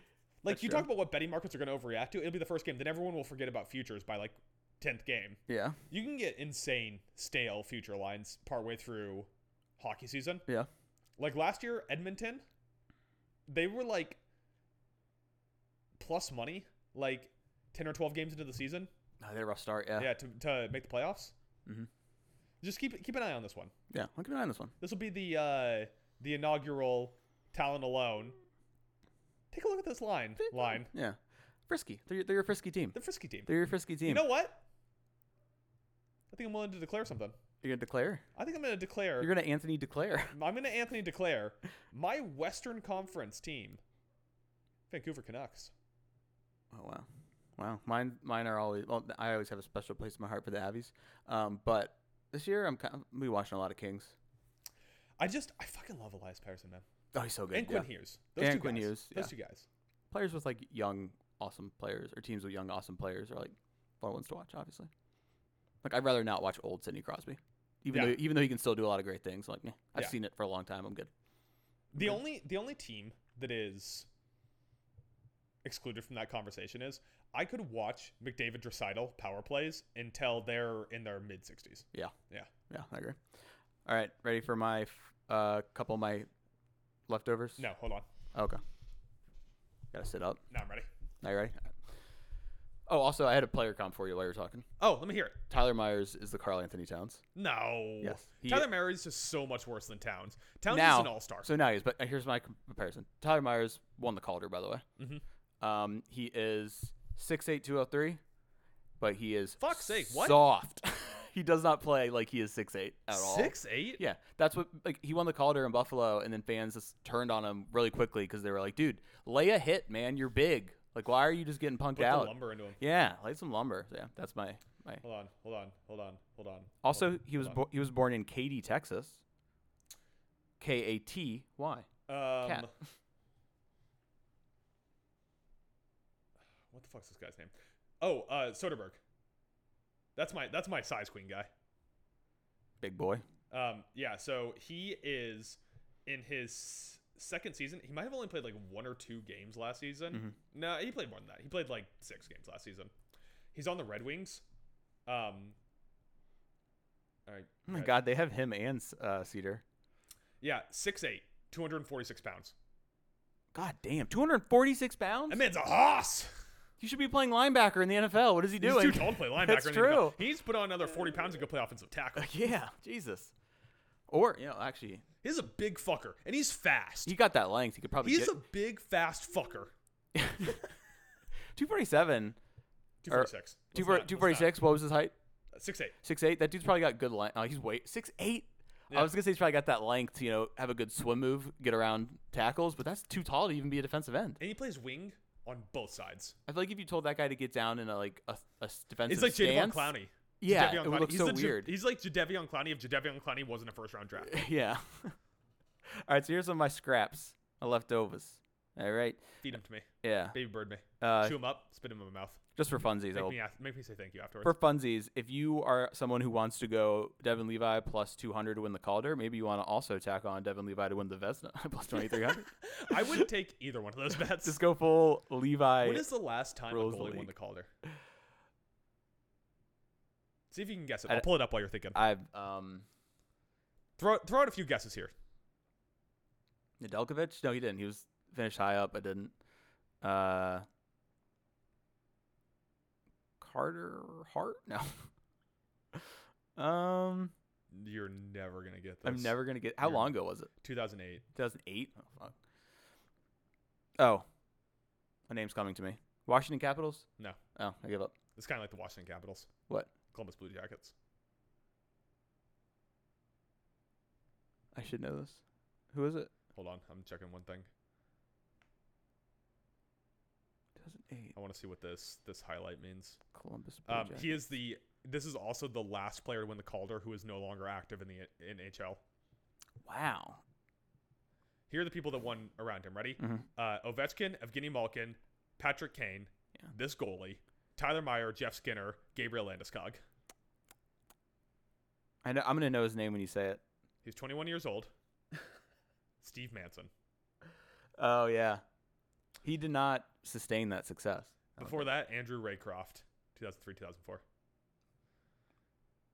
Like
That's
you
true.
talk about what betting markets are going to overreact to, it'll be the first game. Then everyone will forget about futures by like tenth game.
yeah,
You can get insane stale future lines partway through hockey season.
yeah,
Like last year, Edmonton, they were like plus money, like ten or twelve games into the season.
no, Oh, they're a rough start. Yeah,
Yeah, to, to make the playoffs.
Mhm.
Just keep keep an eye on this one.
yeah. I'll keep an eye on this one.
This will be the uh, the inaugural talent alone. Take a look at this line line.
Yeah, frisky. They're your- they're your frisky team.
The frisky team.
They're your frisky team.
You know what? I think I'm willing to declare something.
You're gonna declare.
I think I'm going to declare.
You're gonna Anthony declare. *laughs*
I'm going to Anthony declare my Western Conference team, Vancouver Canucks.
Oh wow, wow. Mine, mine are always. Well, I always have a special place in my heart for the Abbeys. Um, but this year I'm kind of I'm gonna be watching a lot of Kings.
I just I fucking love Elias Patterson, man,
Oh, he's so good.
and
yeah.
Quinn Hughes. Those
And
two
Quinn
guys.
Hughes,
Those
yeah.
two guys.
Players with like young, awesome players or teams with young, awesome players are like fun ones to watch. Obviously, like I'd rather not watch old Sidney Crosby, even
Yeah.
though even though he can still do a lot of great things. Like, meh, I've
Yeah.
seen it for a long time. I'm good.
The
Okay.
only the only team that is excluded from that conversation is I could watch McDavid Dreisaitl power plays until they're in their mid sixties.
Yeah, I agree. All right, ready for my f- uh couple of my leftovers?
No, hold on.
Okay. Gotta sit up.
Now I'm ready.
Are you ready? Oh, also, I had a player comp for you while you were talking.
Oh, let me hear it.
Tyler Myers is the Carl Anthony Towns.
No.
Yes. He-
Tyler Murray's just so much worse than Towns. Towns
now,
is an all star.
So now he is, but uh, here's my com- comparison. Tyler Myers won the Calder, by the way. Mm-hmm. Um, he is six eight two zero three, but he is
Fuck's sake, what?
soft. *laughs* he does not play like he is six eight at all.
Six eight?
Yeah, that's what like he won the Calder in Buffalo, and then fans just turned on him really quickly because they were like, "Dude, lay a hit, man. You're big. Like, why are you just getting punked
Put the
out?"
lumber into him.
Yeah, lay some lumber. Yeah, that's my my.
Hold on, hold on, hold on, hold on.
Also, he was bo- he was born in Katy, Texas. K A T Y.
Um,
Cat.
*sighs* What the fuck's this guy's name? Oh, uh, Soderberg. That's my that's my size queen guy.
Big boy.
Um, yeah, so he is in his second season. He might have only played like one or two games last season.
Mm-hmm.
No, he played more than that. He played like six games last season. He's on the Red Wings. Um, all right.
Oh my
guys.
God, they have him and uh, Cedar.
Yeah, 6'8, 246 pounds.
God damn, 246 pounds.
That man's a hoss.
you should be playing linebacker in the NFL. What is he
He's
doing?
too tall to
*laughs*
play linebacker.
That's
in the NFL.
true. Uh,
He needs to put on another 40 pounds and go play offensive tackle.
yeah, Jesus. Or you know, actually,
He's a big fucker, and he's fast.
he got that length. He could probably.
He's
get-
a big, fast fucker.
247.
246. Let's
Two
not- Uh, let's not.
246. What was his height?
6'8.
Six eight. That dude's probably got good length. Oh, he's weight. Six eight.
Yeah.
I was gonna say he's probably got that length to you know have a good swim move, get around tackles, but that's too tall to even be a defensive end.
And he plays wing on both sides.
I feel like if you told that guy to get down in a like a, a s- defensive
It's like Jadavion
stance,
Clowney.
yeah,
Jadeveon
it
Clowney.
would look
he's
so
the Ja-
weird.
he's like Jadeveon Clowney if Jadeveon Clowney wasn't a first round
*laughs*
draft. pick.
yeah. All right, so here's some of my scraps, my leftovers. All right,
Feed him to me,
yeah.
baby bird me.
Uh,
Chew him up, spit him in my mouth.
just for funsies,
Make
I'll
me, ask, make me say thank you afterwards.
for funsies, if you are someone who wants to go Devin Levi plus 200 to win the Calder, maybe you want to also tack on Devin Levi to win the Vesna *laughs* plus 2300.
I wouldn't take either one of
*laughs*
those bets.
Just go full Levi.
When is the last time a
rules the
goalie won
league.
the Calder? See if you can guess it.
I
I'll
d-
pull it up while you're thinking.
I've um
Throw throw out a few guesses here.
Nedeljkovic? No, he didn't. He was finished high up. I didn't. Uh Carter Hart? No. *laughs* um
You're never gonna get this.
I'm never going to get How
You're-
long ago was it?
2008.
2008? Oh fuck. Oh. My name's coming to me. Washington Capitals?
No,
Oh, I give up.
it's kind of like the Washington Capitals.
What?
Columbus Blue Jackets.
I should know this. Who is it?
Hold on, I'm checking one thing.
2008
I want to see what this this highlight means.
Columbus. Blue
Um,
Jackets.
he is the. This is also the last player to win the Calder who is no longer active in the NHL.
wow.
Here are the people that won around him. Ready?
Mhm.
Uh, Ovechkin, Evgeny Malkin, Patrick Kane,
Yeah.
this goalie, Tyler Meyer, Jeff Skinner, Gabriel Landeskog.
I know. I'm gonna know his name when you say it.
He's 21 years
*laughs*
old. Steve Manson.
Oh yeah. He did not sustain that success. I don't
Before
think.
that, Andrew Raycroft, 2003 2004.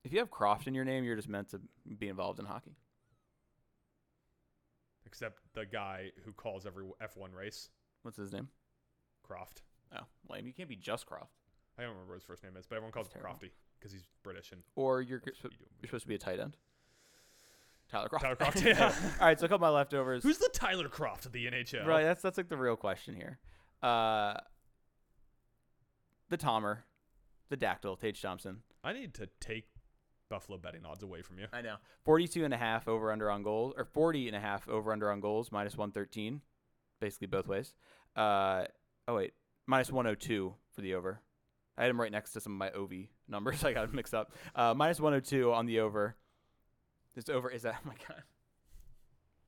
if you have Croft in your name, you're just meant to be involved in hockey.
Except the guy who calls every F1 race,
What's his name?
Croft.
Oh, lame. You can't be just Croft.
I don't remember what his first name is, but everyone calls
That's
him
terrible.
Crofty because he's British and
Or you're,
that's
you're
what you do.
supposed to be a tight end. Tyler Croft.
Tyler
*laughs*
Croft, yeah.
All right. So a couple of my leftovers.
Who's the Tyler Croft of the NHL?
Right, that's that's like the real question here. Uh, the Tomer, the Dactyl, Tage Thompson.
I need to take Buffalo betting odds away from you.
I know. 42 and a half over under on goals or 40 and a half over under on goals minus 113 basically both ways. Uh, oh wait, minus 102 for the over. I had him right next to some of my OV numbers. *laughs* I got 'em mixed up. Uh, minus 102 on the over. This over is that *laughs* oh my god.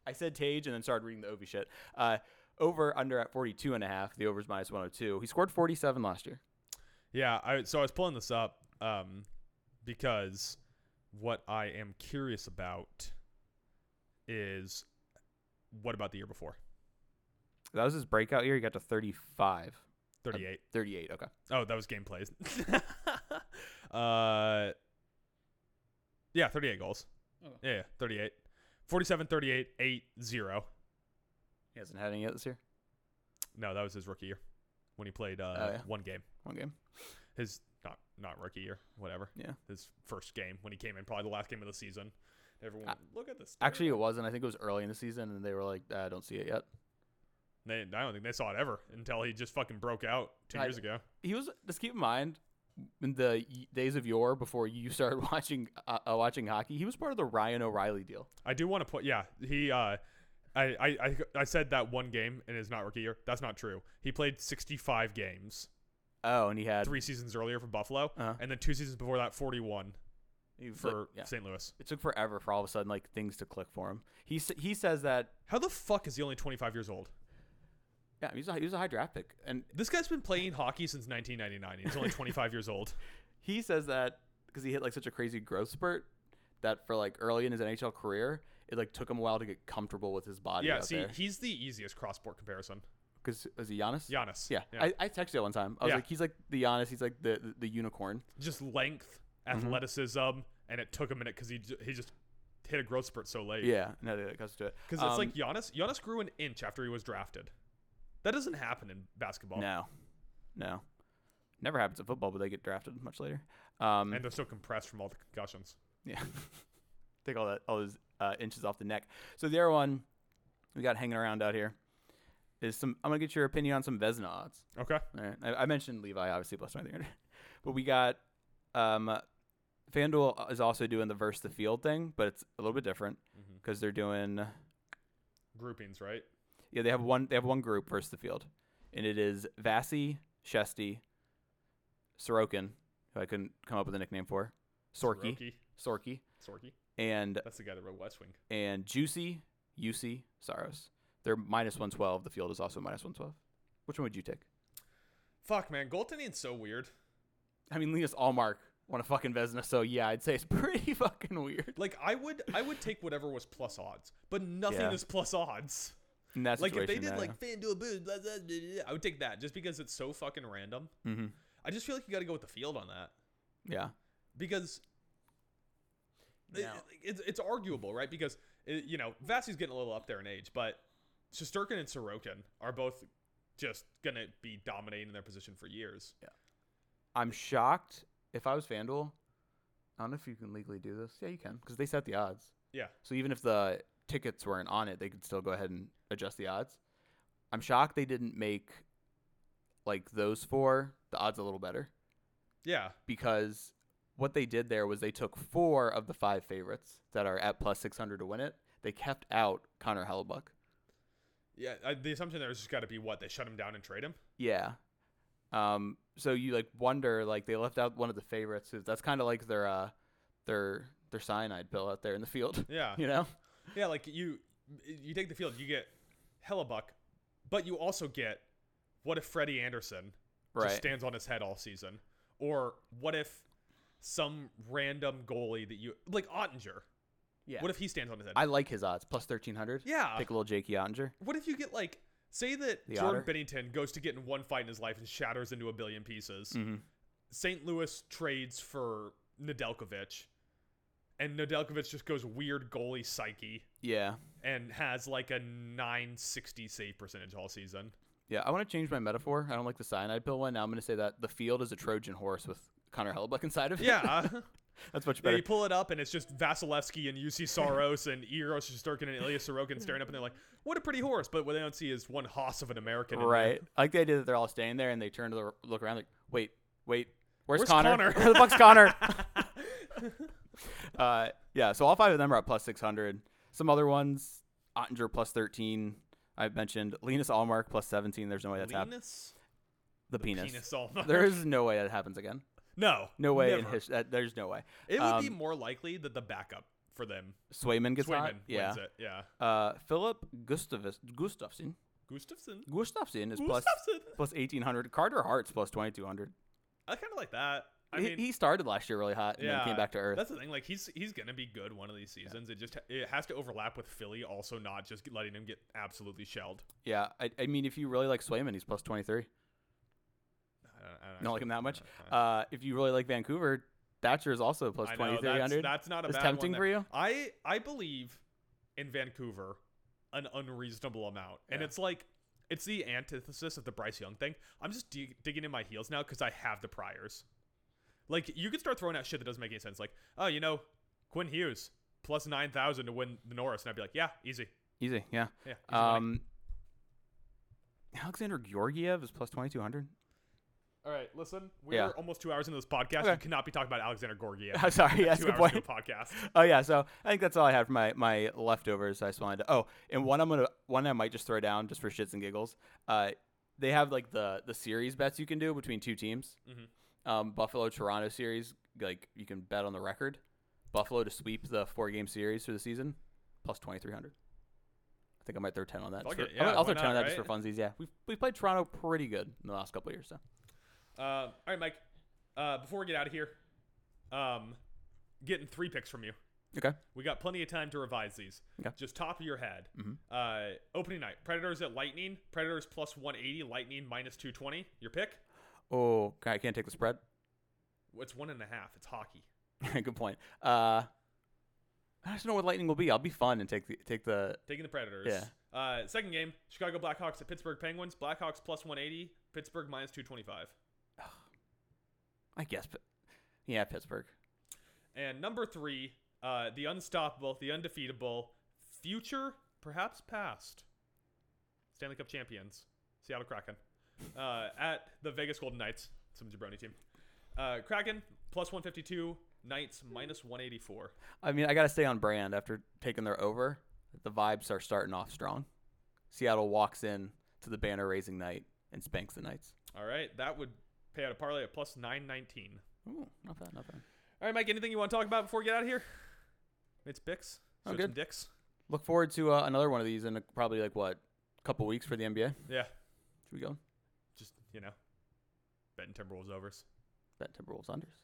I said Tage and then started reading the OV shit. Uh, over under at 42 and a half. The over's minus 102. He scored 47 last year.
Yeah, I so I was pulling this up um because what I am curious about is what about the year before?
That was his breakout year. He got to 35.
38.
38. Okay.
Oh, that was game plays. *laughs* uh Yeah, 38 goals.
Okay.
Yeah, yeah, 38. 47 38 8 0.
He hasn't had any yet this year.
No, that was his rookie year when he played uh,
Oh, yeah.
one game.
One game.
His not not rookie year, whatever.
Yeah.
His first game when he came in, probably the last game of the season. Everyone,
I-
look at this.
Actually, it wasn't. I think it was early in the season, and they were like, "I don't see it yet."
They, I don't think they saw it ever until he just fucking broke out two
I-
years ago.
He was. Just keep in mind, in the y- days of yore, before you *laughs* started watching uh, uh, watching hockey, he was part of the Ryan O'Reilly deal.
I do want to put, yeah, he, uh, I, I, I, I said that one game in his not rookie year. That's not true. He played 65 games
Oh, and he had
three seasons earlier for Buffalo,
Uh-huh.
and then two seasons before that, 41
he was
for
like- yeah.
St. Louis.
It took forever for all of a sudden like things to click for him. He s- he says that
How the fuck is he only 25 years old?
yeah, he was a, he was a high draft pick, and
This guy's been playing hockey since 1999. He's only 25 years old.
he says that because he hit like such a crazy growth spurt that for like early in his NHL career, it like took him a while to get comfortable with his body.
Yeah,
out
see,
there.
he's the easiest cross-sport comparison.
because was he Giannis?
Giannis.
Yeah,
yeah.
I, I texted it one time. I was
Yeah.
like, he's like the Giannis. He's like the the, the unicorn.
just length,
Mm-hmm.
athleticism, and it took a minute because he, ju- he just hit a growth spurt so late.
Yeah, no, that comes to it.
Because it's
Um,
like Giannis. Giannis grew an inch after he was drafted. That doesn't happen in basketball,
no, no, never happens in football, but they get drafted much later. Um,
and they're so compressed from all the concussions.
yeah, *laughs* take all that all those uh, inches off the neck. So the other one we got hanging around out here is some. I'm gonna get your opinion on some Vesna odds.
Okay.
*laughs* All right, I, I mentioned Levi obviously plus 2300, but we got um FanDuel is also doing the verse the field thing, but it's a little bit different
Mm-hmm.
because they're doing
Groupings, right?
yeah they have one they have one group versus the field, and it is Vasi, Shesty, Sorokin, who I couldn't come up with a nickname for, Sorky,
Sorky.
Sorky,
Sorky.
and
That's the guy that wrote West Wing.
and Juicy, UC, Saros. They're minus one twelve. The field is also minus one twelve. Which one would you take?
Fuck, man. Goaltending's so weird.
I mean, Linus Allmark won a fucking Vesna, so yeah, I'd say it's *laughs* pretty fucking weird.
Like I would, I would take whatever was plus odds, but nothing
Yeah.
is plus odds.
In that
Like if they
situation,
did
yeah.
like FanDuel boost, blah, blah, blah, blah, I would take that just because it's so fucking random.
Mhm.
I just feel like you got to go with the field on that
yeah,
because it-
Now-
it's it's arguable, right? Because it, you know Vasi's getting a little up there in age, but Shosturkin and Sorokin are both just gonna be dominating their position for years.
I'm shocked. If I was FanDuel, I don't know if you can legally do this. Yeah, you can because they set the odds.
Yeah.
So even if the tickets weren't on it, they could still go ahead and adjust the odds. I'm shocked they didn't make like those four the odds a little better
Yeah,
because what they did there was they took four of the five favorites that are at plus 600 to win it. They kept out Connor Hellebuck.
yeah. I, the assumption there's just got to be what they shut him down and trade him.
Yeah. Um. So you like wonder like they left out one of the favorites. who- That's kind of like their uh, their their cyanide pill out there in the field. *laughs*
Yeah, *laughs*
You know.
Yeah, like you you take the field, you get Hellebuck, but you also get what if Freddie Anderson
Right.
just stands on his head all season? Or what if some random goalie that you like Ottinger?
yeah.
What if he stands on his head?
I like his odds plus thirteen hundred.
yeah.
Take a little Jakey Ottinger.
What if you get like say that
The
Jordan
Otter?
Bennington goes to get in one fight in his life and shatters into a billion pieces.
Mm-hmm.
St. Louis trades for Nedeljkovic, and Nedeljkovic just goes weird goalie psyche
Yeah.
and has like a 960 save percentage all
*laughs*
season.
Yeah. I want to change my metaphor. I don't like the cyanide pill one. Now I'm going to say that the field is a Trojan horse with Connor Hellebuck inside of it.
*laughs* Yeah.
*laughs* That's much
yeah,
better.
you pull it up and it's just Vasilevsky and UC Soros and Eros Shosturkin and Ilya Sorokin staring up and they're like, what a pretty horse. But what they don't see is one hoss of an American. in there.
Right. I like the idea that they're all staying there and they turn to the, look around like, wait, wait, where's,
Where's
Connor?
Connor?
*laughs* Where the
*laughs*
fuck's Connor? uh, yeah. So all five of them are at plus six hundred. Some other ones, Ottinger plus thirteen. I've mentioned Linus Allmark plus seventeen. There's no way that's happened.
Penis?
The, penis.
Penis all *laughs* night.
*laughs* There is no way that happens again.
No.
No way in
never.
history. That, there's no way.
It would be
Um,
more likely that the backup for them,
Swayman gets
Swayman,
hot. Yeah.
wins it. Yeah.
Uh, Philip Gustavus Gustafsson
Gustafsson.
Gustafsson is plus
Gustafsson.
plus eighteen hundred. Carter Hart's plus twenty two hundred.
I kind of like that. I
he,
mean,
he started last year really hot and
yeah,
then came back to earth.
That's the thing. Like he's he's gonna be good one of these seasons. It just it has to overlap with Philly, also not just letting him get absolutely shelled.
Yeah, I, I mean, if you really like Swayman, he's plus twenty three.
I don't, I
Don't like him that much.
actually-
Uh, if you really like Vancouver, Thatcher is also plus
I know,
twenty three
that's,
hundred.
that's not a
It's
bad
tempting
one
for
there.
you?
I I believe in Vancouver an unreasonable amount, and
Yeah.
it's like it's the antithesis of the Bryce Young thing. I'm just dig- digging in my heels now because I have the priors. Like you could start throwing out shit that doesn't make any sense. Like oh, you know, Quinn Hughes plus nine thousand to win the Norris, and I'd be like, yeah, easy.
Easy, yeah.
Yeah. easy money.
Um, Alexander Georgiev is plus twenty two hundred.
All right, listen. We're
Yeah.
almost two hours into this podcast.
Okay.
We cannot be talking about Alexander
*laughs*
Gorgiev.
*laughs* I'm sorry, that's a
two
good
hours into
point.
a podcast.
Oh yeah, so I think that's all I had for my my leftovers. I just wanted to. Oh, and one I'm gonna one I might just throw down just for shits and giggles. Uh, they have like the the series bets you can do between two teams.
Mm-hmm.
Um, Buffalo Toronto series, like you can bet on the record. Buffalo to sweep the four game series for the season, plus twenty three hundred. I think I might throw ten on that.
Fuck it,
just for-
yeah,
I'll, I'll
why
throw ten on
not,
that just for funsies. Yeah, we've we played Toronto pretty good in the last couple of years. So
Uh, all right, Mike. Uh, before we get out of here, um, getting three picks from you.
okay,
We got plenty of time to revise these.
Okay. Mm-hmm.
Just top of your head. Uh, opening night: Predators at Lightning. Predators plus one eighty. Lightning minus two twenty. Your pick?
oh I can't take the spread.
It's one and a half. It's hockey.
*laughs* Good point. Uh, I just don't know what Lightning will be. I'll be fun and take the take the.
Taking the Predators.
Yeah.
Uh, second game: Chicago Blackhawks at Pittsburgh Penguins. Blackhawks plus one eighty. Pittsburgh minus two twenty five.
I guess, but yeah, Pittsburgh.
And number three, uh, the unstoppable, the undefeatable, future, perhaps past, Stanley Cup champions, Seattle Kraken, uh, at the Vegas Golden Knights, some jabroni team. Uh, Kraken plus 152, Knights minus 184.
I mean, I got to stay on brand after taking their over. The vibes are starting off strong. Seattle walks in to the banner raising night and spanks the Knights.
All right, that would pay out a parlay at plus 919.
Ooh, not bad, not bad.
All right, Mike, anything you want to talk about before we get out of here? It's Bix.
Oh,
Shoot
good.
some dicks.
Look forward to uh, another one of these in a, probably like what, couple weeks for the NBA. Should
Yeah,
we go?
just, you know, betting Timberwolves overs.
Bet Timberwolves unders.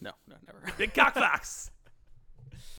No, no, never.
Big cock fox!